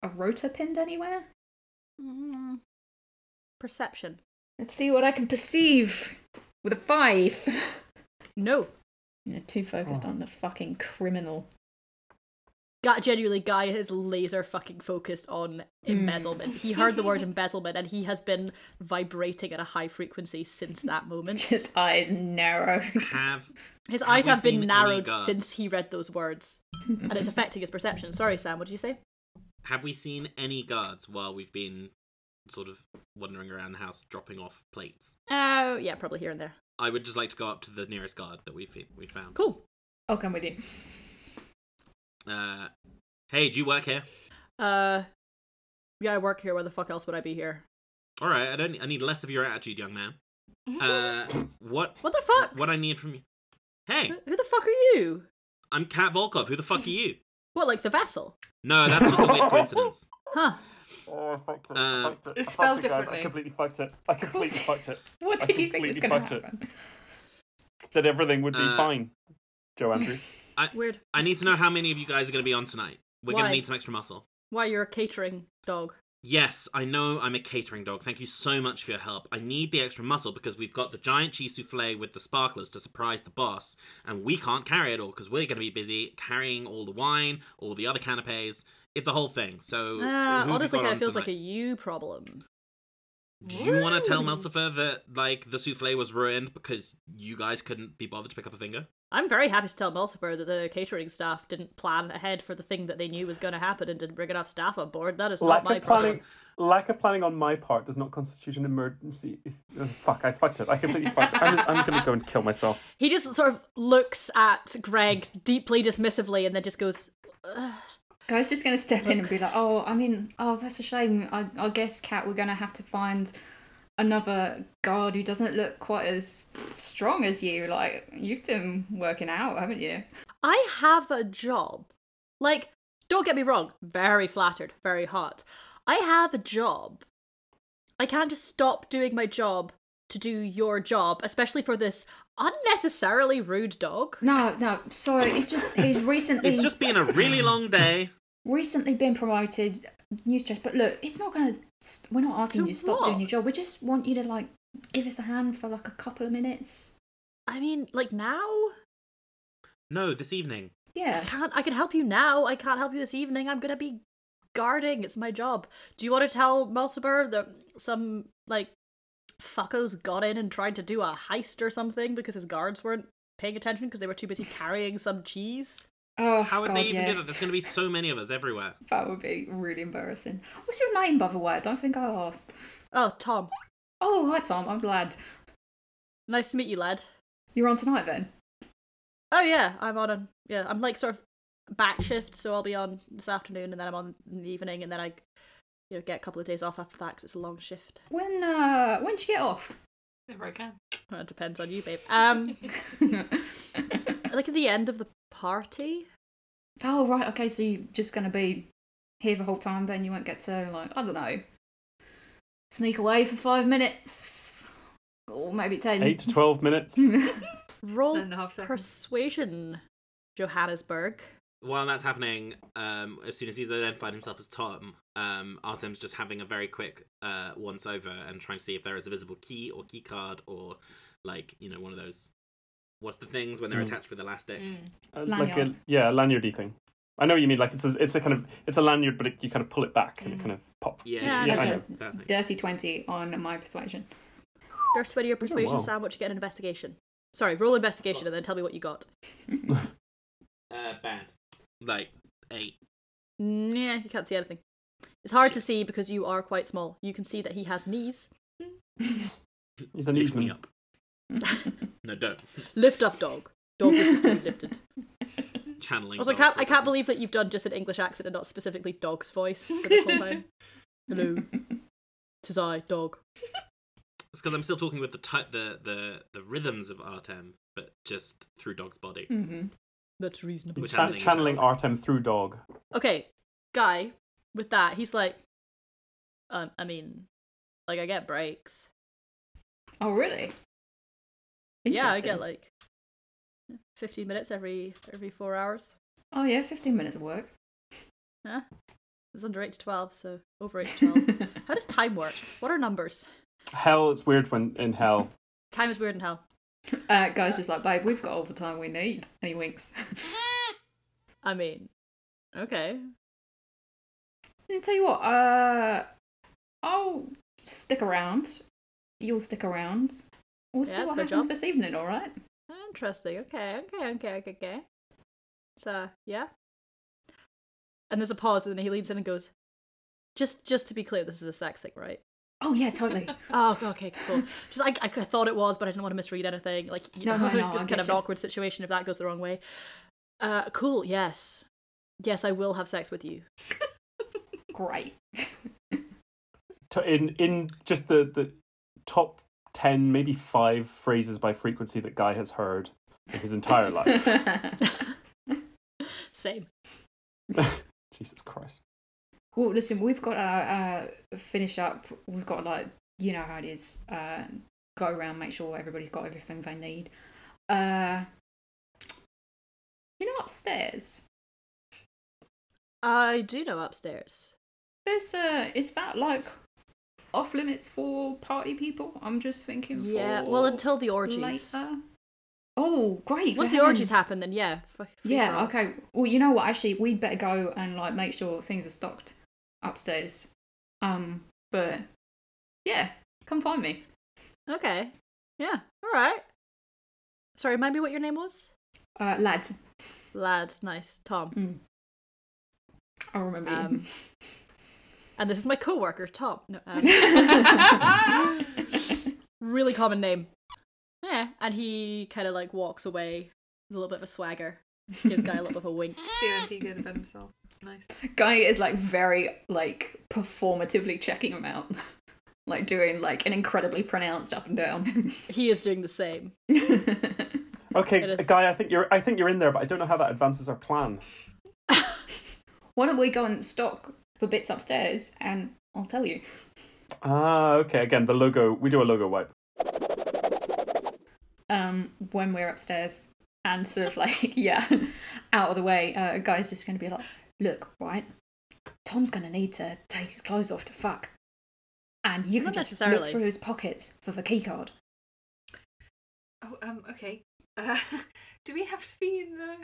[SPEAKER 6] a rotor pinned anywhere?
[SPEAKER 3] Mm. Perception.
[SPEAKER 6] Let's see what I can perceive with a five.
[SPEAKER 3] No.
[SPEAKER 6] You're too focused on the fucking criminal.
[SPEAKER 3] Guy, genuinely, Guy is laser fucking focused on embezzlement. He heard the word embezzlement and he has been vibrating at a high frequency since that moment.
[SPEAKER 6] Just eyes narrowed.
[SPEAKER 5] Have
[SPEAKER 3] His
[SPEAKER 5] Have
[SPEAKER 3] eyes
[SPEAKER 5] we
[SPEAKER 3] have
[SPEAKER 5] seen
[SPEAKER 3] been
[SPEAKER 5] any
[SPEAKER 3] narrowed
[SPEAKER 5] guards?
[SPEAKER 3] since he read those words, and it's affecting his perception. Sorry, Sam. What did you say?
[SPEAKER 5] Have we seen any guards while we've been sort of wandering around the house, dropping off plates?
[SPEAKER 3] Oh, yeah, probably here and there.
[SPEAKER 5] I would just like to go up to the nearest guard that we've we found.
[SPEAKER 3] Cool.
[SPEAKER 6] I'll Oh, come with you.
[SPEAKER 5] Uh, hey, do you work here?
[SPEAKER 3] Uh, yeah, I work here. Where the fuck else would I be here?
[SPEAKER 5] All right, I don't. I need less of your attitude, young man. Uh, what?
[SPEAKER 3] What the fuck?
[SPEAKER 5] What I need from you? Hey,
[SPEAKER 3] Who the fuck are you?
[SPEAKER 5] I'm Kat Volkov. Who the fuck are you?
[SPEAKER 3] What, like the vessel?
[SPEAKER 5] No, that's just a weird coincidence.
[SPEAKER 3] Huh?
[SPEAKER 4] Oh, I fucked it.
[SPEAKER 5] Uh,
[SPEAKER 4] I fucked it.
[SPEAKER 7] It's
[SPEAKER 4] I
[SPEAKER 7] spelled
[SPEAKER 4] fucked it, guys.
[SPEAKER 7] differently.
[SPEAKER 4] I completely fucked it. I completely
[SPEAKER 6] course.
[SPEAKER 4] fucked it.
[SPEAKER 6] What
[SPEAKER 4] I
[SPEAKER 6] did you think was
[SPEAKER 4] completely
[SPEAKER 6] going to
[SPEAKER 4] fucked it.
[SPEAKER 6] happen?
[SPEAKER 4] That everything would be
[SPEAKER 5] Uh,
[SPEAKER 4] fine. Joe Andrews.
[SPEAKER 3] Weird.
[SPEAKER 5] I need to know how many of you guys are going to be on tonight. We're going
[SPEAKER 3] Why?
[SPEAKER 5] to need some extra muscle.
[SPEAKER 3] Why you're a catering dog?
[SPEAKER 5] Yes, I know I'm a catering dog. Thank you so much for your help. I need the extra muscle because we've got the giant cheese souffle with the sparklers to surprise the boss, and we can't carry it all because we're going to be busy carrying all the wine, all the other canapes. It's a whole thing. So,
[SPEAKER 3] Ah, honestly,
[SPEAKER 5] kind
[SPEAKER 3] kind of feels like a you problem.
[SPEAKER 5] Do you want to tell Melsifer that like the souffle was ruined because you guys couldn't be bothered to pick up a finger?
[SPEAKER 3] I'm very happy to tell Mulcifer that the catering staff didn't plan ahead for the thing that they knew was going to happen and didn't bring enough staff on board. That is
[SPEAKER 4] Lack
[SPEAKER 3] not my
[SPEAKER 4] of
[SPEAKER 3] problem.
[SPEAKER 4] planning. Lack of planning on my part does not constitute an emergency. Uh, Fuck! I fucked it. I completely fucked it. I'm, I'm gonna go and kill myself.
[SPEAKER 3] He just sort of looks at Greg deeply dismissively and then just goes,
[SPEAKER 6] Guy's just going to step in and be like, oh, I mean, oh, that's a shame. I, I guess, Cat, we're going to have to find another guard who doesn't look quite as strong as you. Like, you've been working out, haven't you?
[SPEAKER 3] I have a job. Like, don't get me wrong, very flattered, very hot. I have a job. I can't just stop doing my job to do your job, especially for this unnecessarily rude dog.
[SPEAKER 6] No, no, sorry. It's just, he's recently.
[SPEAKER 5] It's just been a really long day.
[SPEAKER 6] recently been promoted news stress but look it's not gonna st- we're not asking
[SPEAKER 3] To
[SPEAKER 6] you to stop doing your
[SPEAKER 3] what?
[SPEAKER 6] job we just want you to like give us a hand for like a couple of minutes
[SPEAKER 3] I mean, like now?
[SPEAKER 5] No, this evening.
[SPEAKER 3] I
[SPEAKER 6] yeah
[SPEAKER 3] can't I can help you now. I can't help you this evening. I'm gonna be guarding. It's my job. Do you want to tell Mulciber that some like fuckos got in and tried to do a heist or something because his guards weren't paying attention because they were too busy carrying some cheese?
[SPEAKER 6] oh
[SPEAKER 5] How would
[SPEAKER 6] god
[SPEAKER 5] they even
[SPEAKER 6] yeah
[SPEAKER 5] do that? There's going to be so many of us everywhere.
[SPEAKER 6] that would be really embarrassing what's your name by the way i don't think i asked
[SPEAKER 3] Oh, Tom.
[SPEAKER 6] oh hi tom i'm glad
[SPEAKER 3] Nice to meet you, lad.
[SPEAKER 6] you're on tonight then
[SPEAKER 3] Oh yeah, I'm on a yeah, I'm like sort of back shift, so I'll be on this afternoon and then I'm on in the evening and then I you know, get a couple of days off after that because it's a long shift.
[SPEAKER 6] when uh when do you get off
[SPEAKER 7] Never again.
[SPEAKER 3] Well, it depends on you, babe. Um, like at the end of the party,
[SPEAKER 6] oh right okay so you're just gonna be here the whole time then you won't get to like i don't know sneak away for five minutes or maybe ten
[SPEAKER 4] Eight to twelve minutes.
[SPEAKER 3] Roll
[SPEAKER 7] Nine and a half seconds.
[SPEAKER 3] persuasion, Johannesburg.
[SPEAKER 5] While that's happening, um, as soon as he's identified himself as Tom, um, Artem's just having a very quick uh, once over and trying to see if there is a visible key or key card or like you know one of those. What's the things when they're
[SPEAKER 4] Mm.
[SPEAKER 5] attached with elastic?
[SPEAKER 7] Mm.
[SPEAKER 4] Uh, like a
[SPEAKER 6] Lanyard.
[SPEAKER 4] yeah, a lanyardy thing. I know what you mean. Like it's a, it's a kind of it's a lanyard, but it, you kind of pull it back
[SPEAKER 3] Mm.
[SPEAKER 4] and it kind of pop.
[SPEAKER 5] Yeah,
[SPEAKER 3] Yeah,
[SPEAKER 5] yeah,
[SPEAKER 4] that's
[SPEAKER 5] yeah,
[SPEAKER 4] it.
[SPEAKER 5] that thing.
[SPEAKER 6] Dirty 20 on my persuasion.
[SPEAKER 3] There's 20 your persuasion,
[SPEAKER 4] wow.
[SPEAKER 3] Sam. What you get an investigation? Sorry, roll investigation and then tell me what you got.
[SPEAKER 5] Uh, bad. Like eight.
[SPEAKER 3] Yeah, you can't see anything. It's hard to see because you are quite small. You can see that he has knees.
[SPEAKER 4] He's an
[SPEAKER 5] Lift me
[SPEAKER 4] easement.
[SPEAKER 5] up. No, don't.
[SPEAKER 3] Lift up, dog. Dog with feet lifted.
[SPEAKER 5] Channeling.
[SPEAKER 3] Also, I
[SPEAKER 5] God
[SPEAKER 3] can't,
[SPEAKER 5] for
[SPEAKER 3] I
[SPEAKER 5] a
[SPEAKER 3] can't
[SPEAKER 5] second.
[SPEAKER 3] believe that you've done just an English accent and not specifically dog's voice for this whole time. Hello. Tis I, dog.
[SPEAKER 5] It's because I'm still talking with the, ty- the the the rhythms of Artem, but just through Dog's body.
[SPEAKER 6] Mhm.
[SPEAKER 3] That's reasonable.
[SPEAKER 5] Which
[SPEAKER 4] Chan-
[SPEAKER 5] hasn't
[SPEAKER 4] channeling Artem through dog.
[SPEAKER 3] okay, guy, with that, he's like, um, I mean, like I get breaks.
[SPEAKER 6] Oh, really?
[SPEAKER 3] Yeah, I get
[SPEAKER 6] Interesting.
[SPEAKER 3] like fifteen minutes every every four hours.
[SPEAKER 6] Oh, yeah, 15 minutes of work.
[SPEAKER 3] Huh? It's under eight to twelve, so over eight to twelve. How does time work? What are numbers?
[SPEAKER 4] Hell, it's weird when in hell.
[SPEAKER 3] Time is weird in hell.
[SPEAKER 6] uh, guy's just like, babe, we've got all the time we need. And he winks.
[SPEAKER 3] I mean, okay.
[SPEAKER 6] I tell you what, uh, I'll stick around. You'll stick around. We'll
[SPEAKER 3] Yeah,
[SPEAKER 6] see
[SPEAKER 3] that's
[SPEAKER 6] what
[SPEAKER 3] my
[SPEAKER 6] happens
[SPEAKER 3] job.
[SPEAKER 6] this evening, all right?
[SPEAKER 3] Interesting. Okay, okay, okay, okay, okay. So yeah. And there's a pause, and then he leans in and goes, "Just, just to be clear, this is a sex thing, right?"
[SPEAKER 6] Oh, yeah, totally.
[SPEAKER 3] Oh, okay, cool. Just I, I thought it was, but I didn't want to misread anything. Like, you
[SPEAKER 6] No,
[SPEAKER 3] know,
[SPEAKER 6] no, no, I
[SPEAKER 3] just
[SPEAKER 6] get
[SPEAKER 3] kind of
[SPEAKER 6] you.
[SPEAKER 3] an awkward situation if that goes the wrong way. Uh, cool. Yes, yes, I will have sex with you.
[SPEAKER 6] Great.
[SPEAKER 4] To- In in just the the top ten, maybe five phrases by frequency that Guy has heard in his entire life.
[SPEAKER 3] Same.
[SPEAKER 4] Jesus Christ.
[SPEAKER 6] Well, listen, we've got to uh, finish up. We've got to, like, you know how it is. Uh, go around, make sure everybody's got everything they need. Uh, you know, upstairs,
[SPEAKER 3] I do know upstairs.
[SPEAKER 6] there's uh, is that like off limits for party people? I'm just thinking.
[SPEAKER 3] Yeah.
[SPEAKER 6] for
[SPEAKER 3] Well, until the orgies.
[SPEAKER 6] later. Oh, great!
[SPEAKER 3] Once
[SPEAKER 6] we're
[SPEAKER 3] the orgies
[SPEAKER 6] having-
[SPEAKER 3] happen, then yeah. f- free for
[SPEAKER 6] Yeah.
[SPEAKER 3] all.
[SPEAKER 6] Okay. Well, you know what? Actually, we'd better go and like make sure things are stocked upstairs. Um, but yeah, come find me.
[SPEAKER 3] Okay. Yeah. All right. Sorry. Remind me what your name was.
[SPEAKER 6] Uh, lads,
[SPEAKER 3] Lad. Nice. Tom.
[SPEAKER 6] I'll remember
[SPEAKER 3] Hmm. Um, and this is my coworker, Tom. No, um,
[SPEAKER 6] you.
[SPEAKER 3] really common name. Yeah, and he kind of like walks away with a little bit of a swagger, gives guy a little bit of a wink.
[SPEAKER 7] Feeling pretty good about himself. Nice.
[SPEAKER 6] Guy is like very like performatively checking him out, like doing like an incredibly pronounced up and down.
[SPEAKER 3] He is doing the same.
[SPEAKER 4] Okay,
[SPEAKER 3] It is-
[SPEAKER 4] Guy, I think you're I think you're in there, but I don't know how that advances our plan.
[SPEAKER 6] Why don't we go and stock the bits upstairs, and I'll tell you.
[SPEAKER 4] Ah, okay. Again, the logo. We do a logo wipe.
[SPEAKER 6] um, when we're upstairs and sort of like, yeah, out of the way, uh, a guy's just going to be like, look, right, Tom's going to need to take his clothes off to fuck. And you can
[SPEAKER 3] Not
[SPEAKER 6] just look
[SPEAKER 3] necessarily.
[SPEAKER 6] through his pockets for the key card.
[SPEAKER 7] Oh, um, okay. Uh, do we have to be in the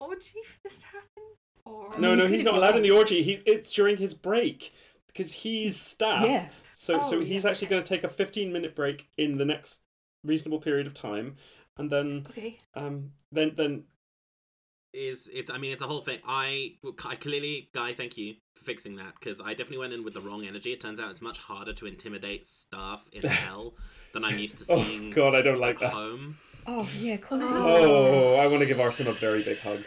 [SPEAKER 7] orgy for this to happen? Or
[SPEAKER 8] No,
[SPEAKER 6] mean,
[SPEAKER 8] no,
[SPEAKER 6] you
[SPEAKER 8] he's
[SPEAKER 6] could
[SPEAKER 8] not
[SPEAKER 6] if you
[SPEAKER 8] allowed in the
[SPEAKER 6] like.
[SPEAKER 8] orgy. He, it's during his break because he's staff.
[SPEAKER 6] Yeah.
[SPEAKER 8] So, so
[SPEAKER 7] Oh,
[SPEAKER 8] he's
[SPEAKER 7] yeah,
[SPEAKER 8] actually
[SPEAKER 7] okay.
[SPEAKER 8] going to take a fifteen-minute break in the next reasonable period of time, and then,
[SPEAKER 7] Okay.
[SPEAKER 8] um, then, then,
[SPEAKER 5] is it's i mean it's a whole thing i i clearly guy thank you for fixing that because i definitely went in with the wrong energy it turns out it's much harder to intimidate staff in hell than i'm used to
[SPEAKER 8] Oh,
[SPEAKER 5] seeing
[SPEAKER 8] God, I don't like
[SPEAKER 5] at
[SPEAKER 8] that.
[SPEAKER 5] home
[SPEAKER 6] Oh, yeah, of course. Oh.
[SPEAKER 8] oh, I want to give Artem a very big hug.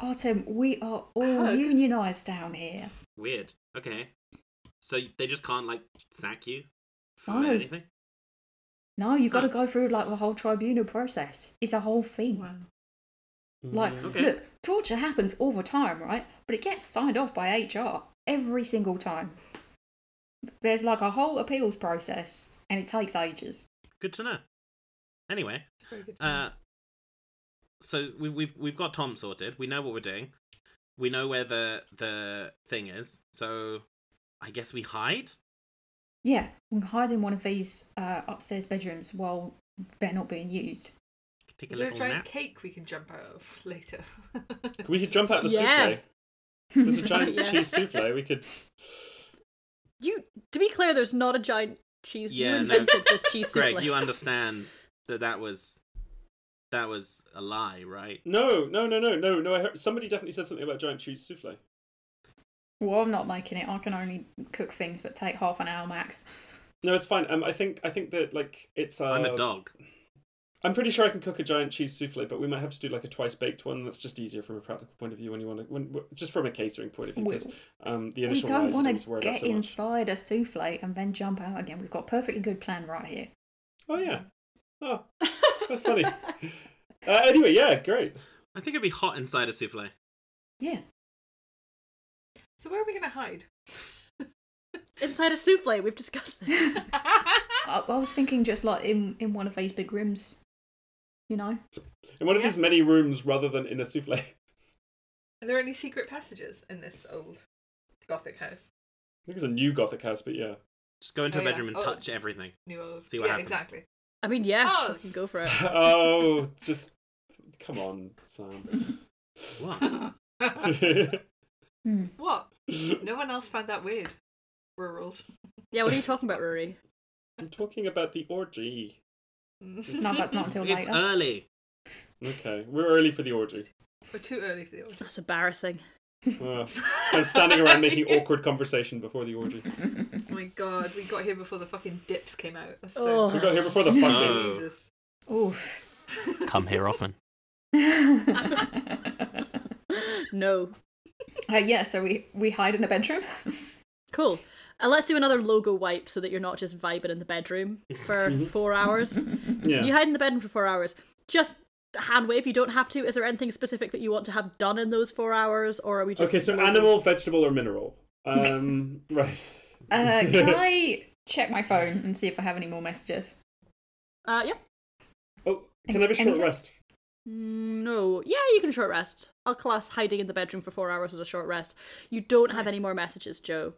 [SPEAKER 6] oh, Tim, we are all
[SPEAKER 7] Hug.
[SPEAKER 6] unionised down here.
[SPEAKER 5] weird okay so they just can't like sack you for
[SPEAKER 6] No.
[SPEAKER 5] anything
[SPEAKER 6] No, you got to
[SPEAKER 5] Huh.
[SPEAKER 6] go through like the whole tribunal process. It's a whole thing.
[SPEAKER 7] Wow.
[SPEAKER 8] Mm,
[SPEAKER 6] Like,
[SPEAKER 5] Okay.
[SPEAKER 6] look, torture happens all the time, right? But it gets signed off by HR every single time. There's like a whole appeals process, and it takes ages.
[SPEAKER 5] good to know anyway
[SPEAKER 7] It's very good.
[SPEAKER 5] uh so we, we've we've got tom sorted we know what we're doing we know where the the thing is so i guess we hide
[SPEAKER 6] Yeah, we can hide in one of these uh, upstairs bedrooms while they're not being used.
[SPEAKER 5] take a
[SPEAKER 7] Is there a
[SPEAKER 5] little
[SPEAKER 7] giant
[SPEAKER 5] nap
[SPEAKER 7] cake we can jump out of later?
[SPEAKER 8] we could jump out the
[SPEAKER 3] Yeah.
[SPEAKER 8] souffle. There's a giant
[SPEAKER 3] Yeah.
[SPEAKER 8] cheese souffle. We could.
[SPEAKER 3] You, to be clear, there's not a giant cheese.
[SPEAKER 5] Yeah,
[SPEAKER 3] you
[SPEAKER 5] no.
[SPEAKER 3] invented this cheese souffle.
[SPEAKER 5] Greg, you understand that that was that was a lie, right?
[SPEAKER 8] No, no, no, no, no, no. I heard somebody definitely said something about giant cheese souffle.
[SPEAKER 6] Well, I'm not making it. I can only cook things that take half an hour max.
[SPEAKER 8] No, it's fine. Um, I think I think that like it's. Uh,
[SPEAKER 5] I'm a dog.
[SPEAKER 8] I'm pretty sure I can cook a giant cheese souffle, but we might have to do like a twice baked one. That's just easier from a practical point of view when you want to, when, w- just from a catering point of view,
[SPEAKER 6] We-
[SPEAKER 8] because um, the
[SPEAKER 6] We
[SPEAKER 8] initial
[SPEAKER 6] don't
[SPEAKER 8] want
[SPEAKER 6] want to
[SPEAKER 8] worry about
[SPEAKER 6] get
[SPEAKER 8] so much.
[SPEAKER 6] inside a souffle and then jump out again. We've got a perfectly good plan right here.
[SPEAKER 8] Oh yeah, oh that's funny. uh, anyway, yeah, great.
[SPEAKER 5] I think it'd be hot inside a souffle.
[SPEAKER 6] Yeah.
[SPEAKER 7] So where are we going to hide?
[SPEAKER 3] Inside a souffle, we've discussed this.
[SPEAKER 6] I, I was thinking just like in, in one of these big rooms, you know?
[SPEAKER 4] In one of
[SPEAKER 7] Yeah.
[SPEAKER 4] these many rooms rather than in a souffle. I
[SPEAKER 7] Are there any secret passages in this old gothic house?
[SPEAKER 4] think it's a new Gothic house, but yeah.
[SPEAKER 5] Just go into
[SPEAKER 7] Oh,
[SPEAKER 5] a
[SPEAKER 7] yeah.
[SPEAKER 5] bedroom and
[SPEAKER 7] Oh.
[SPEAKER 5] touch everything.
[SPEAKER 7] New old.
[SPEAKER 5] See what
[SPEAKER 7] yeah,
[SPEAKER 5] happens.
[SPEAKER 7] exactly.
[SPEAKER 3] I mean, yeah,
[SPEAKER 7] Oh,
[SPEAKER 3] fucking go for it.
[SPEAKER 4] oh, just come on, Sam.
[SPEAKER 5] What?
[SPEAKER 6] Hmm.
[SPEAKER 7] what? No one else found that weird. Rural.
[SPEAKER 3] Yeah, what are you talking about, Rory?
[SPEAKER 4] I'm talking about the orgy.
[SPEAKER 6] No, that's not until
[SPEAKER 5] it's
[SPEAKER 6] later.
[SPEAKER 5] early.
[SPEAKER 4] Okay, we're early for the orgy.
[SPEAKER 7] We're too early for the orgy.
[SPEAKER 3] That's embarrassing.
[SPEAKER 8] Oh,
[SPEAKER 4] Uh, I'm standing around making awkward conversation before the orgy.
[SPEAKER 7] Oh my god, we got here before the fucking dips came out. That's so
[SPEAKER 3] Oh.
[SPEAKER 4] We got here before the fucking.
[SPEAKER 5] No.
[SPEAKER 7] Jesus.
[SPEAKER 6] Oof.
[SPEAKER 5] Come here often.
[SPEAKER 6] uh,
[SPEAKER 3] No.
[SPEAKER 6] yeah, so we, we hide in a bedroom.
[SPEAKER 3] Cool. Uh, let's do another logo wipe so that you're not just vibing in the bedroom for four hours. You
[SPEAKER 4] Yeah.
[SPEAKER 3] hide in the bedroom for four hours. Just hand wave. You don't have to. Is there anything specific that you want to have done in those four hours, or are we just
[SPEAKER 4] Okay, so animal, vegetable, or mineral? Um, right.
[SPEAKER 6] Uh, can I check my phone and see if I have any more messages?
[SPEAKER 3] Uh, yeah.
[SPEAKER 4] Oh, can I have a short
[SPEAKER 6] Anything?
[SPEAKER 4] rest?
[SPEAKER 3] Mm, No. Yeah, you can short rest. I'll class hiding in the bedroom for four hours as a short rest. You don't have any more messages, Joe.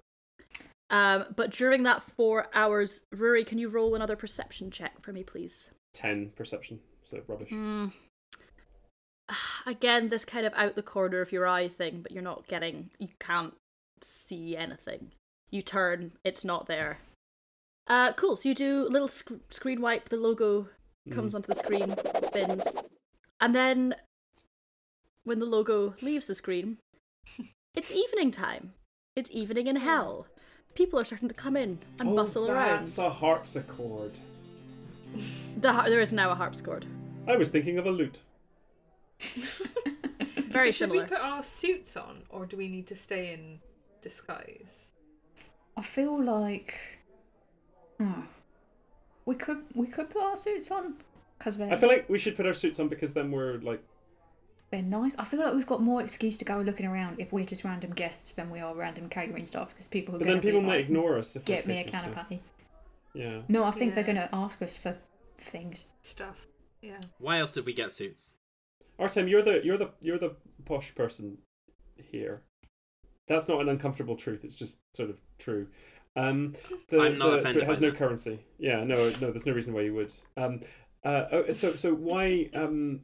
[SPEAKER 3] Um, but during that four hours, Ruri, can you roll another perception check for me, please?
[SPEAKER 4] Ten perception. So rubbish.
[SPEAKER 3] Mm. Again, this kind of out the corner of your eye thing, but you're not getting. You can't see anything. You turn, it's not there. Uh, cool. So you do a little sc- screen wipe. The logo
[SPEAKER 4] Mm-hmm.
[SPEAKER 3] comes onto the screen, spins, and then when the logo leaves the screen, it's evening time. It's evening in hell. People are starting to come in and
[SPEAKER 4] Oh,
[SPEAKER 3] bustle around.
[SPEAKER 4] That's a harpsichord.
[SPEAKER 3] The har- there is now a harpsichord.
[SPEAKER 4] I was thinking of a lute.
[SPEAKER 3] Very
[SPEAKER 7] so
[SPEAKER 3] similar.
[SPEAKER 7] Should we put our suits on, or do we need to stay in disguise?
[SPEAKER 6] I feel like oh, we could we could put our suits on because they're,
[SPEAKER 4] I feel like we should put our suits on because then we're like,
[SPEAKER 6] they're nice. I feel like we've got more excuse to go looking around if we're just random guests than we are random catering staff because people who
[SPEAKER 4] but then people
[SPEAKER 6] be
[SPEAKER 4] might
[SPEAKER 6] like,
[SPEAKER 4] ignore us if
[SPEAKER 6] get
[SPEAKER 4] we're
[SPEAKER 6] me a
[SPEAKER 4] Christians,
[SPEAKER 6] can of
[SPEAKER 4] so-
[SPEAKER 6] patty.
[SPEAKER 4] Yeah.
[SPEAKER 6] No, I think they're
[SPEAKER 7] Yeah.
[SPEAKER 6] gonna ask us for things.
[SPEAKER 7] Stuff. Yeah.
[SPEAKER 5] Why else did we get suits?
[SPEAKER 4] Artem, you're the you're the you're the posh person here. That's not an uncomfortable truth. It's just sort of true. Um, the,
[SPEAKER 5] I'm not
[SPEAKER 4] the- so
[SPEAKER 5] offended
[SPEAKER 4] it has
[SPEAKER 5] by
[SPEAKER 4] no
[SPEAKER 5] that.
[SPEAKER 4] currency. Yeah, no, no. There's no reason why you would. Um, uh, oh, so so why um,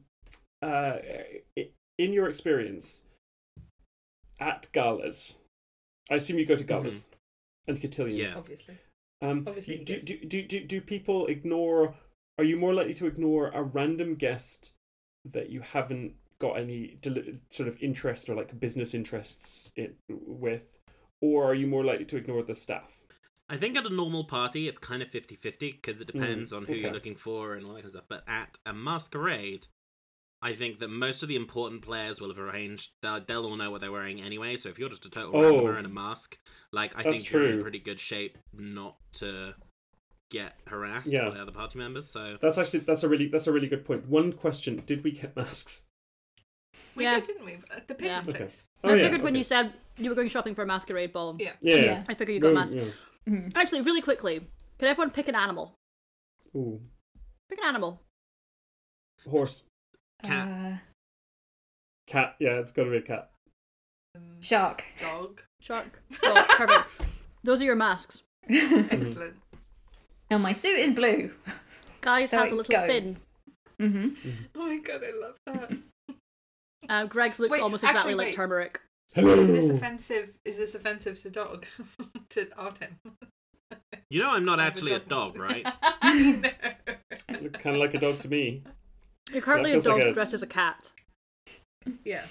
[SPEAKER 4] uh, i- in your experience at galas, I assume you go to galas and cotillions.
[SPEAKER 5] Mm-hmm. Yeah.
[SPEAKER 7] Obviously.
[SPEAKER 4] Um,
[SPEAKER 7] Obviously
[SPEAKER 4] you-
[SPEAKER 7] he
[SPEAKER 4] do,
[SPEAKER 7] does.
[SPEAKER 4] do, do, do, do people ignore? Are you more likely to ignore a random guest that you haven't got any deli- sort of interest or like business interests in, with, or are you more likely to ignore the staff?
[SPEAKER 5] I think at a normal party, it's kind of 50 50 because it depends on who
[SPEAKER 4] Mm, okay.
[SPEAKER 5] you're looking for and all that kind of stuff. But at a masquerade, I think that most of the important players will have arranged, they'll, they'll all know what they're wearing anyway. So if you're just a total
[SPEAKER 4] Oh.
[SPEAKER 5] randomer in a mask, like, I
[SPEAKER 4] That's
[SPEAKER 5] think you're in
[SPEAKER 4] true.
[SPEAKER 5] pretty good shape not to get harassed
[SPEAKER 4] Yeah.
[SPEAKER 5] by other party members. So
[SPEAKER 4] That's actually that's a really that's a really good point. One question: Did we get masks?
[SPEAKER 7] We
[SPEAKER 3] Yeah.
[SPEAKER 7] did, didn't we? At the pigeon
[SPEAKER 4] Okay.
[SPEAKER 7] place.
[SPEAKER 4] Oh,
[SPEAKER 3] I
[SPEAKER 4] yeah,
[SPEAKER 3] figured when
[SPEAKER 4] okay.
[SPEAKER 3] you said you were going shopping for a masquerade ball,
[SPEAKER 7] Yeah.
[SPEAKER 4] yeah,
[SPEAKER 6] Yeah.
[SPEAKER 3] I figured you got
[SPEAKER 4] No,
[SPEAKER 3] masked.
[SPEAKER 4] yeah.
[SPEAKER 3] Actually, really quickly, can everyone pick an animal?
[SPEAKER 4] Ooh.
[SPEAKER 3] Pick an animal.
[SPEAKER 4] horse,
[SPEAKER 7] Uh,
[SPEAKER 5] Cat.
[SPEAKER 2] Uh,
[SPEAKER 4] cat. Yeah, it's got to be a cat.
[SPEAKER 6] Uh, shark.
[SPEAKER 7] Dog.
[SPEAKER 3] Shark. Dog. Perfect. Those are your masks.
[SPEAKER 8] Mm-hmm.
[SPEAKER 7] Excellent.
[SPEAKER 6] Now my suit is blue.
[SPEAKER 3] Guys
[SPEAKER 6] So
[SPEAKER 3] has a
[SPEAKER 6] it
[SPEAKER 3] little
[SPEAKER 6] goes.
[SPEAKER 3] fin.
[SPEAKER 6] Mm-hmm.
[SPEAKER 7] Oh my god, I love that.
[SPEAKER 3] Uh, Greg's looks
[SPEAKER 7] Wait,
[SPEAKER 3] almost
[SPEAKER 7] actually,
[SPEAKER 3] exactly like
[SPEAKER 7] wait.
[SPEAKER 3] turmeric.
[SPEAKER 7] Is this
[SPEAKER 4] Hello.
[SPEAKER 7] offensive? Is this offensive to dog? to Artem?
[SPEAKER 5] you know, I'm not
[SPEAKER 7] I have a
[SPEAKER 5] actually a
[SPEAKER 7] dog.
[SPEAKER 5] dog, right?
[SPEAKER 7] no.
[SPEAKER 4] kind of like a dog to me.
[SPEAKER 3] You're currently a
[SPEAKER 4] feels
[SPEAKER 3] dog
[SPEAKER 4] like a-
[SPEAKER 3] dressed as a cat.
[SPEAKER 7] Yeah.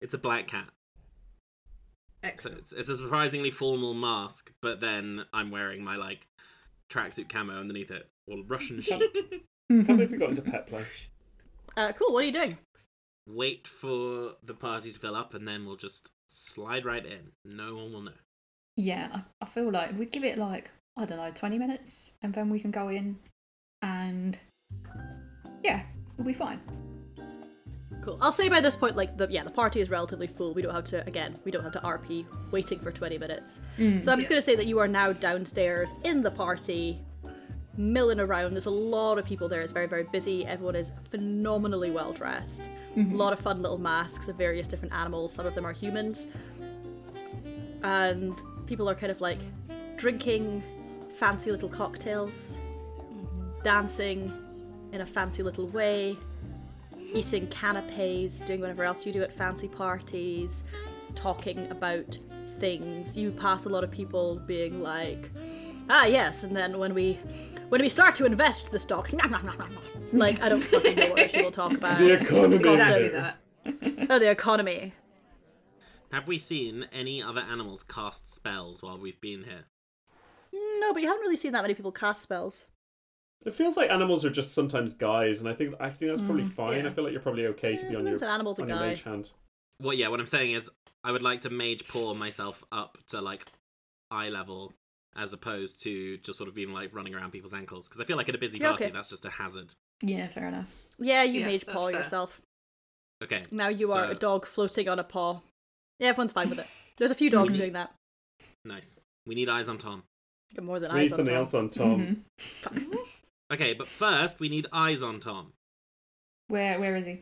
[SPEAKER 5] it's a black cat. So
[SPEAKER 7] Excellent.
[SPEAKER 5] it's, it's a surprisingly formal mask, but then I'm wearing my, like, tracksuit camo underneath it. Or Russian chic.
[SPEAKER 4] Can't believe we got into pet play.
[SPEAKER 3] Uh, cool. What are you doing?
[SPEAKER 5] wait for the party to fill up and then we'll just slide right in. No one will know.
[SPEAKER 6] Yeah, I, I feel like if we give it like I don't know, twenty minutes, and then we can go in, and yeah, we'll be fine.
[SPEAKER 3] Cool. I'll say by this point, like the yeah, the party is relatively full. We don't have to again, we don't have to RP waiting for twenty minutes. so I'm just gonna say that you are now downstairs in the party, milling around. There's a lot of people there. It's very very busy. Everyone is phenomenally well dressed. A lot of fun little masks of various different animals. Some of them are humans, and people are kind of like drinking fancy little cocktails, dancing in a fancy little way eating canapes, doing whatever else you do at fancy parties, talking about things. You pass a lot of people being like, ah yes, and then when we when we start to invest the stocks, nom, nom, nom, nom, nom." like I don't fucking know what people talk about.
[SPEAKER 8] The economy.
[SPEAKER 7] Exactly that.
[SPEAKER 3] Oh, the economy.
[SPEAKER 5] Have we seen any other animals cast spells while we've been here?
[SPEAKER 3] No, but you haven't really seen that many people cast spells.
[SPEAKER 8] It feels like animals are just sometimes guys, and I think I think that's probably fine. I feel like you're probably okay to be on your,
[SPEAKER 3] Mm, Sometimes an animal's a
[SPEAKER 8] on your
[SPEAKER 3] guy.
[SPEAKER 8] mage hand.
[SPEAKER 5] Well, yeah. What I'm saying is, I would like to mage paw myself up to like eye level, as opposed to just sort of being like running around people's ankles. Because I feel like at a busy
[SPEAKER 3] Yeah,
[SPEAKER 5] party,
[SPEAKER 3] okay.
[SPEAKER 5] that's just a hazard.
[SPEAKER 6] Yeah, fair enough.
[SPEAKER 3] Yeah, you
[SPEAKER 7] Yeah,
[SPEAKER 3] mage
[SPEAKER 7] that's
[SPEAKER 3] paw
[SPEAKER 7] fair.
[SPEAKER 3] yourself.
[SPEAKER 5] Okay.
[SPEAKER 3] Now you are
[SPEAKER 5] so-
[SPEAKER 3] a dog floating on a paw. Yeah, everyone's fine with it. There's a few dogs
[SPEAKER 8] Mm-hmm.
[SPEAKER 3] doing that.
[SPEAKER 5] Nice. We need eyes on Tom.
[SPEAKER 3] Got more than
[SPEAKER 8] We need
[SPEAKER 3] eyes on Mm-hmm.
[SPEAKER 8] something
[SPEAKER 3] Tom.
[SPEAKER 8] else on Tom.
[SPEAKER 6] Mhm.
[SPEAKER 5] Okay, but first we need eyes on Tom.
[SPEAKER 6] Where where is he?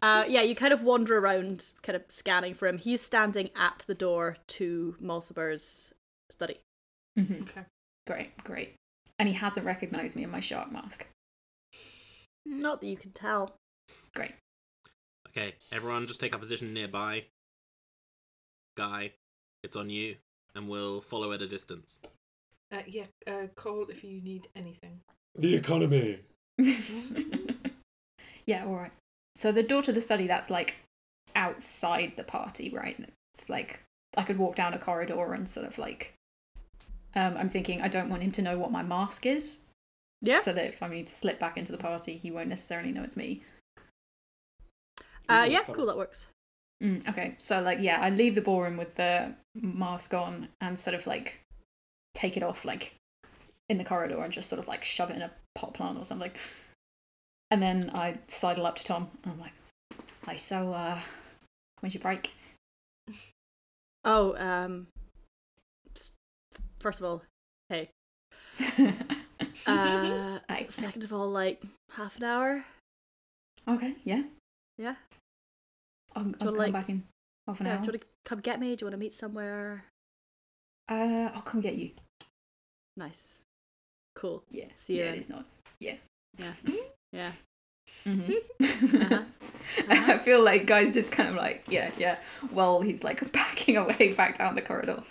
[SPEAKER 3] Uh, yeah, you kind of wander around, kind of scanning for him. He's standing at the door to Mulciber's study.
[SPEAKER 6] hmm
[SPEAKER 7] Okay.
[SPEAKER 6] Great, great. And he hasn't recognised me in my shark mask.
[SPEAKER 3] Not that you can tell.
[SPEAKER 6] Great.
[SPEAKER 5] Okay, everyone, just take up position nearby. Guy, it's on you, and we'll follow at a distance.
[SPEAKER 7] Uh, yeah, uh, call if you need anything.
[SPEAKER 8] The economy.
[SPEAKER 6] yeah, all right. So the door to the study that's like outside the party, right? It's like I could walk down a corridor and sort of like um, I'm thinking I don't want him to know what my mask is,
[SPEAKER 3] Yeah.
[SPEAKER 6] so that if I need to slip back into the party, he won't necessarily know it's me.
[SPEAKER 3] uh, yeah, cool, that works.
[SPEAKER 6] Mm, okay, so like yeah, I leave the ballroom with the mask on and sort of like take it off like in the corridor and just sort of like shove it in a pot plant or something. And then I sidle up to Tom and I'm like, "Hi, so uh, when's your break?"
[SPEAKER 3] Oh, um. s- First of all, hey. Uh,
[SPEAKER 6] Thanks.
[SPEAKER 3] second of all, like half an hour.
[SPEAKER 6] okay, yeah,
[SPEAKER 3] Yeah.
[SPEAKER 6] I'll, I'll
[SPEAKER 3] you
[SPEAKER 6] come
[SPEAKER 3] like-
[SPEAKER 6] back in half an
[SPEAKER 3] yeah. Do
[SPEAKER 6] hour.
[SPEAKER 3] you want to come get me? Do you want to meet somewhere?
[SPEAKER 6] Uh, I'll come get you.
[SPEAKER 3] Nice. Cool.
[SPEAKER 6] Yeah,
[SPEAKER 3] See you
[SPEAKER 6] yeah,
[SPEAKER 3] then.
[SPEAKER 6] it is nice. Yeah. Mm-hmm.
[SPEAKER 3] Yeah. Yeah. Mm-hmm. Uh-huh.
[SPEAKER 6] Mhm. I feel like guys just kind of like yeah yeah. Well, he's like backing away back down the corridor.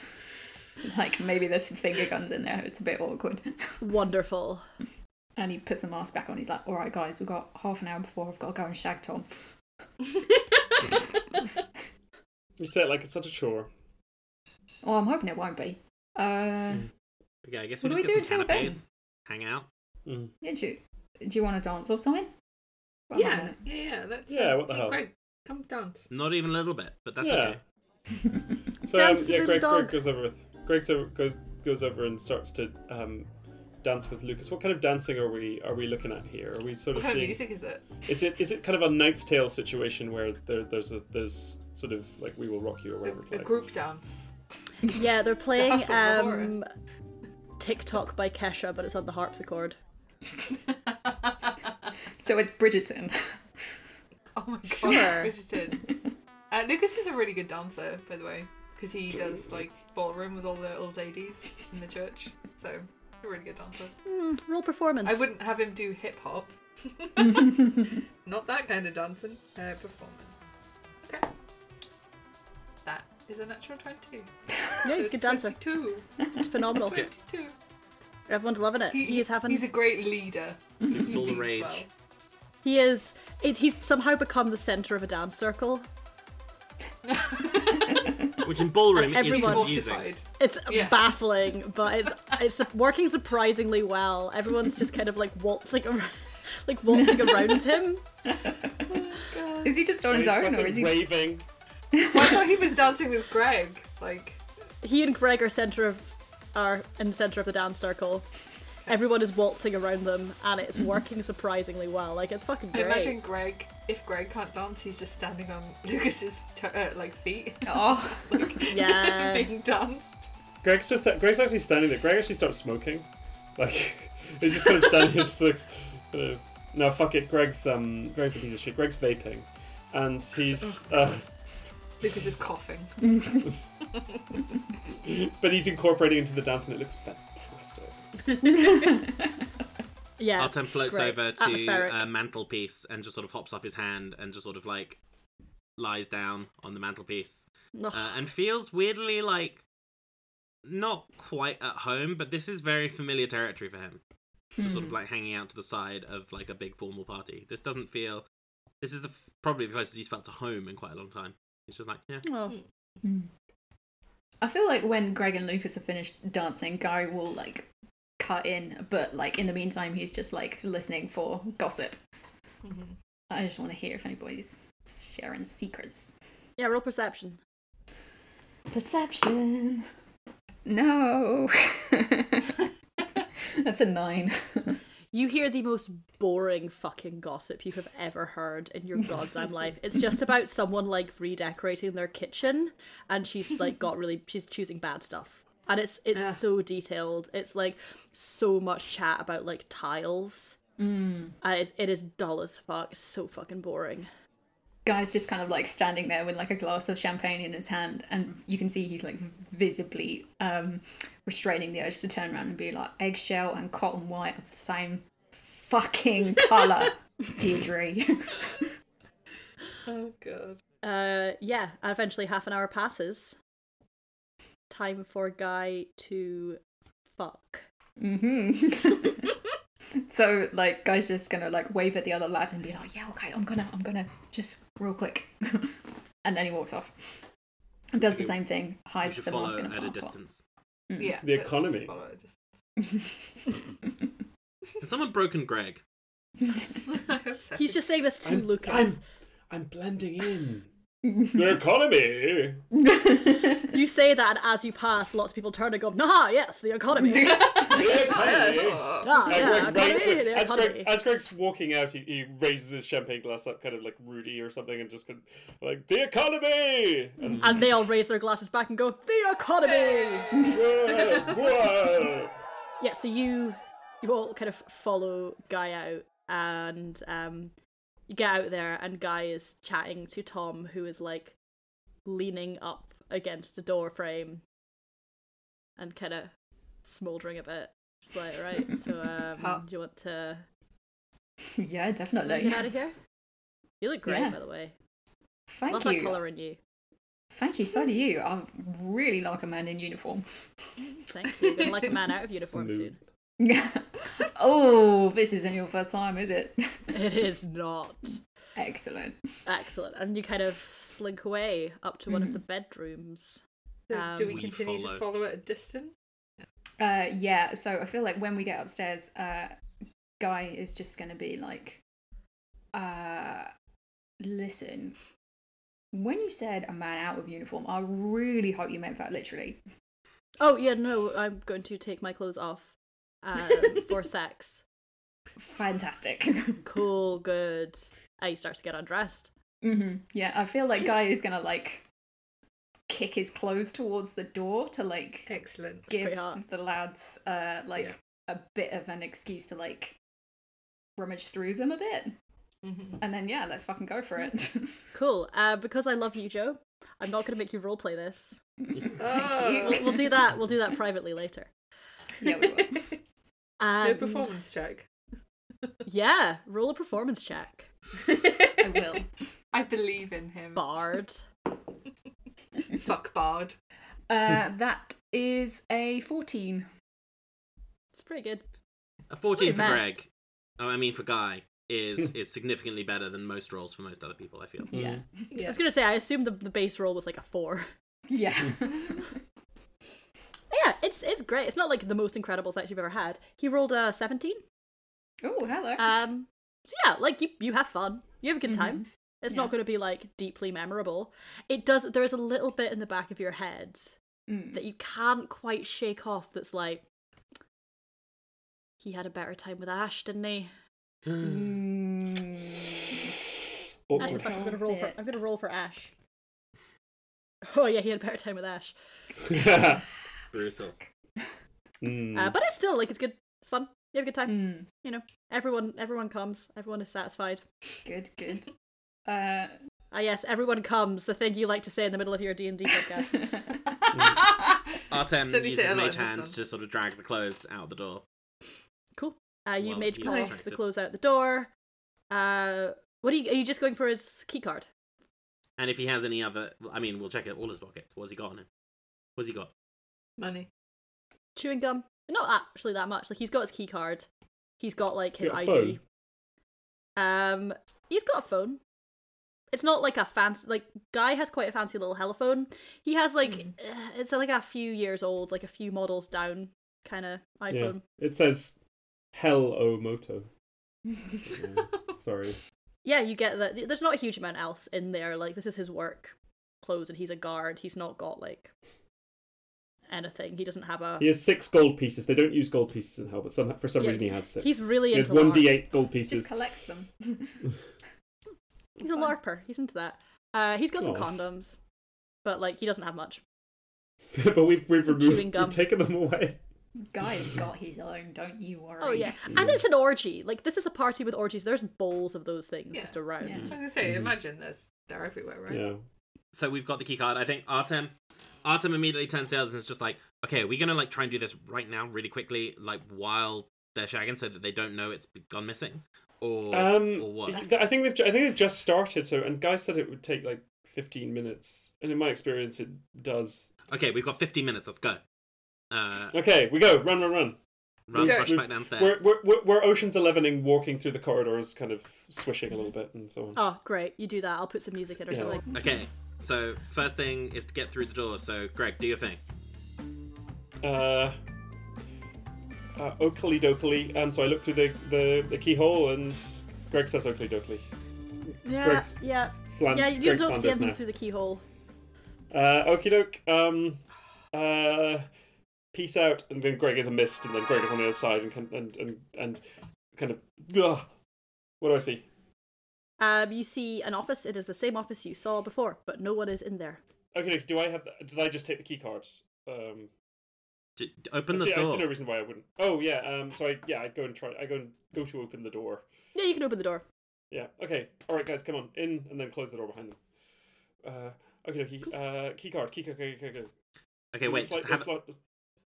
[SPEAKER 6] Like maybe there's some finger guns in there. It's a bit awkward.
[SPEAKER 3] Wonderful.
[SPEAKER 6] And he puts the mask back on. He's like, "All right, guys, we've got half an hour before I've got to go and shag Tom."
[SPEAKER 8] You say it like it's such a chore.
[SPEAKER 6] Oh, I'm hoping it won't be. Uh,
[SPEAKER 5] Okay, I guess we
[SPEAKER 6] What
[SPEAKER 5] just
[SPEAKER 6] do we
[SPEAKER 5] get
[SPEAKER 6] do
[SPEAKER 5] some
[SPEAKER 6] till then?
[SPEAKER 5] canapes, hang out.
[SPEAKER 8] Mm.
[SPEAKER 6] yeah, do you, do you want to dance or something? Well, I'm
[SPEAKER 7] Yeah,
[SPEAKER 6] not
[SPEAKER 7] yeah, yeah. That's uh,
[SPEAKER 8] Yeah, what the
[SPEAKER 7] yeah,
[SPEAKER 8] hell?
[SPEAKER 7] Great. Come dance.
[SPEAKER 5] Not even a little bit, but that's
[SPEAKER 8] yeah.
[SPEAKER 5] okay.
[SPEAKER 8] So um,
[SPEAKER 3] Dance as a
[SPEAKER 8] yeah,
[SPEAKER 3] little
[SPEAKER 8] Greg, Greg
[SPEAKER 3] dog.
[SPEAKER 8] goes over with Greg goes goes over and starts to um, dance with Lucas. What kind of dancing are we are we looking at here? Are we sort
[SPEAKER 7] What
[SPEAKER 8] of
[SPEAKER 7] kind of
[SPEAKER 8] seeing?
[SPEAKER 7] music is it?
[SPEAKER 8] Is it is it kind of a Knight's Tale situation where there, there's a there's sort of like we will rock you or whatever?
[SPEAKER 7] A, a
[SPEAKER 8] like-
[SPEAKER 7] group dance.
[SPEAKER 3] Yeah, they're playing
[SPEAKER 7] hustle, the horror.
[SPEAKER 3] um, TikTok by Kesha, but it's on the harpsichord.
[SPEAKER 6] So it's Bridgerton.
[SPEAKER 7] Oh my god,
[SPEAKER 3] Sure.
[SPEAKER 7] Bridgerton. Uh, Lucas is a really good dancer, by the way, because he does like ballroom with all the old ladies in the church. So, a really good dancer.
[SPEAKER 3] Mm, roll performance.
[SPEAKER 7] I wouldn't have him do hip hop. Not that kind of dancing. Uh, performance. Okay. That is a natural 20.
[SPEAKER 3] Yeah, you could dance it.
[SPEAKER 7] 22.
[SPEAKER 3] It's phenomenal.
[SPEAKER 7] 22.
[SPEAKER 3] Everyone's loving it. He, is having.
[SPEAKER 7] He's a great leader.
[SPEAKER 5] It's all the
[SPEAKER 7] Leads
[SPEAKER 5] rage.
[SPEAKER 7] well.
[SPEAKER 3] he is. It, he's somehow become the center of a dance circle.
[SPEAKER 5] Which in ballroom
[SPEAKER 3] And
[SPEAKER 5] is
[SPEAKER 3] everyone-
[SPEAKER 5] confusing.
[SPEAKER 7] Mortified.
[SPEAKER 3] It's
[SPEAKER 7] Yeah.
[SPEAKER 3] baffling, but it's it's su- working surprisingly well. Everyone's just kind of like waltzing around, like waltzing around him.
[SPEAKER 6] Is he just on
[SPEAKER 8] He's
[SPEAKER 6] his own, or
[SPEAKER 8] fucking
[SPEAKER 6] is he?
[SPEAKER 8] raving?
[SPEAKER 7] Well, I thought he was dancing with Greg. Like,
[SPEAKER 3] He and Greg are center of are in the center of the dance circle. Everyone is waltzing around them, and it's working surprisingly well. Like it's fucking
[SPEAKER 7] I
[SPEAKER 3] great.
[SPEAKER 7] imagine Greg, if Greg can't dance, he's just standing on Lucas's t- uh, like feet,
[SPEAKER 6] Oh,
[SPEAKER 3] Yeah.
[SPEAKER 7] being danced.
[SPEAKER 8] Greg's just Greg's actually standing there. Greg actually starts smoking. Like he's just kind of standing his six. Uh, no, fuck it. Greg's um Greg's a piece of shit. Greg's vaping, and he's uh,
[SPEAKER 7] Lucas is coughing.
[SPEAKER 8] uh, but he's incorporating into the dance, and it looks fantastic.
[SPEAKER 3] yeah.
[SPEAKER 5] Artem floats
[SPEAKER 3] great.
[SPEAKER 5] over
[SPEAKER 3] Atmospheric.
[SPEAKER 5] to a mantelpiece and just sort of hops off his hand and just sort of like lies down on the mantelpiece
[SPEAKER 3] Ugh.
[SPEAKER 5] uh, and feels weirdly like not quite at home, but this is very familiar territory for him. Just
[SPEAKER 7] Hmm.
[SPEAKER 5] sort of like hanging out to the side of like a big formal party. This doesn't feel. This is the f- probably the closest he's felt to home in quite a long time. He's just like, yeah.
[SPEAKER 3] Oh.
[SPEAKER 6] I feel like when Greg and Lucas are finished dancing, Guy will like cut in, but like in the meantime, he's just like listening for gossip.
[SPEAKER 7] Mhm.
[SPEAKER 6] I just want to hear if anybody's sharing secrets.
[SPEAKER 3] Yeah, roll perception.
[SPEAKER 6] Perception. No. That's a nine.
[SPEAKER 3] You hear the most boring fucking gossip you have ever heard in your goddamn life. It's just about someone like redecorating their kitchen and she's like got really she's choosing bad stuff. And it's it's so detailed. It's like so much chat about like tiles. Mm. And it's, it is dull as fuck. It's so fucking boring.
[SPEAKER 6] Guy's just kind of like standing there with like a glass of champagne in his hand, and you can see he's like visibly um, restraining the urge to turn around and be like, eggshell and cotton white of the same fucking colour, Deirdre.
[SPEAKER 7] Oh god.
[SPEAKER 3] Uh, yeah, and eventually half an hour passes. Time for Guy to fuck.
[SPEAKER 6] Mm-hmm. so like guy's just gonna like wave at the other lads and be like, yeah, okay, I'm gonna, I'm gonna just real quick, and then he walks off. Does the
[SPEAKER 5] We-
[SPEAKER 6] same thing,
[SPEAKER 5] We
[SPEAKER 6] hides
[SPEAKER 5] should
[SPEAKER 6] the
[SPEAKER 5] follow
[SPEAKER 6] mask in
[SPEAKER 5] at a
[SPEAKER 6] a bottle.
[SPEAKER 5] distance.
[SPEAKER 7] Yeah.
[SPEAKER 8] The
[SPEAKER 7] let's
[SPEAKER 8] economy.
[SPEAKER 7] follow it, just-
[SPEAKER 5] Has someone broken Greg?
[SPEAKER 7] I hope so.
[SPEAKER 3] He's just saying this to
[SPEAKER 8] I'm-
[SPEAKER 3] Lucas.
[SPEAKER 8] I'm I'm blending in. the economy.
[SPEAKER 3] You say that, and as you pass, lots of people turn and go, "Nah, yes, the economy."
[SPEAKER 8] The economy.
[SPEAKER 7] Oh,
[SPEAKER 3] Ah,
[SPEAKER 8] Uh,
[SPEAKER 3] yeah,
[SPEAKER 8] Greg,
[SPEAKER 3] economy,
[SPEAKER 8] Greg-
[SPEAKER 3] the
[SPEAKER 8] as, Greg,
[SPEAKER 3] economy.
[SPEAKER 8] as Greg's walking out, he, he raises his champagne glass up, kind of like Rudy or something, and just kind of like the economy. And,
[SPEAKER 3] And they all raise their glasses back and go, "The economy."
[SPEAKER 8] whoa, whoa.
[SPEAKER 3] yeah. So you, you all kind of follow Guy out, and um, you get out there, and Guy is chatting to Tom, who is like leaning up against the door frame, and kind of smouldering a bit. Just like, right. So, um,
[SPEAKER 7] Huh.
[SPEAKER 3] do you want to
[SPEAKER 6] yeah, definitely.
[SPEAKER 3] get out of here? You look great,
[SPEAKER 6] Yeah.
[SPEAKER 3] by the way.
[SPEAKER 6] Thank
[SPEAKER 2] Love
[SPEAKER 3] Love
[SPEAKER 6] you.
[SPEAKER 3] that color in you.
[SPEAKER 6] Thank you. So do you. I really like a man in uniform.
[SPEAKER 3] Thank you. Gonna like a man out of uniform
[SPEAKER 8] Salute.
[SPEAKER 3] soon.
[SPEAKER 6] oh, this isn't your first time, is it?
[SPEAKER 3] It is not.
[SPEAKER 6] Excellent.
[SPEAKER 3] Excellent. And you kind of slink away up to one of the bedrooms.
[SPEAKER 7] Mm-hmm.
[SPEAKER 3] Um,
[SPEAKER 7] so do we,
[SPEAKER 5] We
[SPEAKER 7] continue
[SPEAKER 5] follow.
[SPEAKER 7] to follow at a distance?
[SPEAKER 6] Uh, yeah, so I feel like when we get upstairs, uh, Guy is just going to be like, uh, listen, when you said a man out of uniform, I really hope you meant that literally.
[SPEAKER 3] Oh, yeah, no, I'm going to take my clothes off um, for sex.
[SPEAKER 6] Fantastic.
[SPEAKER 3] Cool, good. And he starts to get undressed.
[SPEAKER 6] hmm Yeah, I feel like Guy is going to like kick his clothes towards the door to like
[SPEAKER 7] Excellent.
[SPEAKER 6] give
[SPEAKER 3] pretty hard.
[SPEAKER 6] the lads uh like a bit of an excuse to like rummage through them a bit
[SPEAKER 7] Mhm.
[SPEAKER 6] and then yeah let's fucking go for it
[SPEAKER 3] Cool. Uh, because I love you, Joe, I'm not going to make you roleplay this.
[SPEAKER 7] Oh,
[SPEAKER 3] We'll, we'll do that. We'll do that privately later.
[SPEAKER 6] yeah we will.
[SPEAKER 7] no
[SPEAKER 3] And,
[SPEAKER 7] performance check.
[SPEAKER 3] Yeah, roll a performance check.
[SPEAKER 6] i will
[SPEAKER 7] I believe in him.
[SPEAKER 3] Bard.
[SPEAKER 7] Fuck Bard.
[SPEAKER 6] uh that is a 14
[SPEAKER 3] It's pretty good.
[SPEAKER 5] A 14 for
[SPEAKER 3] Sorry, best.
[SPEAKER 5] Greg. Oh, I mean for Guy is is significantly better than most roles for most other people. I feel.
[SPEAKER 6] yeah
[SPEAKER 3] I
[SPEAKER 7] Yeah.
[SPEAKER 3] was going to say, I assume the, the base roll was like a four.
[SPEAKER 6] yeah
[SPEAKER 3] Yeah, it's it's great. It's not like the most incredible sex you've ever had. He rolled a seventeen.
[SPEAKER 6] oh hello
[SPEAKER 3] Um, so yeah, like you you have fun. You have a good time. It's
[SPEAKER 6] Mm-hmm. Yeah.
[SPEAKER 3] not going to be like deeply memorable. It does. There is a little bit in the back of your head
[SPEAKER 6] Mm.
[SPEAKER 3] that you can't quite shake off. That's like He had a better time with Ash, didn't he? Ash,
[SPEAKER 4] Awkward.
[SPEAKER 6] Oh,
[SPEAKER 3] fuck, I'm gonna roll for I'm gonna roll for Ash. Oh yeah, he had a better time with Ash.
[SPEAKER 5] Brutal.
[SPEAKER 4] Mm.
[SPEAKER 3] Uh, but it's still like it's good. It's fun. You have a good time.
[SPEAKER 6] Hmm.
[SPEAKER 3] You know, everyone everyone comes. Everyone is satisfied.
[SPEAKER 6] Good, good. Uh,
[SPEAKER 3] Ah yes, everyone comes. The thing you like to say in the middle of your D and D podcast.
[SPEAKER 5] Artem
[SPEAKER 7] So we say
[SPEAKER 5] uses
[SPEAKER 7] a lot
[SPEAKER 5] mage
[SPEAKER 7] in this
[SPEAKER 5] hand
[SPEAKER 7] one.
[SPEAKER 5] to sort of drag the clothes out the door.
[SPEAKER 3] cool. Uh, you
[SPEAKER 5] Well,
[SPEAKER 3] mage
[SPEAKER 5] he's
[SPEAKER 3] pass the
[SPEAKER 5] distracted.
[SPEAKER 3] clothes out the door. Uh, what are you? Are you just going for his key card?
[SPEAKER 5] And if he has any other, I mean, we'll check it all his pockets. What's he got on him? What's he got?
[SPEAKER 7] Money.
[SPEAKER 3] Chewing gum? Not actually that much. Like he's got his key card. He's got like his
[SPEAKER 4] Got a
[SPEAKER 3] ID.
[SPEAKER 4] phone?
[SPEAKER 3] Um, he's got a phone. It's not like a fancy like guy has quite a fancy little heliphone. He has like uh, it's like a few years old, like a few models down kind of
[SPEAKER 4] Yeah.
[SPEAKER 3] iPhone.
[SPEAKER 4] It says Hell O Moto. Yeah, Sorry.
[SPEAKER 3] Yeah. you get that. There's not a huge amount else in there. Like this is his work clothes, and he's a guard. He's not got like anything. He doesn't have a.
[SPEAKER 4] He has six gold pieces. They don't use gold pieces in Hell, but some, for some
[SPEAKER 3] Yeah,
[SPEAKER 4] reason he
[SPEAKER 3] just-
[SPEAKER 4] has six.
[SPEAKER 3] He's really
[SPEAKER 4] he has
[SPEAKER 3] into
[SPEAKER 4] one
[SPEAKER 3] larp.
[SPEAKER 4] d8 gold
[SPEAKER 6] just
[SPEAKER 4] pieces.
[SPEAKER 6] collects them.
[SPEAKER 3] He's a larper. He's into that. Uh, he's got some
[SPEAKER 4] Aw.
[SPEAKER 3] condoms, but like he doesn't have much.
[SPEAKER 4] but we've we've
[SPEAKER 3] Some chewing
[SPEAKER 4] removed,
[SPEAKER 3] gum.
[SPEAKER 4] we've taken them away.
[SPEAKER 6] Guy's got his own, don't you worry.
[SPEAKER 3] Oh yeah, and it's an orgy. Like this is a party with orgies. There's bowls of those things
[SPEAKER 7] Yeah.
[SPEAKER 3] just around.
[SPEAKER 6] Yeah.
[SPEAKER 7] I was gonna say, imagine there's they're everywhere, right?
[SPEAKER 4] Yeah.
[SPEAKER 5] So we've got the key card. I think Artem, Artem immediately turns to the others and is just like, okay, we're gonna like try and do this right now, really quickly, like while they're shagging, so that they don't know it's gone missing, or
[SPEAKER 4] Um,
[SPEAKER 5] or what?
[SPEAKER 4] th- I think they've ju- I think they've just started. So, and Guy said it would take like fifteen minutes, and in my experience, it does.
[SPEAKER 5] Okay, we've got 15 minutes. Let's go. Uh,
[SPEAKER 4] Okay, we go. Run, run, run.
[SPEAKER 5] run,
[SPEAKER 7] Okay.
[SPEAKER 5] rush
[SPEAKER 4] We've-
[SPEAKER 5] back downstairs.
[SPEAKER 4] We're we're, we're, we're Ocean's Elevening, walking through the corridors, kind of swishing a little bit, and so on.
[SPEAKER 3] Oh great, you do that. I'll put some music in or
[SPEAKER 4] Yeah.
[SPEAKER 3] something.
[SPEAKER 5] Okay, so first thing is to get through the door. So Greg, do your thing.
[SPEAKER 4] uh, uh, Oakley Dokley. Um, so I look through the, the, the keyhole and Greg says Oakley Dokley.
[SPEAKER 3] Yeah,
[SPEAKER 4] Greg's
[SPEAKER 3] yeah,
[SPEAKER 4] Flan-
[SPEAKER 3] yeah. You
[SPEAKER 4] Greg's
[SPEAKER 3] don't see
[SPEAKER 4] flanders
[SPEAKER 3] anything
[SPEAKER 4] now.
[SPEAKER 3] through the keyhole.
[SPEAKER 4] Uh, Okie doke. Um, uh, peace out. And then Greg is a mist, and then Greg is on the other side, and can, and, and, and kind of. Ugh. What do I see?
[SPEAKER 3] Um, you see an office. It is the same office you saw before, but no one is in there.
[SPEAKER 4] Okay, doke. Do I have? The, did I just take the key cards? Um,
[SPEAKER 5] D- d- open the
[SPEAKER 4] see, I see
[SPEAKER 5] door.
[SPEAKER 4] no reason why I wouldn't. Oh yeah. Um. So I yeah I go and try. I go and go to open the door.
[SPEAKER 3] Yeah, you can open the door.
[SPEAKER 4] Yeah. Okay. All right, guys, come on in, and then close the door behind them. Uh, okay, okay. Uh, key card, key card, key card. Key card.
[SPEAKER 5] okay, wait.
[SPEAKER 4] There's
[SPEAKER 5] Just,
[SPEAKER 4] a slight-
[SPEAKER 5] have,
[SPEAKER 4] there's slight- there's-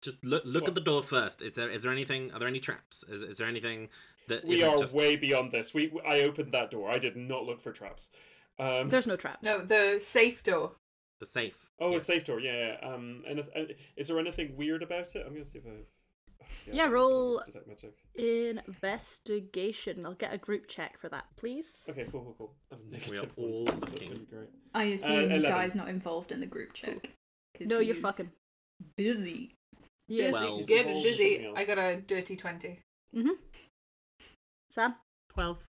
[SPEAKER 5] just look look
[SPEAKER 4] What?
[SPEAKER 5] at the door first. Is there is there anything? Are there any traps? Is, is there anything that
[SPEAKER 4] we
[SPEAKER 5] isn't
[SPEAKER 4] are
[SPEAKER 5] just...
[SPEAKER 4] way beyond this. We I opened that door. I did not look for traps. Um,
[SPEAKER 3] There's no traps.
[SPEAKER 7] No, the safe door.
[SPEAKER 5] the safe.
[SPEAKER 4] oh,
[SPEAKER 5] Yeah.
[SPEAKER 4] a safe door. Yeah. yeah. Um, and is there anything weird about it? I'm gonna see if I. Ugh, I
[SPEAKER 3] Yeah,
[SPEAKER 4] don't
[SPEAKER 3] roll-
[SPEAKER 4] Detect magic.
[SPEAKER 3] Investigation. I'll get a group check for that, please.
[SPEAKER 4] Okay, cool, cool, cool. I'm negative.
[SPEAKER 5] We are
[SPEAKER 4] one,
[SPEAKER 5] all
[SPEAKER 4] so that's
[SPEAKER 5] fucking-
[SPEAKER 4] gonna be great.
[SPEAKER 6] I assume
[SPEAKER 4] eleven.
[SPEAKER 6] Guy's not involved in the group check. 'cause
[SPEAKER 3] Uh, No, you're
[SPEAKER 6] he's
[SPEAKER 3] fucking
[SPEAKER 6] busy.
[SPEAKER 3] Yeah.
[SPEAKER 5] Well-
[SPEAKER 7] Busy, good
[SPEAKER 4] Roll
[SPEAKER 7] and busy.
[SPEAKER 4] something
[SPEAKER 7] I
[SPEAKER 4] else.
[SPEAKER 7] got a dirty twenty.
[SPEAKER 3] Mhm. Sam.
[SPEAKER 5] Twelve.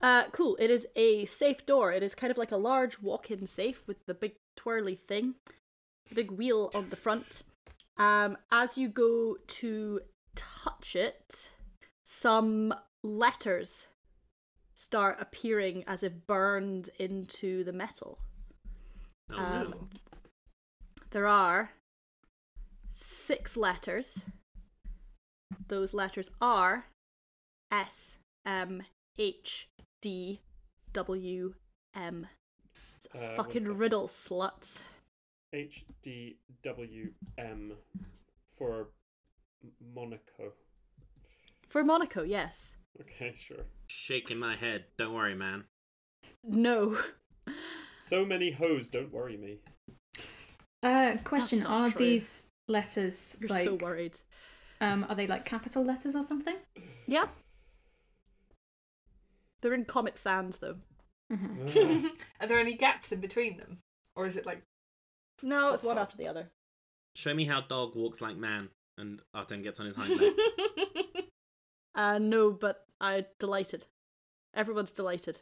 [SPEAKER 3] Uh, cool. It is a safe door. It is kind of like a large walk-in safe with the big twirly thing, the big wheel on the front. Um, as you go to touch it, some letters start appearing as if burned into the metal.
[SPEAKER 5] Oh,
[SPEAKER 3] Um,
[SPEAKER 5] no.
[SPEAKER 3] There are six letters. Those letters are S M H D W M. It's
[SPEAKER 4] Uh,
[SPEAKER 3] a
[SPEAKER 4] one
[SPEAKER 3] fucking
[SPEAKER 4] second.
[SPEAKER 3] riddle, sluts.
[SPEAKER 4] H D W M for Monaco.
[SPEAKER 3] For Monaco, yes.
[SPEAKER 4] Okay, sure.
[SPEAKER 5] Shaking my head. Don't worry, man.
[SPEAKER 3] No.
[SPEAKER 4] So many hoes, don't worry me.
[SPEAKER 6] Uh, question:
[SPEAKER 3] That's not
[SPEAKER 6] Are
[SPEAKER 3] true.
[SPEAKER 6] these letters
[SPEAKER 3] You're
[SPEAKER 6] like
[SPEAKER 3] so worried.
[SPEAKER 6] um are they like capital letters or something?
[SPEAKER 3] Yeah. They're in Comic Sans, though.
[SPEAKER 6] Mhm.
[SPEAKER 7] Are there any gaps in between them, or is it like
[SPEAKER 3] No,
[SPEAKER 7] it's one
[SPEAKER 3] after the other.
[SPEAKER 5] Show me how dog walks like man, and Artem gets on his hind legs.
[SPEAKER 3] Uh, no, but I'm delighted. Everyone's delighted.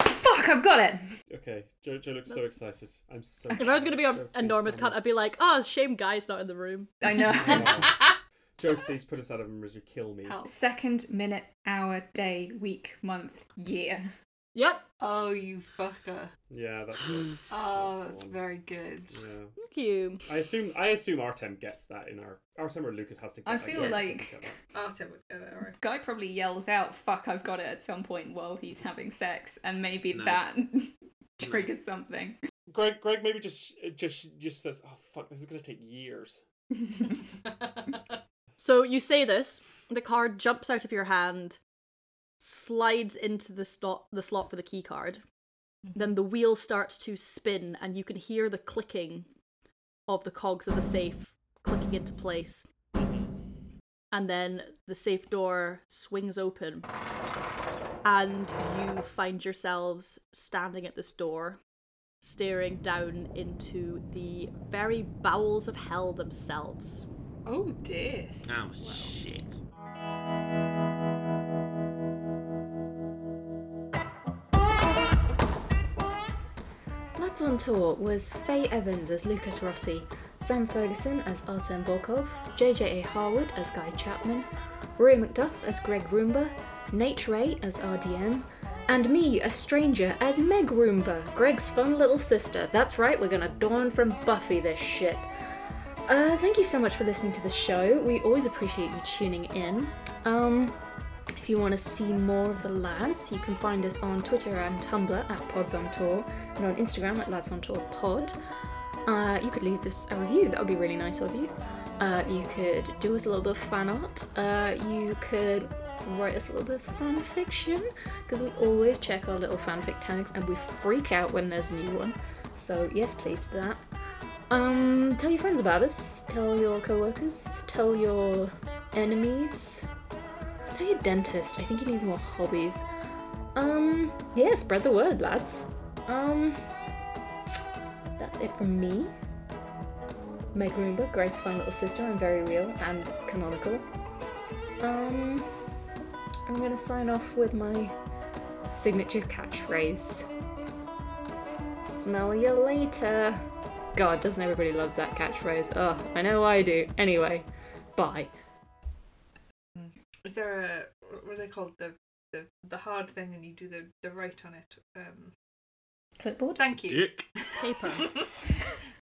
[SPEAKER 6] Fuck! I've got it.
[SPEAKER 4] Okay, Joe, Joe looks so excited. I'm so.
[SPEAKER 3] If I was going to be "Ah,
[SPEAKER 4] Joe,
[SPEAKER 3] on
[SPEAKER 4] please
[SPEAKER 3] enormous
[SPEAKER 4] tell
[SPEAKER 3] cunt,
[SPEAKER 4] me.
[SPEAKER 3] I'd be like, oh, shame guy's not in the room.
[SPEAKER 6] I know.
[SPEAKER 4] Wow. Joe, please put us out of misery. Kill me.
[SPEAKER 7] Help.
[SPEAKER 6] Second, minute, hour, day, week, month, year.
[SPEAKER 3] Yep.
[SPEAKER 7] Oh, you fucker.
[SPEAKER 4] Yeah, that's good.
[SPEAKER 7] Oh,
[SPEAKER 4] That's the
[SPEAKER 7] that's
[SPEAKER 4] one.
[SPEAKER 7] very good.
[SPEAKER 4] Yeah.
[SPEAKER 3] Thank you.
[SPEAKER 4] I assume I assume Artem gets that in our Artem or Lucas has to get
[SPEAKER 6] I
[SPEAKER 4] that.
[SPEAKER 6] feel
[SPEAKER 4] Lucas
[SPEAKER 6] like-
[SPEAKER 4] doesn't get that.
[SPEAKER 7] Artem would get it, alright.
[SPEAKER 6] Guy probably yells out, fuck, I've got it at some point while he's having sex, and maybe
[SPEAKER 5] Nice.
[SPEAKER 6] that triggers something.
[SPEAKER 4] Greg Greg maybe just just just says, Oh fuck, this is gonna take years.
[SPEAKER 3] So you say this, the card jumps out of your hand, slides into the slot the slot for the key card. Then the wheel starts to spin and you can hear the clicking of the cogs of the safe clicking into place. And then the safe door swings open and you find yourselves standing at this door, staring down into the very bowels of hell themselves.
[SPEAKER 7] Oh dear.
[SPEAKER 5] Oh shit.
[SPEAKER 2] Lads on Tour was Faye Evans as Lucas Rossi, Sam Ferguson as Artem Volkov, JJA Harwood as Guy Chapman, Rory McDuff as Greg Roomba, Nate Ray as RDM, and me, a stranger, as Meg Roomba, Greg's fun little sister. That's right, we're gonna dawn from Buffy this shit. Uh, thank you so much for listening to the show. We always appreciate you tuning in. Um, if you want to see more of the lads, you can find us on Twitter and Tumblr at Pods on Tour and on Instagram at Lads on Tour Pod. Uh, you could leave us a review, that would be really nice of you. Uh, you could do us a little bit of fan art. Uh, you could write us a little bit of fan fiction because we always check our little fanfic tags and we freak out when there's a new one. So, yes, please do that. Um, tell your friends about us, tell your co workers, tell your enemies. Tell your dentist. I think he needs more hobbies. Um, yeah, spread the word, lads. Um, that's it from me. Meg Roomba, Greg's fine little sister, and very real and canonical. Um, I'm gonna sign off with my signature catchphrase. Smell you later. God, doesn't everybody love that catchphrase? Oh, I know I do. Anyway, bye.
[SPEAKER 7] Is there a what are they called? The the, the hard thing and you do the, the right on it. Um
[SPEAKER 2] Clipboard.
[SPEAKER 7] thank you.
[SPEAKER 5] Dick.
[SPEAKER 3] Paper.